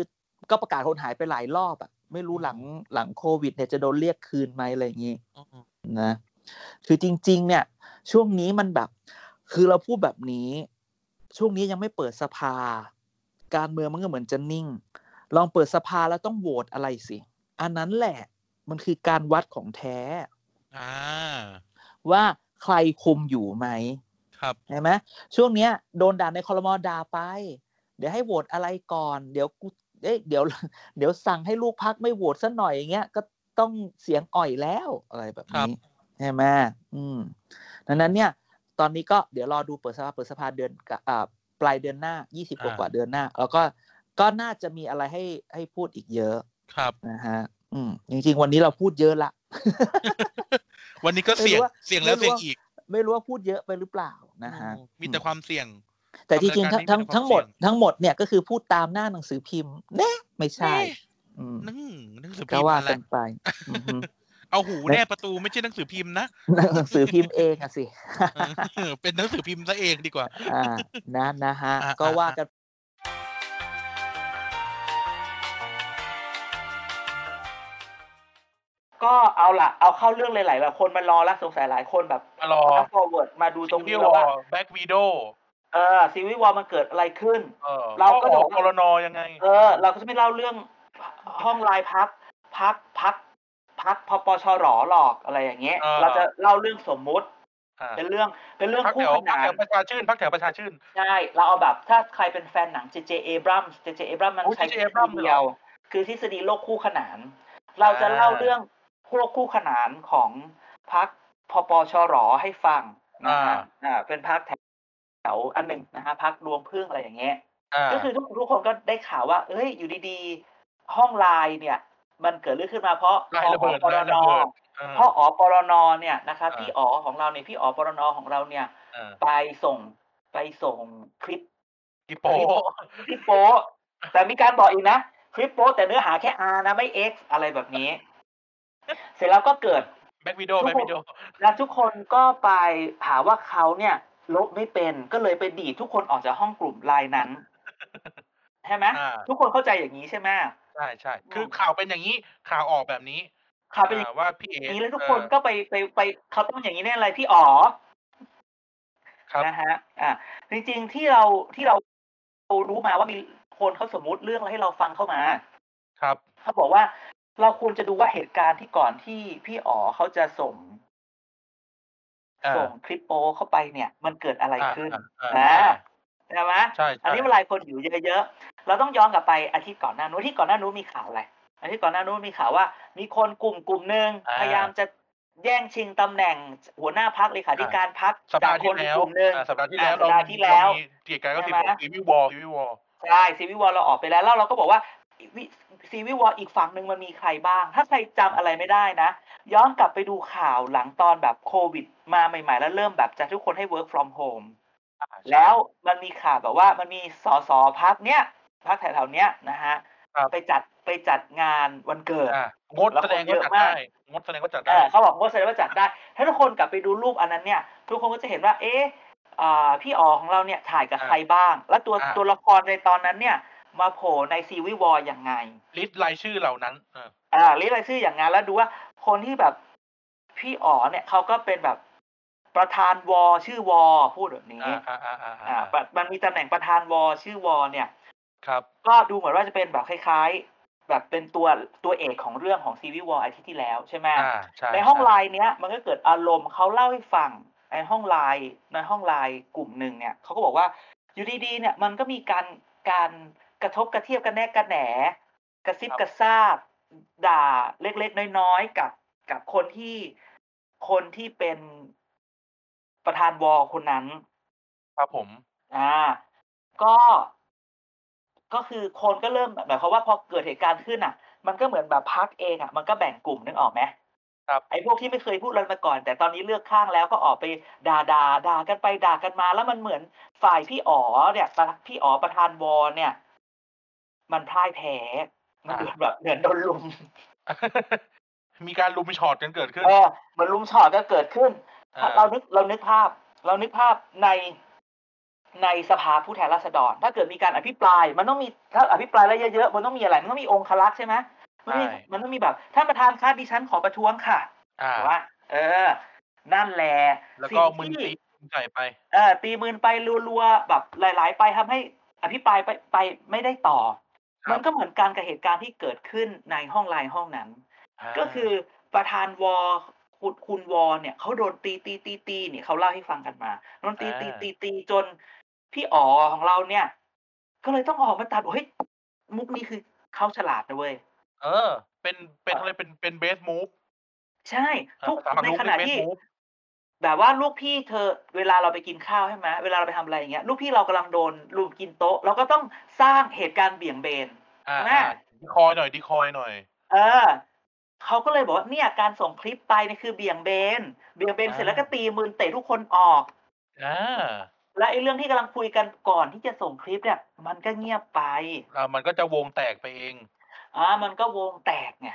[SPEAKER 2] ก็ประกาศคนหายไปหลายรอบอะไม่รู้หลังหลังโควิดเนี่ยจะโดนเรียกคืนไหมอะไรอย่างนี้นะคือจริง ๆ เนี่ย ช่วงนี้มันแบบ คือเราพูดแบบนี้ ช่วงนี้ยังไม่เปิดสภา การเมืองมันก็เหมือนจะนิ่ง ลองเปิดสภาแล้วต้องโหวตอะไรสิ อันนั้นแหละ มันคือการวัดของแท้
[SPEAKER 3] อ่า
[SPEAKER 2] ว่าใครคุมอยู่ไหม
[SPEAKER 3] ครับ
[SPEAKER 2] เห็นไหมช่วงเนี้ยโดนด่าในคอรมอด่าไป เดี๋ยวให้โหวตอะไรก่อน เดี๋ยวกูเอ๊ะเดี๋ยว เดี๋ยวสั่งให้ลูกพักไม่โหวตซะหน่อยอย่างเงี้ยก็ต้องเสียงอ่อยแล้วอะไรแบบ
[SPEAKER 3] ครับ
[SPEAKER 2] นี้ใช่ไหมอืมดังนั้นเนี่ย ตอนนี้ก็เดี๋ยวรอดูเปิดสภาเปิดสภาเดือนกะอ่าปลายเดือนหน้ายี่สิบกว่าๆเดือนหน้า แล้วก็ก็น่าจะมีอะไรให้ให้พูดอีกเยอะ
[SPEAKER 3] ครับ
[SPEAKER 2] นะฮะ อืมจริงๆ วันนี้เราพูดเยอะละ
[SPEAKER 3] วันนี้ก็เสี่ยง
[SPEAKER 2] ไม่รู้ว่า
[SPEAKER 3] เสี่ยงแล้ว
[SPEAKER 2] ไม่รู้ว่า
[SPEAKER 3] เสี่ยงอีก
[SPEAKER 2] ไม่รู้ว่าพูดเยอะไปหรือเปล่านะฮะ
[SPEAKER 3] อืมมีแต่ความเสี่ยง
[SPEAKER 2] แต่ที่จริงทั้ง
[SPEAKER 3] ทำรายการ
[SPEAKER 2] ทั้งทั้ง
[SPEAKER 3] นี้มีแต่
[SPEAKER 2] หมด
[SPEAKER 3] ความเสี่ยง
[SPEAKER 2] ทั้งหมดเนี่ยก็คือพูดตามหน้าหนังสือพิมพ์เน่ไม่ใช่
[SPEAKER 3] เอ๊ะ
[SPEAKER 2] อืม
[SPEAKER 3] หนึงหนังสือพิ
[SPEAKER 2] ก็
[SPEAKER 3] มพ์
[SPEAKER 2] ว่า
[SPEAKER 3] อะไร
[SPEAKER 2] กันไปอือฮึ
[SPEAKER 3] เอาหูแน่ประตูไม่ใช่หนังสือพิมพ์ นะ
[SPEAKER 2] หนังสือพิมพ์เองอะสิ
[SPEAKER 3] เออเป็นหนังสือพิมพ์ซะเองดีกว่า
[SPEAKER 2] อ่านะนะฮะ
[SPEAKER 3] อ่า
[SPEAKER 2] ก็ว่ากันก็เอาล่ะ เอาเข้าเรื่องเลยหลายๆคนมารอแล้วสงสัยหลายคนแบบ
[SPEAKER 3] มารอ
[SPEAKER 2] ฟอร์เวิร์ดมาดูตรงนี้แล้วว่า
[SPEAKER 3] แบ็กวีโด
[SPEAKER 2] เออซีวิวอลมันเกิดอะไรขึ้น
[SPEAKER 3] เออ
[SPEAKER 2] เราก็
[SPEAKER 3] ข้อ
[SPEAKER 2] บอกว่า
[SPEAKER 3] กรนอยังไง
[SPEAKER 2] เออ เราก็จะไม่เล่าเรื่องห้องลายพักพักพักพักพปชหรอหรอกอะไรอย่างเงี้ย
[SPEAKER 3] เออ
[SPEAKER 2] เราจะเล่าเรื่องสมมุติ
[SPEAKER 3] อ่า
[SPEAKER 2] เป็นเรื่องเป็นเรื่อง
[SPEAKER 3] พักแถ
[SPEAKER 2] คู่ข
[SPEAKER 3] วพัก
[SPEAKER 2] นา
[SPEAKER 3] แถ
[SPEAKER 2] น
[SPEAKER 3] วประชาชื่นพักแถวประชาชื่น
[SPEAKER 2] ใช่เราเอาแบบถ้าใครเป็นแฟนหนัง J.J. Abrams J.J. Abrams มัน
[SPEAKER 3] โอ้
[SPEAKER 2] ใช้
[SPEAKER 3] J.J.
[SPEAKER 2] ทฤษ
[SPEAKER 3] Abrams
[SPEAKER 2] ฎีเดียว คือทฤษฎีโลกคู่ขนาน เราจะเล่าเรื่องพวกคู่ขนานของพักพปชหรอให้ฟังนะฮะ
[SPEAKER 3] อ่า
[SPEAKER 2] อ่าเป็นพักแถวอันหนึ่งนะฮะพักรวมพึ่งอะไรอย่างเงี้ย
[SPEAKER 3] อ่า
[SPEAKER 2] ก็คือทุกทุกคนก็ได้ข่าวว่า เอ้ย อยู่ดีๆ ห้องไลน์เนี่ย มันเกิดเรื่องขึ้นมาเพราะ
[SPEAKER 3] ลายระเบิด
[SPEAKER 2] ปร
[SPEAKER 3] ลาย
[SPEAKER 2] น
[SPEAKER 3] ระเบิดเออ
[SPEAKER 2] เพราะอ๋อปรนเนี่ยนะคะ
[SPEAKER 3] อ่า
[SPEAKER 2] พี่อ๋อของเราเนี่ยพี่อ๋อปรนของเราเนี่ย
[SPEAKER 3] อ่า
[SPEAKER 2] ไปส่งไปส่งคลิป
[SPEAKER 3] อีโป
[SPEAKER 2] คลิปโป๊ะแต่มีการบอกอีกนะ คลิปโป๊ะแต่เนื้อหาแค่อานะไม่ X อะไรแบบนี้ เสร็จแล้วก็เกิด
[SPEAKER 3] แบ็กวิดโอแบ็กวิดโอ
[SPEAKER 2] แล้วทุกคนก็ไปหาว่าเขาเนี่ยลบไม่เป็นก็เลยไปดีดทุกคนออกจากห้องกลุ่มไลน์ นั้นใช่ไหม
[SPEAKER 3] อ่า
[SPEAKER 2] ทุกคนเข้าใจอย่างนี้ใช่ไหม
[SPEAKER 3] ใช่ใช่
[SPEAKER 2] อืม
[SPEAKER 3] คือข่าวเป็นอย่างนี้ข่าวออกแบบนี้
[SPEAKER 2] ข่าวเป็นอย่าง
[SPEAKER 3] อ่าว่าพี่เอ
[SPEAKER 2] นี้แล้วทุก
[SPEAKER 3] เอ่อ
[SPEAKER 2] คนก็ไปไปไปเขาต้องอย่างนี้แน่เลยพี่อ๋อ
[SPEAKER 3] ครับ
[SPEAKER 2] นะฮะ อ่าจริงๆที่เราที่เรารู้มาว่ามีคนเขาสมมติเรื่องอะไรให้เราฟังเข้ามา
[SPEAKER 3] ครับ
[SPEAKER 2] เขาบอกว่า เราควรจะดูว่าเหตุการณ์ที่ก่อนที่พี่อ๋อเขาจะส่ง
[SPEAKER 3] อ่า
[SPEAKER 2] ส่งคลิปโปเข้าไปเนี่ย มันเกิดอะไรขึ้น
[SPEAKER 3] อ่า
[SPEAKER 2] นะ
[SPEAKER 3] อ่า
[SPEAKER 2] ใช่ไหม
[SPEAKER 3] ใช่ใช่
[SPEAKER 2] อันนี้เวลาคนอยู่เยอะๆ เราต้องย้อนกลับไปอาทิตย์ก่อนหน้านู้นอาที่ก่อนหน้านู้นมีข่าวอะไรอาทิตย์ก่อนหน้านู้นมีข่าวว่า มีคนกลุ่มกลุ่มหนึ่งพยายามจะแย่งชิงตำแหน่งหัวหน้าพักเลขาธิการพัก
[SPEAKER 3] สัป
[SPEAKER 2] จาก
[SPEAKER 3] ดาห์
[SPEAKER 2] ค
[SPEAKER 3] ที่
[SPEAKER 2] นอีก
[SPEAKER 3] แล้ว
[SPEAKER 2] กลุ่มหนึ่ง
[SPEAKER 3] อ่าสัปดาห์ที่แล้ว
[SPEAKER 2] อ่าสัปดาห์ที่แล้ว
[SPEAKER 3] เรามีเหตุการณ์ก็
[SPEAKER 2] ใช่
[SPEAKER 3] สิบ
[SPEAKER 2] ไหม
[SPEAKER 3] หกซีวิววอลซีวิววอล
[SPEAKER 2] ใช่ซีวิวอลเราออกไปแล้วแล้วเราก็บอกว่าซีวิวอลอีกฝั่งหนึ่งมันมีใครบ้าง ถ้าใครจำอะไรไม่ได้นะ ย้อนกลับไปดูข่าวหลังตอนแบบโควิด มาใหม่ๆ แล้วเริ่มแบบจะทุกคนให้ work from home
[SPEAKER 3] อ่าใช่
[SPEAKER 2] แล้วมันมีข่าวแบบว่ามันมีสสพักเนี้ยพักแถวๆเนี้ยนะฮะ
[SPEAKER 3] ครับ
[SPEAKER 2] ไปจัดไปจัดงานวันเกิด
[SPEAKER 3] อ่างด
[SPEAKER 2] แล้ว
[SPEAKER 3] แสดง
[SPEAKER 2] คนเยอะ
[SPEAKER 3] ก็จัด
[SPEAKER 2] มาก
[SPEAKER 3] ได้งดแสดงก็จัด
[SPEAKER 2] เอ
[SPEAKER 3] ได้
[SPEAKER 2] อเขาบอกว่าแสดงว่าจัดได้ ถ้าทุกคนกลับไปดูรูปอันนั้นเนี่ย ทุกคนก็จะเห็นว่า เอ๊ะอ่าพี่อ๋อของเราเนี่ยถ่ายกับ
[SPEAKER 3] อ่า
[SPEAKER 2] ใครบ้าง แล้วตัว
[SPEAKER 3] อ่า
[SPEAKER 2] ตัวละครในตอนนั้นเนี่ย มาโผล่ในซีวีวอลยังไง
[SPEAKER 3] ลิสต์รายชื่อเหล่านั้นเออ
[SPEAKER 2] อ่าลิสต์รายชื่ออย่างงั้นแล้วดูว่าคนที่แบบพี่อ๋อเนี่ยเขาก็เป็นแบบประธานวอชื่อวอพูดแบบนี้
[SPEAKER 3] อ่าอ่าอ่าอ่า
[SPEAKER 2] อ่า
[SPEAKER 3] อ่า
[SPEAKER 2] ปะมันมีตำแหน่งประธานวอชื่อวอเนี่ย
[SPEAKER 3] ครับ
[SPEAKER 2] ก็ดูเหมือนว่าจะเป็นแบบคล้ายๆ แบบเป็นตัวตัวเอกของเรื่องของซีวิวอลอาทิตย์ที่แล้วใช่ไหม
[SPEAKER 3] อ่าใช่
[SPEAKER 2] ในห้อง
[SPEAKER 3] ช่
[SPEAKER 2] ไลน์เนี้ยมันก็เกิดอารมณ์เขาเล่าให้ฟังในห้องไลน์ในห้องไลน์กลุ่มหนึ่งเนี่ยเขาก็บอกว่าอยู่ดีๆเนี่ยมันก็มีการการกระทบกระเทียบกันแนกกระแหน กระซิบกระซาบด่าเล็กๆน้อยๆกับกับคนที่คนที่เป็นประธานวอลคนนั้น
[SPEAKER 3] ครับผม
[SPEAKER 2] อ่า ก็ ก็คือคนก็เริ่มแบบหมายความว่าพอเกิดเหตุการณ์ขึ้นอ่ะ มันก็เหมือนแบบพักเองอ่ะ มันก็แบ่งกลุ่มนึกออกไหม
[SPEAKER 3] ครับ
[SPEAKER 2] ไอ้พวกที่ไม่เคยพูดอะไรมาก่อน แต่ตอนนี้เลือกข้างแล้วก็ออกไปด่าด่าด่ากันไปด่ากันมา แล้วมันเหมือนฝ่ายพี่อ๋อเนี่ยประพี่อ๋อประธานวอเนี่ย มันพ่ายแพ้ มันเหมือนแบบเหมือนโดนลุม
[SPEAKER 3] มีการลุมช็อตกันเกิดขึ้น
[SPEAKER 2] เออเหมือนลุมช็อตก็เกิดขึ้น
[SPEAKER 3] อ่า
[SPEAKER 2] เรานึกเรานึกภาพ เรานึกภาพในในสภาผู้แทนราษฎร ถ้าเกิดมีการอภิปราย มันต้องมีถ้าอภิปรายแล้วเยอะๆมันต้องมีอะไร มันต้องมีองคลักษณ์ใช่ไหมมันต้องมีมันต้องมีแบบท่านประธานคะดิฉันขอประท้วงค่ะ
[SPEAKER 3] อ่า
[SPEAKER 2] แต่ว่าเออ นั่นแหละ
[SPEAKER 3] แล้วก็มึน
[SPEAKER 2] สิ่ง
[SPEAKER 3] ตี
[SPEAKER 2] ที่
[SPEAKER 3] มึนใส่ไป
[SPEAKER 2] เออตีมือไปรัวๆแบบหลาย ๆ ไปทำให้อภิปรายไปไปไม่ได้ต่อ
[SPEAKER 3] ครับ
[SPEAKER 2] มันก็เหมือนการกับเหตุการณ์ที่เกิดขึ้นในห้องไลน์ห้องนั้น
[SPEAKER 3] อ่า
[SPEAKER 2] ก็คือประธานวอคุณคุณวอเนี่ยเขาโดนตีตีตีตีเนี่ยเขาเล่าให้ฟังกันมาโดนตีตีตีตีจนพี่อ๋อของเราเนี่ย ก็เลยต้องออกมาตัดบอกเฮ้ยมุกนี้คือเขาฉลาดนะเว้ย
[SPEAKER 3] เออ เป็น เป็นอะไร เป็น เป็นเบสมูฟ
[SPEAKER 2] ใช่ทุกในขณะที่ แบบว่าลูกพี่เธอเวลาเราไปกินข้าวใช่ไหมเวลาเราไปทำอะไรอย่างเงี้ยลูกพี่เรากำลังโดนลุมกินโต๊ะ เราก็ต้องสร้างเหตุการณ์เบี่ยงเบน
[SPEAKER 3] อ่า
[SPEAKER 2] แม่
[SPEAKER 3] ดีคอยหน่อยดีคอยหน่อย
[SPEAKER 2] เออเขาก็เลยบอกว่าเนี่ยการส่งคลิปไปเนี่ยคือเบี่ยงเบนเบี่ยงเบนเสร็จแล้วก็ตีมือเตะทุกคนออก
[SPEAKER 3] อ่า
[SPEAKER 2] และไอ้เรื่องที่กำลังคุยกันก่อนที่จะส่งคลิปเนี่ย มันก็เงียบไป
[SPEAKER 3] อ่ามันก็จะวงแตกไปเอง
[SPEAKER 2] อ่ามันก็วงแตกไง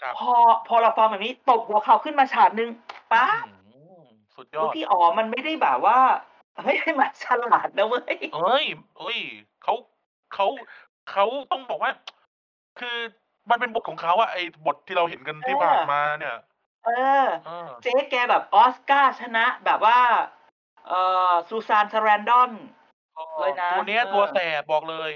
[SPEAKER 3] ครับ
[SPEAKER 2] พอพอเราฟังแบบนี้ตบหัวเข่าขึ้นมาฉาดนึงป้า
[SPEAKER 3] อืมสุดย
[SPEAKER 2] ลู
[SPEAKER 3] อก ด
[SPEAKER 2] พี่อ๋อมันไม่ได้แบบว่า ไม่ได้มาฉลาดนะเว้ย
[SPEAKER 3] เอ้ยเอ้ยเขาเขาเขาต้องบอกว่า คือมันเป็นบทของเขาอะไอ้บทที่เราเห็นกันที่ผ่านมาเนี่ย
[SPEAKER 2] เออ
[SPEAKER 3] เออ
[SPEAKER 2] เจ๊แกแบบออสการ์ชนะแบบว่า เออซูซานสแรนดอน เลยนะ
[SPEAKER 3] ตัวเนี้ย
[SPEAKER 2] เออ
[SPEAKER 3] ตัวแสบบอกเลย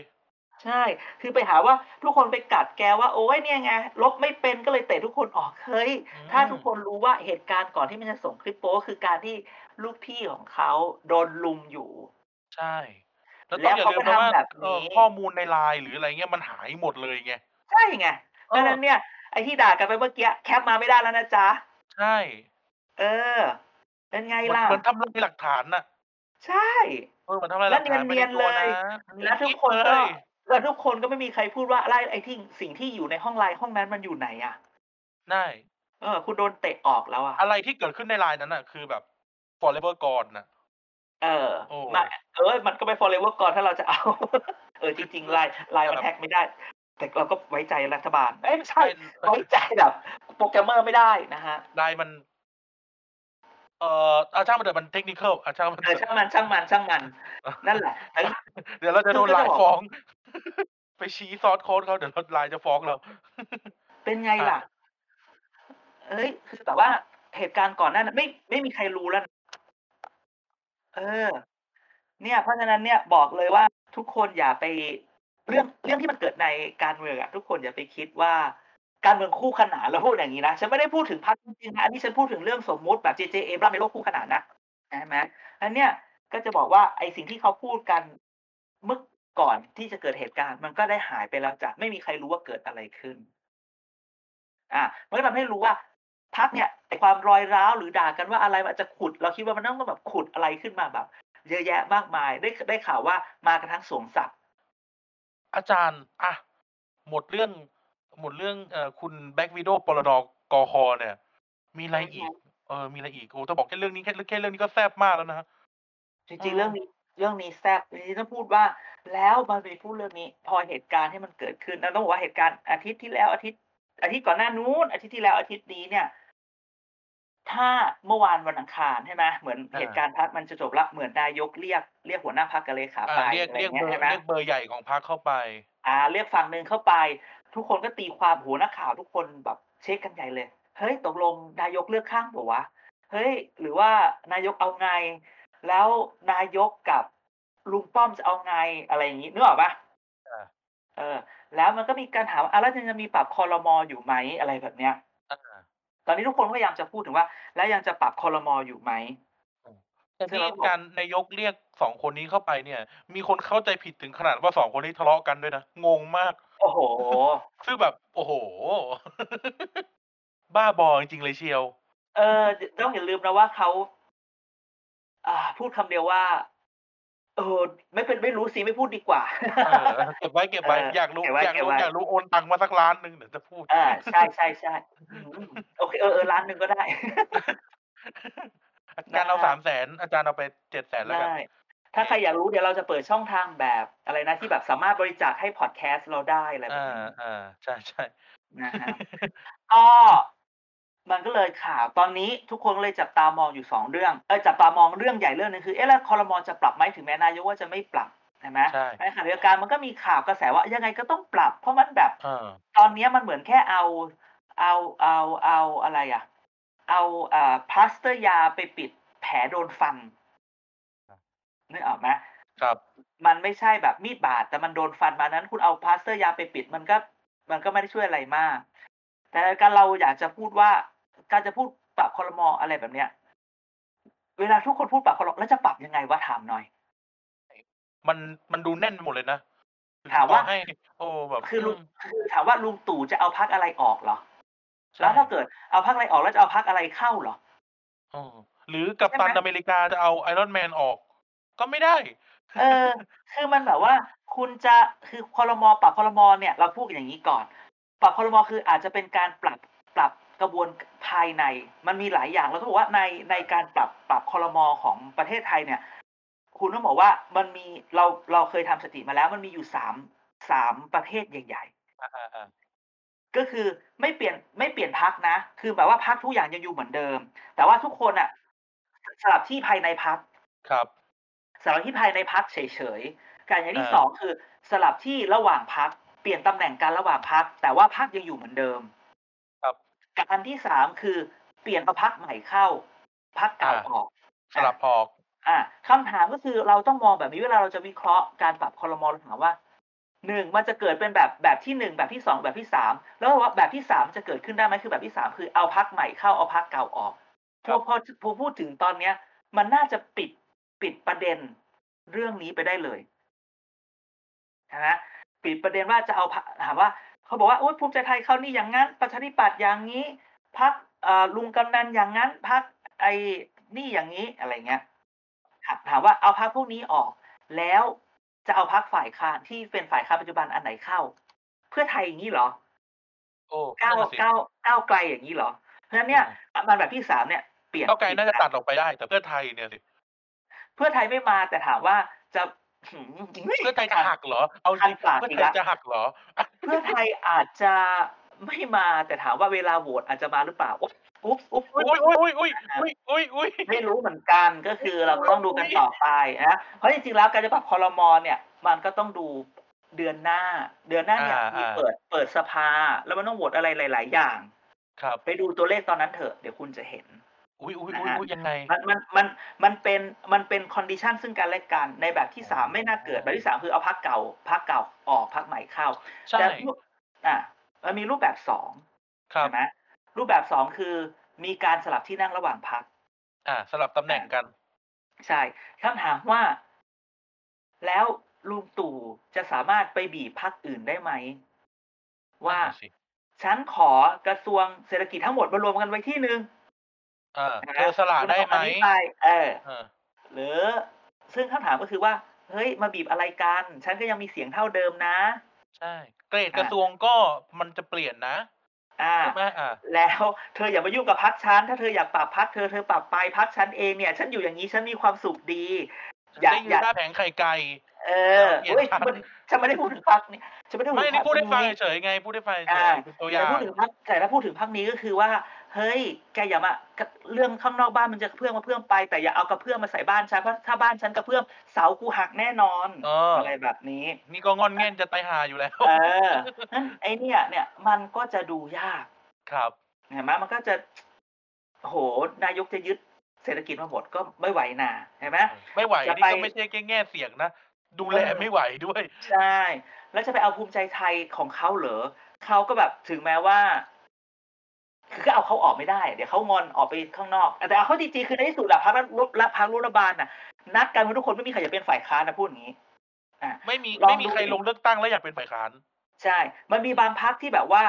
[SPEAKER 2] ใช่ คือไปหาว่าทุกคนไปกัดแกว่าโอ้ยเนี่ยไงลบไม่เป็นก็เลยเตะทุกคนออกเฮ้ย
[SPEAKER 3] อืม
[SPEAKER 2] ถ้าทุกคนรู้ว่าเหตุการณ์ก่อนที่มันจะส่งคลิปโป๊คือการที่ลูกพี่ของเขาโดนลุมอยู่
[SPEAKER 3] ใช่ แล้วต้องอย่าลืม
[SPEAKER 2] แล้วเขาก็
[SPEAKER 3] นะว่า
[SPEAKER 2] ทำแบบนี้
[SPEAKER 3] เออข้อมูลในไลน์หรืออะไรเงี้ยมันหายหมดเลยไง
[SPEAKER 2] ใช่ไง
[SPEAKER 3] เอ
[SPEAKER 2] ดั
[SPEAKER 3] อง
[SPEAKER 2] นั้นเนี่ยไอที่ด่ากันไปเมื่อกี้แคปมาไม่ได้แล้วนะจ๊ะ
[SPEAKER 3] ใช่
[SPEAKER 2] เออ เป็นไง
[SPEAKER 3] มัน
[SPEAKER 2] ล่ะ
[SPEAKER 3] มันทำลายหลักฐานน่ะ
[SPEAKER 2] ใช่
[SPEAKER 3] เออมันทำลายหลักฐานไป
[SPEAKER 2] แล้วเนียน
[SPEAKER 3] ใ
[SPEAKER 2] ๆเลย
[SPEAKER 3] ตัวนะ
[SPEAKER 2] แล้วทุกคนก็
[SPEAKER 3] เลย
[SPEAKER 2] แล้วทุกคนก็ไม่มีใครพูดว่าอะไรไอที่สิ่งที่อยู่ในห้องไลน์ห้องนั้นมันอยู่ไหนอะ
[SPEAKER 3] ได้
[SPEAKER 2] เออ คุณโดนเตะออกแล้วอะ
[SPEAKER 3] อะไรที่เกิดขึ้นในไลน์นั้นน่ะ คือแบบ forever gone น่ะ
[SPEAKER 2] เออ
[SPEAKER 3] โอ้
[SPEAKER 2] มาเออ มันก็ไป forever ก่อนถ้าเราจะเอา เออจริงๆไลน์ไลน์มันแฮกไม่ได้ แต่เราก็ไว้ใจรัฐบาลเอ้ยไม่ใช่ ไว้ใจแบบโปรแกรมเมอร์ไม่ได้นะฮะ
[SPEAKER 3] ลายมัน เอ่ออาช่างมันเถอะมันเทคนิคอาช่างมัน
[SPEAKER 2] เอ
[SPEAKER 3] เถ
[SPEAKER 2] อ
[SPEAKER 3] อะ
[SPEAKER 2] ช่างมันช่างมันช่างมันนั่นแหละแต่ก็
[SPEAKER 3] เดี๋ยวเราจะโดนไลายฟ้อง ไปชี้ซอสโค้ดเขาเดี๋ยวไลายจะฟ้องเรา
[SPEAKER 2] เป็นไงล่ะ เอ้ย คือแต่ว่าเหตุการณ์ก่อนหน้านั้นไม่ไม่มีใครรู้แล้วนะเออ เนี่ย เพราะฉะนั้นเนี่ยบอกเลยว่าทุกคนอย่าไปเรื่องเรื่องที่มันเกิดในการเมืองอะทุกคนอย่าไปคิดว่าการเมืองคู่ขนานแล้วพูดอย่างนี้นะฉันไม่ได้พูดถึงพรรคจริงๆนะอันนี้ฉันพูดถึงเรื่องสมมุติแบบ JJ เอบ้าเป็นโลกคู่ขนานนะใช่ไหมอันเนี้ยก็จะบอกว่าไอ้สิ่งที่เขาพูดกันเมื่อก่อนที่จะเกิดเหตุการณ์ มันก็ได้หายไปแล้วจ้ะไม่มีใครรู้ว่าเกิดอะไรขึ้น อ่ะมันก็ทำให้รู้ว่าพักเนี่ยไอ้ความรอยร้าวหรือด่ากันว่าอะไรมันอาจจะขุด เราคิดว่ามันต้องแบบขุดอะไรขึ้นมาแบบ เยอะแยะมากมายได้ได้ข่าวว่ามากันทั้งสวงสัตว์
[SPEAKER 3] อาจารย์ อ่ะ หมดเรื่อง หมดเรื่องเอ่อคุณแบ็กวิดโอปรดอกอคอเนี่ย มีอะไรอีก เออ มีอะไรอีก โอ้ถ้าบอกแค่เรื่องนี้แค่แค่เรื่องนี้ก็แซ่บมากแล้วนะฮะ
[SPEAKER 2] จริ
[SPEAKER 3] อื
[SPEAKER 2] ง
[SPEAKER 3] ม
[SPEAKER 2] ๆเรื่องนี้เรื่องนี้แซ่บจริงๆต้องพูดว่า แล้วมันไปพูดเรื่องนี้ พอเหตุการณ์ที่มันเกิดขึ้นแล้วต้องบอกว่าเหตุการณ์อาทิตย์ที่แล้วอาทิตย์ อาทิตย์ก่อนหน้านู้นอาทิตย์ที่แล้วอาทิตย์นี้เนี่ย ถ้าเมื่อวานวันอังคารใช่ไหมเหมือนเหตุการณ์พักมันจะจบละเหมือนนายกเรียกเรียกหัวหน้าพักกันเลยขา
[SPEAKER 3] อ่า
[SPEAKER 2] ไป
[SPEAKER 3] เรียก
[SPEAKER 2] อะไรอ
[SPEAKER 3] เรียก
[SPEAKER 2] ย่างเงี้ย
[SPEAKER 3] เบอร์
[SPEAKER 2] ใช่ไหม
[SPEAKER 3] เรียกเบอร์ใหญ่ของพรรคเข้าไป
[SPEAKER 2] อ่าเรียกฝั่งหนึ่งเข้าไป ทุกคนก็ตีความโหนักข่าวทุกคนแบบเช็คกันใหญ่เลย เฮ้ยตกลงนายกเลือกข้างเปล่าวะเฮ้ย หรือว่านายกเอาไง แล้วนายกกับลุงป้อมจะเอาไงอะไรอย่างนี้นึกออกปะ
[SPEAKER 3] อ่า
[SPEAKER 2] เออ แล้วมันก็มีการถามว่าอ่ะแล้วยังจะมีปรับคอรมออยู่ไหมอะไรแบบเนี้ย
[SPEAKER 3] อ่า
[SPEAKER 2] ตอนนี้ทุกคนก็พยายามจะพูดถึงว่า แล้วยังจะปรับคอรมออยู่ไหม
[SPEAKER 3] แต่ที่
[SPEAKER 2] ใช่ครับผม
[SPEAKER 3] การนายกเรียกสองคนนี้เข้าไปเนี่ย มีคนเข้าใจผิดถึงขนาดว่าสองคนนี้ทะเลาะกันด้วยนะงงมาก
[SPEAKER 2] โอ้โห
[SPEAKER 3] คือแบบ โอ้โห บ้าบอจริงๆเลยเชียว
[SPEAKER 2] เออต้องอย่าลืมนะว่าเขาอ่า พูดคำเดียวว่า เออ ไม่เป็นไม่รู้สิไม่พูดดีกว่า
[SPEAKER 3] เออเก็บไว้เก็บไว้
[SPEAKER 2] เออ
[SPEAKER 3] อยากรู้
[SPEAKER 2] เก็บไว้
[SPEAKER 3] อยาก
[SPEAKER 2] เก็บ
[SPEAKER 3] รู้
[SPEAKER 2] ไว้
[SPEAKER 3] อยากรู้โอนตังมาสักล้านหนึ่งเดี๋ยวจะพูด
[SPEAKER 2] เอ่าใช่ใช่ใช่อืมโอเคเออเออร้านหนึ่งก็ได้
[SPEAKER 3] อาจารย์เอา
[SPEAKER 2] ได้
[SPEAKER 3] สามแสนอาจารย์เอาไปเจ็ดแสนแล้วกัน
[SPEAKER 2] ได้ ถ้าใครอยากรู้เดี๋ยวเราจะเปิดช่องทางแบบอะไรนะที่แบบสามารถบริจาคให้พอดแคสต์เราได้อะไรแบบ
[SPEAKER 3] อ่า
[SPEAKER 2] นี้
[SPEAKER 3] อ่าใช่ใช่
[SPEAKER 2] นะฮะก็ มันก็เลยข่าวตอนนี้ทุกคนก็เลยจับตามองอยู่สองเรื่องเออจับตามองเรื่องใหญ่เรื่องหนึงคือเอ๊ะแล้วคอรมอจะปรับไหมถึงแม้นายกว่าจะไม่ปรับใช่ไหม
[SPEAKER 3] ใช่
[SPEAKER 2] ในขณะเดียวกันมันก็มีข่าวกระแสว่ายังไงก็ต้องปรับ เพราะมันแบบ
[SPEAKER 3] เออ
[SPEAKER 2] ตอนเนี้ยมันเหมือนแค่เอาเอาเอาเอาอะไรอ่ะ เอาเอ่อพลาสเตอร์ยาไปปิดแผลโดนฟันนึกออกไหม
[SPEAKER 3] ครับ
[SPEAKER 2] มันไม่ใช่แบบมีดบาดแต่มันโดนฟันมานั้น คุณเอาพลาสเตอร์ยาไปปิด มันก็มันก็ไม่ได้ช่วยอะไรมาก แต่การเราอยากจะพูดว่า การจะพูดปรับคอรมออะไรแบบเนี้ย เวลาทุกคนพูดปรับคอรมอแล้วจะปรับยังไงวะถามหน่อย
[SPEAKER 3] มันมันดูแน่นไปหมดเลยนะ
[SPEAKER 2] ถามว่า
[SPEAKER 3] ต่อให้ โอ้แบบ
[SPEAKER 2] คือลุง
[SPEAKER 3] ม
[SPEAKER 2] คือถามว่าลุงตู่จะเอาพักอะไรออกเหรอ
[SPEAKER 3] ใช่
[SPEAKER 2] แล้วถ้าเกิดเอาพักอะไรออกแล้วจะเอาพักอะไรเข้าเหรอ
[SPEAKER 3] เออหรือกัปตัน
[SPEAKER 2] ใช่ไหม
[SPEAKER 3] อเมริกาจะเอาไอรอนแมนออก ก็ไม่ได้
[SPEAKER 2] เออ คือมันแบบว่า คุณจะ คือคอรมอปรับคอรมอเนี่ย เราพูดอย่างนี้ก่อน ปรับคอรมอคืออาจจะเป็นการปรับ ปรับกระบวนภายใน มันมีหลายอย่าง แล้วก็บอกว่าใน ในการปรับ ปรับคอรมอของประเทศไทยเนี่ย คุณต้องบอกว่า มันมี เรา เราเคยทำสถิติมาแล้ว มันมีอยู่สาม สามประเภทใหญ่ ๆ
[SPEAKER 3] อ่าอ่า
[SPEAKER 2] ก็คือไม่เปลี่ยนไม่เปลี่ยนพักนะ คือแบบว่าพักทุกอย่างยังอยู่เหมือนเดิม แต่ว่าทุกคนอะสลับที่ภายในพัก
[SPEAKER 3] ครับ
[SPEAKER 2] สลับที่ภายในพักเฉยๆ การอย่างที่
[SPEAKER 3] อ่า
[SPEAKER 2] สองคือสลับที่ระหว่างพักเปลี่ยนตำแหน่งการระหว่างพักแต่ว่าพักยังอยู่เหมือนเดิม
[SPEAKER 3] ครับ
[SPEAKER 2] กับอันที่สามคือเปลี่ยนเอาพักใหม่เข้าพักเก่า
[SPEAKER 3] อ่า
[SPEAKER 2] ออก
[SPEAKER 3] สลับออก
[SPEAKER 2] อ่ะคำถามก็คือเราต้องมองแบบนี้เวลาเราจะวิเคราะห์การปรับคอรมอลถามว่าหนึ่งมันจะเกิดเป็นแบบแบบที่หนึ่งแบบที่สองแบบที่สามแล้วว่าแบบที่สามจะเกิดขึ้นได้ไหมคือแบบที่สามคือเอาพักใหม่เข้าเอาพักเก่าออกพ
[SPEAKER 3] ครั
[SPEAKER 2] อบ พอพอพูดถึงตอนเนี้ย มันน่าจะปิดปิดประเด็นเรื่องนี้ไปได้เลยนะฮะปิดประเด็นว่าจะเอาพรรคถามว่า เขาบอกว่าโอ๊ยภูมิใจไทยเขานี่อย่างนั้นประชาธิปัตย์อย่างนี้พักลุงกำนันอย่างนั้นพักไอ้นี่อย่างนี้อะไรเงี้ย ถามถามว่าเอาพักพวกนี้ออก แล้วจะเอาพักฝ่ายค้านที่เป็นฝ่ายค้านปัจจุบันอันไหนเข้า เพื่อไทยอย่างนี้เหรอ
[SPEAKER 3] โอ้
[SPEAKER 2] ก้าว
[SPEAKER 3] นั่นน่ะสิ
[SPEAKER 2] ก้าวก้าวไกลอย่างนี้เหรอ เพราะฉะนั้นเนี่ยมันแบบที่สามเนี่ยเปลี่ยน
[SPEAKER 3] เก้าไกลน่าจะตัดออกไปได้ แต่เพื่อไทยเนี่ยสิ
[SPEAKER 2] เพื่อไทยไม่มาแต่ถามว่าจะ
[SPEAKER 3] เพื่อไทยจะ หักเหรอ เอาจริง
[SPEAKER 2] หักปาก
[SPEAKER 3] เพื่อ
[SPEAKER 2] อีก
[SPEAKER 3] ไทย
[SPEAKER 2] ละ
[SPEAKER 3] จะหักเหรออ่ะ
[SPEAKER 2] เพื่อไทยอาจจะไม่มาแต่ถามว่าเวลาโหวตอาจจะมาหรือเปล่าอุ๊บอุ๊บอุ๊บ
[SPEAKER 3] อุ้ย
[SPEAKER 2] อุ๊บ
[SPEAKER 3] อุ้ยอุ้ยอุ้ยอุ้ยอุ้ยอุ้ย
[SPEAKER 2] ไม่รู้เหมือนกันก็คือเราก็ต้องดูกันต่อไปนะเพราะจริงๆแล้วการจะปรับคอรมอเนี่ย มันก็ต้องดูเดือนหน้า เดือนหน้าเนี่ย
[SPEAKER 3] อ่า
[SPEAKER 2] มี
[SPEAKER 3] มี
[SPEAKER 2] เปิดเปิดสภา แล้วมันต้องโหวตอะไรหลาย ๆ อย่าง
[SPEAKER 3] ครับ
[SPEAKER 2] ไปดูตัวเลขตอนนั้นเถอะเดี๋ยวคุณจะเห็น
[SPEAKER 3] อุ้ยอุ้ยอุ้ยอุ้ยยังไง
[SPEAKER 2] มันมันมันมันเป็นมันเป็นคอนดิชันซึ่งกันและกันในแบบที่สาม
[SPEAKER 3] อ๋อ
[SPEAKER 2] ไม่น่าเกิดแบบที่สามคือเอาพักเก่าพักเก่าออกพักใหม่เข้า
[SPEAKER 3] ใช่
[SPEAKER 2] แต่รูปอ่ะมันมีรูปแบบสอง
[SPEAKER 3] ครับ
[SPEAKER 2] ใช่ไหมรูปแบบสองคือมีการสลับที่นั่งระหว่างพัก
[SPEAKER 3] อ่าสลับตำแหน่งกัน
[SPEAKER 2] ใช่คำถามว่า แล้วลุงตู่จะสามารถไปบีบพักอื่นได้ไหม ว่า
[SPEAKER 3] นั่นน่ะสิ
[SPEAKER 2] ฉันขอกระทรวงเศรษฐกิจทั้งหมดมารวมกันไว้ที่หนึ่ง
[SPEAKER 3] เอ่า
[SPEAKER 2] นะ
[SPEAKER 3] เธอสละได้
[SPEAKER 2] คุณ
[SPEAKER 3] ไหม
[SPEAKER 2] เอาอันนี้ปเออ
[SPEAKER 3] เออ
[SPEAKER 2] หรือซึ่งคำถามก็คือว่า เฮ้ย มาบีบอะไรกัน ฉันก็ยังมีเสียงเท่าเดิมนะ
[SPEAKER 3] ใช่ เกรดกระทรวงก็มันจะเปลี่ยนนะ
[SPEAKER 2] อ่า
[SPEAKER 3] ใช่ไหมอ่า
[SPEAKER 2] แล้วเธออย่ามายุ่งกับพักฉันถ้าเธออยากปรับพักเธอเธอปรับไปพักฉันเองเนี่ย ฉันอยู่อย่างนี้ฉันมีความสุขดี อย่า
[SPEAKER 3] ได้อ
[SPEAKER 2] อ
[SPEAKER 3] ยู่หน้า
[SPEAKER 2] ย่า
[SPEAKER 3] แผงไข่ไก่
[SPEAKER 2] เอ
[SPEAKER 3] แล้
[SPEAKER 2] อ
[SPEAKER 3] วเป
[SPEAKER 2] เฮ้
[SPEAKER 3] ลี่ยน
[SPEAKER 2] ย
[SPEAKER 3] พัก
[SPEAKER 2] มันฉันไม่ได้พูดถึงพักนี่ฉันไม่ได้พูด
[SPEAKER 3] ไม่
[SPEAKER 2] ถึงพรร
[SPEAKER 3] นี่
[SPEAKER 2] ค
[SPEAKER 3] พูดให้ฟัง
[SPEAKER 2] นี้
[SPEAKER 3] เฉยๆไง พูดให้ฟังเฉ
[SPEAKER 2] อ่า
[SPEAKER 3] ยๆเป็นตัวอ
[SPEAKER 2] แต่
[SPEAKER 3] ย่าง
[SPEAKER 2] พูดถึงพักแต่ถ้าพูดถึงพักนี้ก็คือว่า เฮ้ย แกอย่ามาเรื่องข้างนอกบ้านมันจะกระเพื่อมมาเพื่อมไป แต่อย่าเอากระเพื่อมมาใส่บ้านฉันเพราะถ้าบ้านฉันกระเพื่อมเสากูหักแน่นอน
[SPEAKER 3] เอออ
[SPEAKER 2] ไรแบบนี้
[SPEAKER 3] นี่ก็งอนแง่นจะตายหาอยู่แล้ว
[SPEAKER 2] เออนั่นไอเนี่ยเนี่ยมันก็จะดูยาก
[SPEAKER 3] ครับ
[SPEAKER 2] เห็นไหมมันก็จะโหนายกจะยึดเศรษฐกิจมาบดก็ไม่ไหวนาเห็นไหม
[SPEAKER 3] ไม่ไหว
[SPEAKER 2] จะ
[SPEAKER 3] นี่
[SPEAKER 2] ไป
[SPEAKER 3] ก็ไม่ใช่แค่แง่เสียงนะ ดูแล
[SPEAKER 2] เออ
[SPEAKER 3] ไม่ไหวด้วย
[SPEAKER 2] ใช่ แล้วจะไปเอาภูมิใจไทยของเขาเหรอเขาก็แบบถึงแม้ว่า คือก็เอาเขาออกไม่ได้ เดี๋ยวเขางอนออกไปข้างนอก แต่เอาเขาจริงๆคือในที่สุดแหละพรรครัฐพรรครัฐบาลน่ะ นักการเมืองทุกคนไม่มีใครอยากเป็นฝ่ายค้านนะพูดอย่างนี้
[SPEAKER 3] ไม่มี
[SPEAKER 2] ลองดู
[SPEAKER 3] ไม่มีใครลงเลือกตั้งแล้วอยากเป็นฝ่ายค้าน
[SPEAKER 2] ใช่ มันมีบางพักที่แบบว่า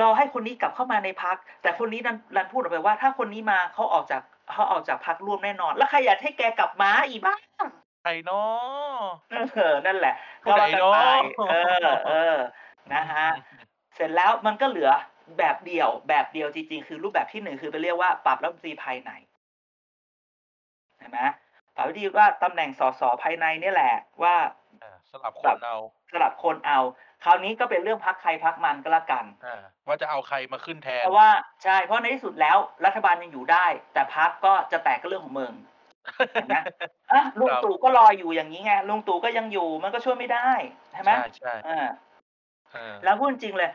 [SPEAKER 2] รอให้คนนี้กลับเข้ามาในพัก แต่คนนี้นั้นรันพูดออกไปว่า ถ้าคนนี้มาเขาออกจากเขาออกจากพักร่วมแน่นอน แล้วใครอยากให้แกกลับมาอีบ้า
[SPEAKER 3] ใครเนาะ
[SPEAKER 2] เออ นั่นแหละ
[SPEAKER 3] ผู้
[SPEAKER 2] ก็
[SPEAKER 3] ใด
[SPEAKER 2] ว่ากัน
[SPEAKER 3] เนาะ
[SPEAKER 2] ไปเออ เออ นะฮะ เสร็จแล้วมันก็เหลือแบบเดียว แบบเดียวจริงๆ คือรูปแบบที่หนึ่งคือไปเรียกว่าปรับรัฐมนตรีภายในเห็นไหมปรับที่ว่าตำแหน่งสสภายในเนี่ยแหละ ว่า
[SPEAKER 3] อ่าสลับคนเอา
[SPEAKER 2] สลับคนเอา คราวนี้ก็เป็นเรื่องพักใครพักมันก็แล้วกัน
[SPEAKER 3] อ่าว่าจะเอาใครมาขึ้นแทน
[SPEAKER 2] เพราะว่าใช่เพราะในที่สุดแล้วรัฐบาลยังอยู่ได้ แต่พักก็จะแตกก็เรื่องของเมือง เห็นไหม อ่ะลุงตู่ก็รออยู่อย่างนี้ไงลุงตู่ก็ยังอยู่มันก็ช่วยไม่ได้ใช่ไหม
[SPEAKER 3] ใช่ใช่
[SPEAKER 2] เออ
[SPEAKER 3] เออ
[SPEAKER 2] แล้วพูดจริงๆเลย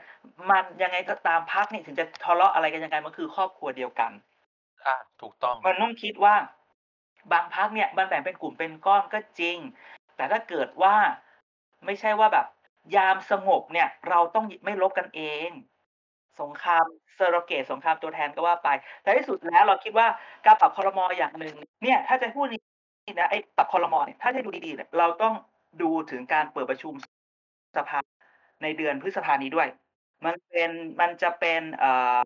[SPEAKER 2] มันยังไงก็ตามพักนี่ถึงจะทะเลาะอะไรกันยังไงมันคือครอบครัวเดียวกัน
[SPEAKER 3] อ่ะถูกต้อง
[SPEAKER 2] มันต้องคิดว่า บางพักเนี่ยมันแบ่งเป็นกลุ่มเป็นก้อนก็จริง แต่ถ้าเกิดว่าไม่ใช่ว่าแบบ ยามสงบเนี่ย เราต้องไม่ลบกันเอง สงครามเซอร์โรเกตสงครามตัวแทนก็ว่าไปแต่ที่สุดแล้วเราคิดว่าการปรับคอรมออย่างหนึ่งเนี่ย ถ้าจะพูดนี่นะไอ้ปรับคอรมอเนี่ยถ้าจะดูดีๆเนี่ยเราต้องดูถึงการเปิดประชุมสภาในเดือนพฤษภานี้ด้วย มันเป็นมันจะเป็นเอ่อ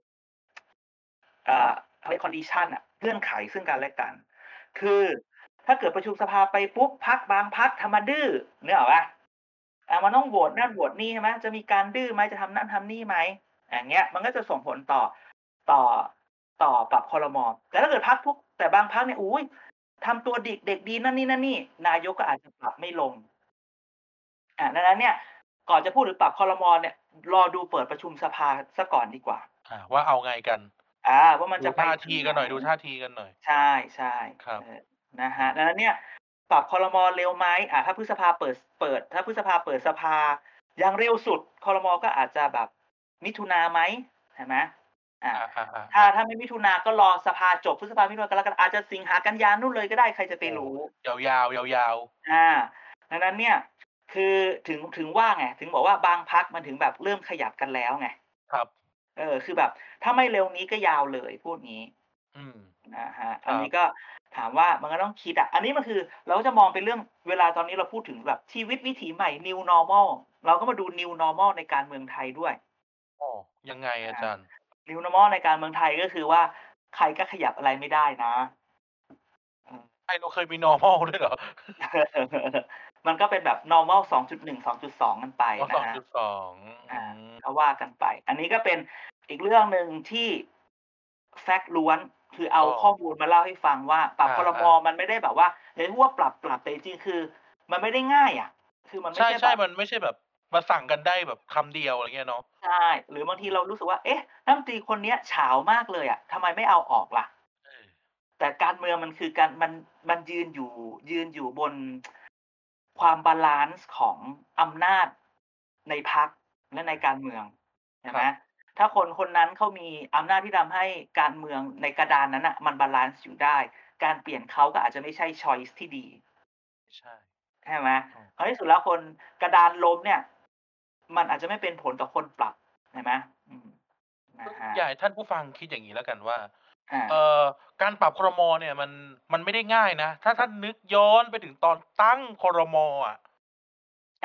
[SPEAKER 2] เอ่ออะไรคอนดิชันอะเงื่อนไขซึ่งกันและกัน คือถ้าเกิดประชุมสภาไปปุ๊บพักบางพักทำมาดื้อเนี่ยหรอวะอ่ะมันต้องโหวตนั่นโหวตนี่ใช่ไหมจะมีการดื้อไหมจะทำนั่นทำนี่ไหมอย่างเงี้ย มันก็จะส่งผลต่อต่อต่อปรับคอรมอแต่ถ้าเกิดพักพวกแต่บางพักเนี่ยอุ้ยทำตัวดิกเด็กดีนั่นนี่นั่นนี่ นายกก็อาจจะปรับไม่ลง อ่ะดังนั้นเนี่ย ก่อนจะพูดถึงปรับคอรมอเนี่ย รอดูเปิดประชุมสภาซะก่อนดีกว่า
[SPEAKER 3] อ่ะว่าเอาไงกัน
[SPEAKER 2] อ่า ว่ามัน
[SPEAKER 3] ดู
[SPEAKER 2] จะไป
[SPEAKER 3] ท่าที
[SPEAKER 2] ถึงไ
[SPEAKER 3] กันหน่อยดูท่าทีกันหน่อย
[SPEAKER 2] ใช่ใช่
[SPEAKER 3] ครับ
[SPEAKER 2] เออนะฮะดังนั้นเนี่ย ปรับคอรมอเร็วไหมอ่าถ้าพฤษภาเปิดเปิด ถ้าพฤษภาเปิดสภายังเร็วสุดคอรมอก็อาจจะแบบมิถุนาไหมใช่ไหมอ่า
[SPEAKER 3] อ่ะอ่ะอ่ะ
[SPEAKER 2] ถ้าถ้าไม่มิถุนาก็รอสภาจบพฤษภามิถุนากรกฎาอาจจะสิงหากันยานู่นเลยก็ได้ใครจะไปรู้
[SPEAKER 3] ยาวยาวยาวยาว
[SPEAKER 2] อ่าดังนั้นเนี่ย คือถึงถึงว่าไงถึงบอกว่าบางพักมันถึงแบบเริ่มขยับกันแล้วไง
[SPEAKER 3] ๆครับ
[SPEAKER 2] เออคือแบบ ถ้าไม่เร็วนี้ก็ยาวเลยพูดงี้
[SPEAKER 3] อืม
[SPEAKER 2] นะฮะ
[SPEAKER 3] ครับ
[SPEAKER 2] อันนี้ก็ถามว่ามันก็ต้องคิดอ่ะ อันนี้มันคือเราก็จะมองเป็นเรื่องเวลาตอนนี้เราพูดถึงแบบชีวิตวิถีใหม่ new normal เราก็มาดู new normal ในการเมืองไทยด้วย
[SPEAKER 3] อ๋อยังไงอาจารย์
[SPEAKER 2] new normal ในการเมืองไทยก็คือว่าใครก็ขยับอะไรไม่ได้นะ
[SPEAKER 3] ใช่เราเคยมี normal ด้วยเหรอ
[SPEAKER 2] มันก็เป็นแบบ normal 2.1 2.2 กันไป
[SPEAKER 3] อ๋อสอ
[SPEAKER 2] นะ
[SPEAKER 3] ง
[SPEAKER 2] ฮะ
[SPEAKER 3] จุดสอง
[SPEAKER 2] อ่า ก็ว่ากันไป อันนี้ก็เป็นอีกเรื่องหนึ่งที่แฟกต์ล้วน คือเอาข้อมูลมาเล่าให้ฟังว่า ปรับครมมันไม่ได้แบบว่าเดี๋ยวว่าปรับปรับแต่จริงๆคือ มันไม่ได้ง่ายอ่ะ คือมันไม่
[SPEAKER 3] ใช่
[SPEAKER 2] ใช่
[SPEAKER 3] ใช่
[SPEAKER 2] แบบ
[SPEAKER 3] มันไม่ใช่แบบมาสั่งกันได้แบบคำเดียวอะไรเงี้ยเนาะ
[SPEAKER 2] ใช่หรือบางทีเรารู้สึกว่าเอ๊ะรัฐมนตรีคนเนี้ยเฉามากเลยอ่ะทำไมไม่เอาออกล่ะ
[SPEAKER 3] เออ
[SPEAKER 2] แต่การเมืองมันคือการมันมันยืนอยู่ ยืนอยู่บนความบาลานซ์ของอำนาจในพักและในการเมืองใช่ไหมถ้าคนคนนั้นเขามีอำนาจที่ทำให้การเมืองในกระดานนั้นอ่ะ มันบาลานซ์อยู่ได้ การเปลี่ยนเขาก็อาจจะไม่ใช่ช้อยส์ที่ดี
[SPEAKER 3] ใช่
[SPEAKER 2] ใช่ไหม
[SPEAKER 3] อืม
[SPEAKER 2] เพราะที่สุดแล้วคนกระดานล้มเนี่ย มันอาจจะไม่เป็นผลต่อคนปรับใช่ไหมอืมนะฮะ
[SPEAKER 3] อยากให้ท่านผู้ฟังคิดอย่างนี้แล้วกันว่า
[SPEAKER 2] อ่า
[SPEAKER 3] เอ่อการปรับครมเนี่ยมันมันไม่ได้ง่ายนะ ถ้าท่านนึกย้อนไปถึงตอนตั้งครมอ่ะ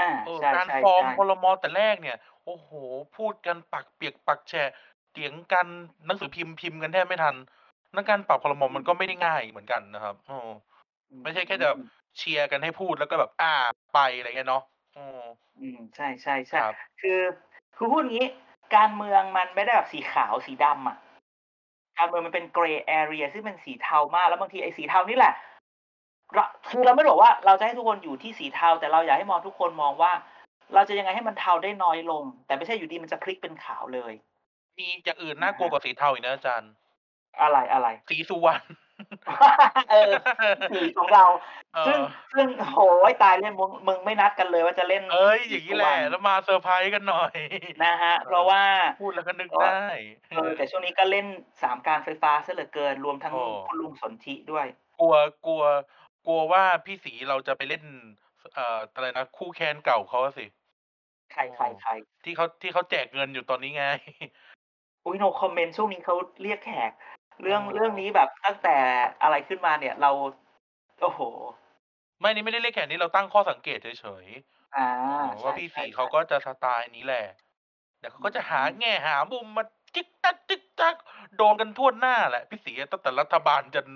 [SPEAKER 2] อ่า
[SPEAKER 3] เออ
[SPEAKER 2] ใช่
[SPEAKER 3] การ
[SPEAKER 2] ใช่
[SPEAKER 3] ฟอร์ม
[SPEAKER 2] ใช่
[SPEAKER 3] ครมแต่แรกเนี่ย โอ้โห พูดกันปักเปียกปักแฉะเถียงกันหนังสือพิมพ์พิมพ์กันแทบไม่ทันนั่นการปรับครมมันก็ไม่ได้ง่ายเหมือนกันนะครับโอ้ไม่ใช่แค่จะแบบเชียร์กันให้พูดแล้วก็แบบอ่าไปอะไรเงี้ยเนาะอืม
[SPEAKER 2] อืมใช่ใช่
[SPEAKER 3] ค
[SPEAKER 2] ใช่
[SPEAKER 3] รับ
[SPEAKER 2] คือคือพูดงี้ การเมืองมันไม่ได้แบบสีขาวสีดำอ่ะ การเมืองมันเป็นเกรย์แอเรียซึ่งเป็นสีเทามาก แล้วบางทีไอ้สีเทานี่แหละเราคือเราไม่ได้บอกว่าเราจะให้ทุกคนอยู่ที่สีเทา แต่เราอยากให้มองทุกคนมองว่า เราจะยังไงให้มันเทาได้น้อยลง แต่ไม่ใช่อยู่ดีมันจะพลิกเป็นขาวเลย
[SPEAKER 3] มีอย่างอื่นน่ากลัวกว่าสีเทาอีกนะอาจารย์
[SPEAKER 2] อะไรอะไร
[SPEAKER 3] สีสุวรรณ
[SPEAKER 2] เออสีของเรา
[SPEAKER 3] เอ
[SPEAKER 2] ซึ่ง
[SPEAKER 3] อ
[SPEAKER 2] ซึ่งโหยตายเล่นมึงมึงไม่นัดกันเลยว่าจะเล่น
[SPEAKER 3] เอ้ยอย่างนี้แหละ
[SPEAKER 2] กี่
[SPEAKER 3] แล้วมาเซอร์ไพรส์กันหน่อย
[SPEAKER 2] วันนะฮะ เพราะว่า
[SPEAKER 3] พูดแล้วก็นึก
[SPEAKER 2] ก็
[SPEAKER 3] ได้
[SPEAKER 2] เออแต่ช่วงนี้ก็เล่นสามการไฟฟ้าซะเหลือเกินรวมทั้ง
[SPEAKER 3] โอ้
[SPEAKER 2] คุณลุงสนธิด้วย
[SPEAKER 3] กลัวกลัว กลัวว่าพี่สีเราจะไปเล่น เอ่ออะไรนะคู่แคนเก่าเขาสิ
[SPEAKER 2] ใคร
[SPEAKER 3] โอ้
[SPEAKER 2] ใครใคร
[SPEAKER 3] ที่เขาที่เขาแจกเงินอยู่ตอนนี้ไง
[SPEAKER 2] อุ้ยโนคอมเมนต์ช่วงนี้เขาเรียกแขก เรื่อง
[SPEAKER 3] โอ้
[SPEAKER 2] เรื่องนี้แบบตั้งแต่อะไรขึ้นมาเนี่ย เรา โอ้โห
[SPEAKER 3] ไม่นี่ไม่ได้เรียกแขกนี่เราตั้งข้อสังเกตเฉย
[SPEAKER 2] อ่า
[SPEAKER 3] ๆเออว่าพี่สีเขาก็จะสไตล์นี้แหละเดี๋ยวเขาก็จะหาแง่หามุมมาจิกตักจิกตักโดนกันทั่วหน้าแหละพี่สีตั้งแต่รัฐบาลจน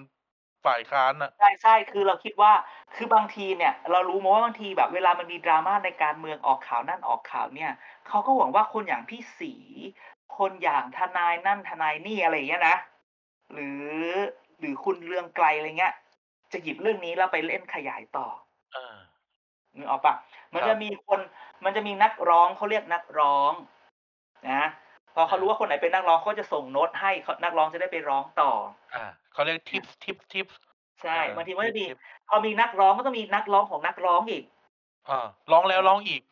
[SPEAKER 3] ฝ่ายค้านอะ
[SPEAKER 2] ใช่ใช่คือเราคิดว่าคือบางทีเนี่ย เรารู้มาว่าบางทีแบบเวลามันมีดราม่าในการเมืองออกข่าวนั่นออกข่าวเนี่ยเขาก็หวังว่าคนอย่างพี่สีคนอย่างทนายนั่นทนายนี่อะไรอย่างเงี้ยนะหรือหรือคุณเรืองไกลอะไรเงี้ย จะหยิบเรื่องนี้แล้วไปเล่นขยายต่อ
[SPEAKER 3] เออ
[SPEAKER 2] นึกออกปะมัน
[SPEAKER 3] ครับ
[SPEAKER 2] จะมีคน มันจะมีนักร้องเขาเรียกนักร้อง นะ พอเขารู้ว่าคนไหนเป็นนักร้องเขาจะส่งโน้ตให้เขานักร้องจะได้ไปร้องต่อ
[SPEAKER 3] อ่าเขาเรียกทิปทิปทิป
[SPEAKER 2] ใช่บางทีมันจะมีพอมีนักร้องก็ต้องมีนักร้องของนักร้องอีก
[SPEAKER 3] อ่าร้องแล้วร้องอีก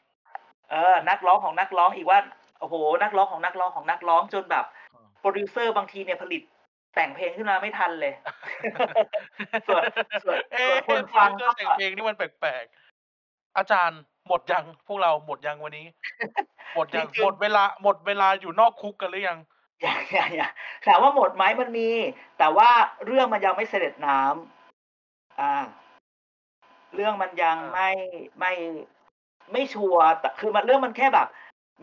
[SPEAKER 2] เออ นักร้องของนักร้องอีกว่า โอ้โห นักร้องของนักร้องของนักร้องจนแบบ
[SPEAKER 3] อ่า
[SPEAKER 2] โปรดิวเซอร์บางทีเนี่ยผลิตแต่งเพลงขึ้นมาไม่ทันเลย ส่วนส่วน
[SPEAKER 3] เอ๊
[SPEAKER 2] ส่วนคนฟัง
[SPEAKER 3] เจ
[SPEAKER 2] ก็
[SPEAKER 3] อแต่งเพลงนี่มันแปลกๆ อาจารย์หมดยังพวกเราหมดยังวันนี้ หมดยัง
[SPEAKER 2] จริงๆ
[SPEAKER 3] หมดเวลาหมดเวลาอยู่นอกคุกกันหรือยัง
[SPEAKER 2] อย่าอย่าอย่า ถามว่าหมดไหมมันมี แต่ว่าเรื่องมันยังไม่เสด็จน้ำอ่า เรื่องมันยัง
[SPEAKER 3] อ่า
[SPEAKER 2] ไม่ไม่ไม่ชัวร์แต่คือมันเรื่องมันแค่แบบ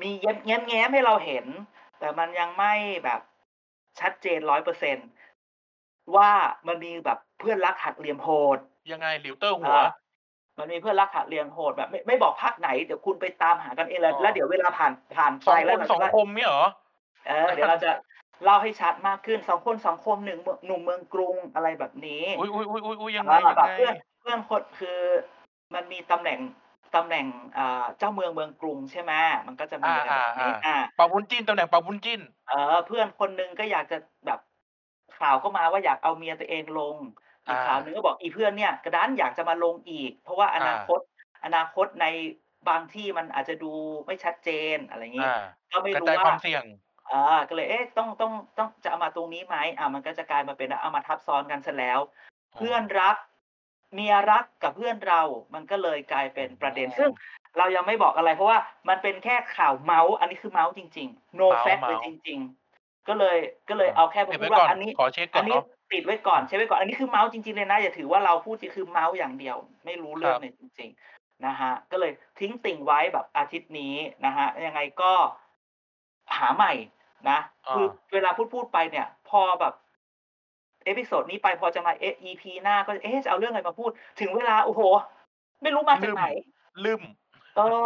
[SPEAKER 2] มีแง้มแง้มแง้มให้เราเห็น แต่มันยังไม่แบบชัดเจนร้อยเปอร์เซนว่ามันมีแบบเพื่อนรักหักเหลี่ยมโหด
[SPEAKER 3] ยังไงหลิวเตอร์หัว
[SPEAKER 2] อ่ามันมีเพื่อนรักหักเหลี่ยมโหดแบบไม่ไม่บอกภาคไหนเดี๋ยวคุณไปตามหากันเองแล้ว
[SPEAKER 3] อ๋อ
[SPEAKER 2] แล้วเดี๋ยวเวลาผ่านผ่าน
[SPEAKER 3] ส
[SPEAKER 2] ไป
[SPEAKER 3] อง
[SPEAKER 2] แล้
[SPEAKER 3] คว นสองคมเนี่ยเหรอ
[SPEAKER 2] เออเดี๋ยวเราจะเล่าให้ชัดมากขึ้นสองคนสองคมหนึ่งเมืองหนุ่มเมืองกรุงอะไรแบบนี้
[SPEAKER 3] อุ้ยอุ้ยอุ้ยอุ้ยยังไง
[SPEAKER 2] อ่า
[SPEAKER 3] ยัง
[SPEAKER 2] แบบ
[SPEAKER 3] ไง
[SPEAKER 2] เพื่อนเพื่อนคนคือมันมีตำแหน่งตำแหน่งอ่าเจ้าเมืองเมืองกรุงใช่ไหมมันก็จะมี
[SPEAKER 3] อ่า
[SPEAKER 2] อะไร
[SPEAKER 3] อ่า
[SPEAKER 2] แบบ
[SPEAKER 3] อ่า
[SPEAKER 2] นี้อ่า
[SPEAKER 3] ปาวุ้นจิ้นตำแหน่งปาวุ้นจิ้น
[SPEAKER 2] เออเพื่อนคนหนึ่งก็อยากจะแบบข่าวก็มาว่าอยากเอาเมียตัวเองลงอีก
[SPEAKER 3] อ่า
[SPEAKER 2] ข่าวหนึ่งก็บอกอีเพื่อนเนี่ย กระดานอยากจะมาลงอีก เพราะว่าอนาคตอนาคตในบางที่มันอาจจะดูไม่ชัดเจนอะไรอย่างงี้
[SPEAKER 3] อ่า
[SPEAKER 2] ก็ไม่
[SPEAKER 3] กระ
[SPEAKER 2] รู้
[SPEAKER 3] จายควา
[SPEAKER 2] ว่า
[SPEAKER 3] มเสี่ยง
[SPEAKER 2] อ่าก็เลยเอ๊ะต้องต้องต้องจะเอามาตรงนี้ไหมอ่ามันก็จะกลายมาเป็นเอามาทับซ้อนกันซะแล้ว เพื่อนรักเมียรักกับเพื่อนเรา มันก็เลยกลายเป็นประเด็น
[SPEAKER 3] อ๋อ
[SPEAKER 2] ซึ่งเรายังไม่บอกอะไร เพราะว่ามันเป็นแค่ข่าวเมาส์อันนี้คือเมาส์จริงๆ no
[SPEAKER 3] เมาส์
[SPEAKER 2] fact เลย
[SPEAKER 3] เมาส์
[SPEAKER 2] จริง ๆ ก็เลยก็เลยเอาแค่มา
[SPEAKER 3] เก็บ
[SPEAKER 2] พูด
[SPEAKER 3] ไว้ก่อน
[SPEAKER 2] ว่าอันนี้
[SPEAKER 3] ขอเช็คก่
[SPEAKER 2] อั
[SPEAKER 3] อน น
[SPEAKER 2] นี้
[SPEAKER 3] เนาะ
[SPEAKER 2] ติดไว้ก่อนใช้ไว้ก่อน อันนี้คือเมาส์จริงๆเลยนะ อย่าถือว่าเราพูดจริงคือเมาส์อย่างเดียว ไม่รู้เรื่อง
[SPEAKER 3] ครับ
[SPEAKER 2] เลยจริง ๆนะฮะก็เลยทิ้งติ่งไว้แบบอาทิตย์นี้นะฮะยังไงก็หาใหม่นะ
[SPEAKER 3] อ่า
[SPEAKER 2] คือเวลาพูดพูดๆไปเนี่ย พอแบบเอพิโซดนี้ไปพอจะมาเอ EP หน้าก็เอ๊ะจะเอาเรื่องอะไรมาพูด ถึงเวลาโอ้โห ไม่รู้มาจากไหน
[SPEAKER 3] ลืม
[SPEAKER 2] เออ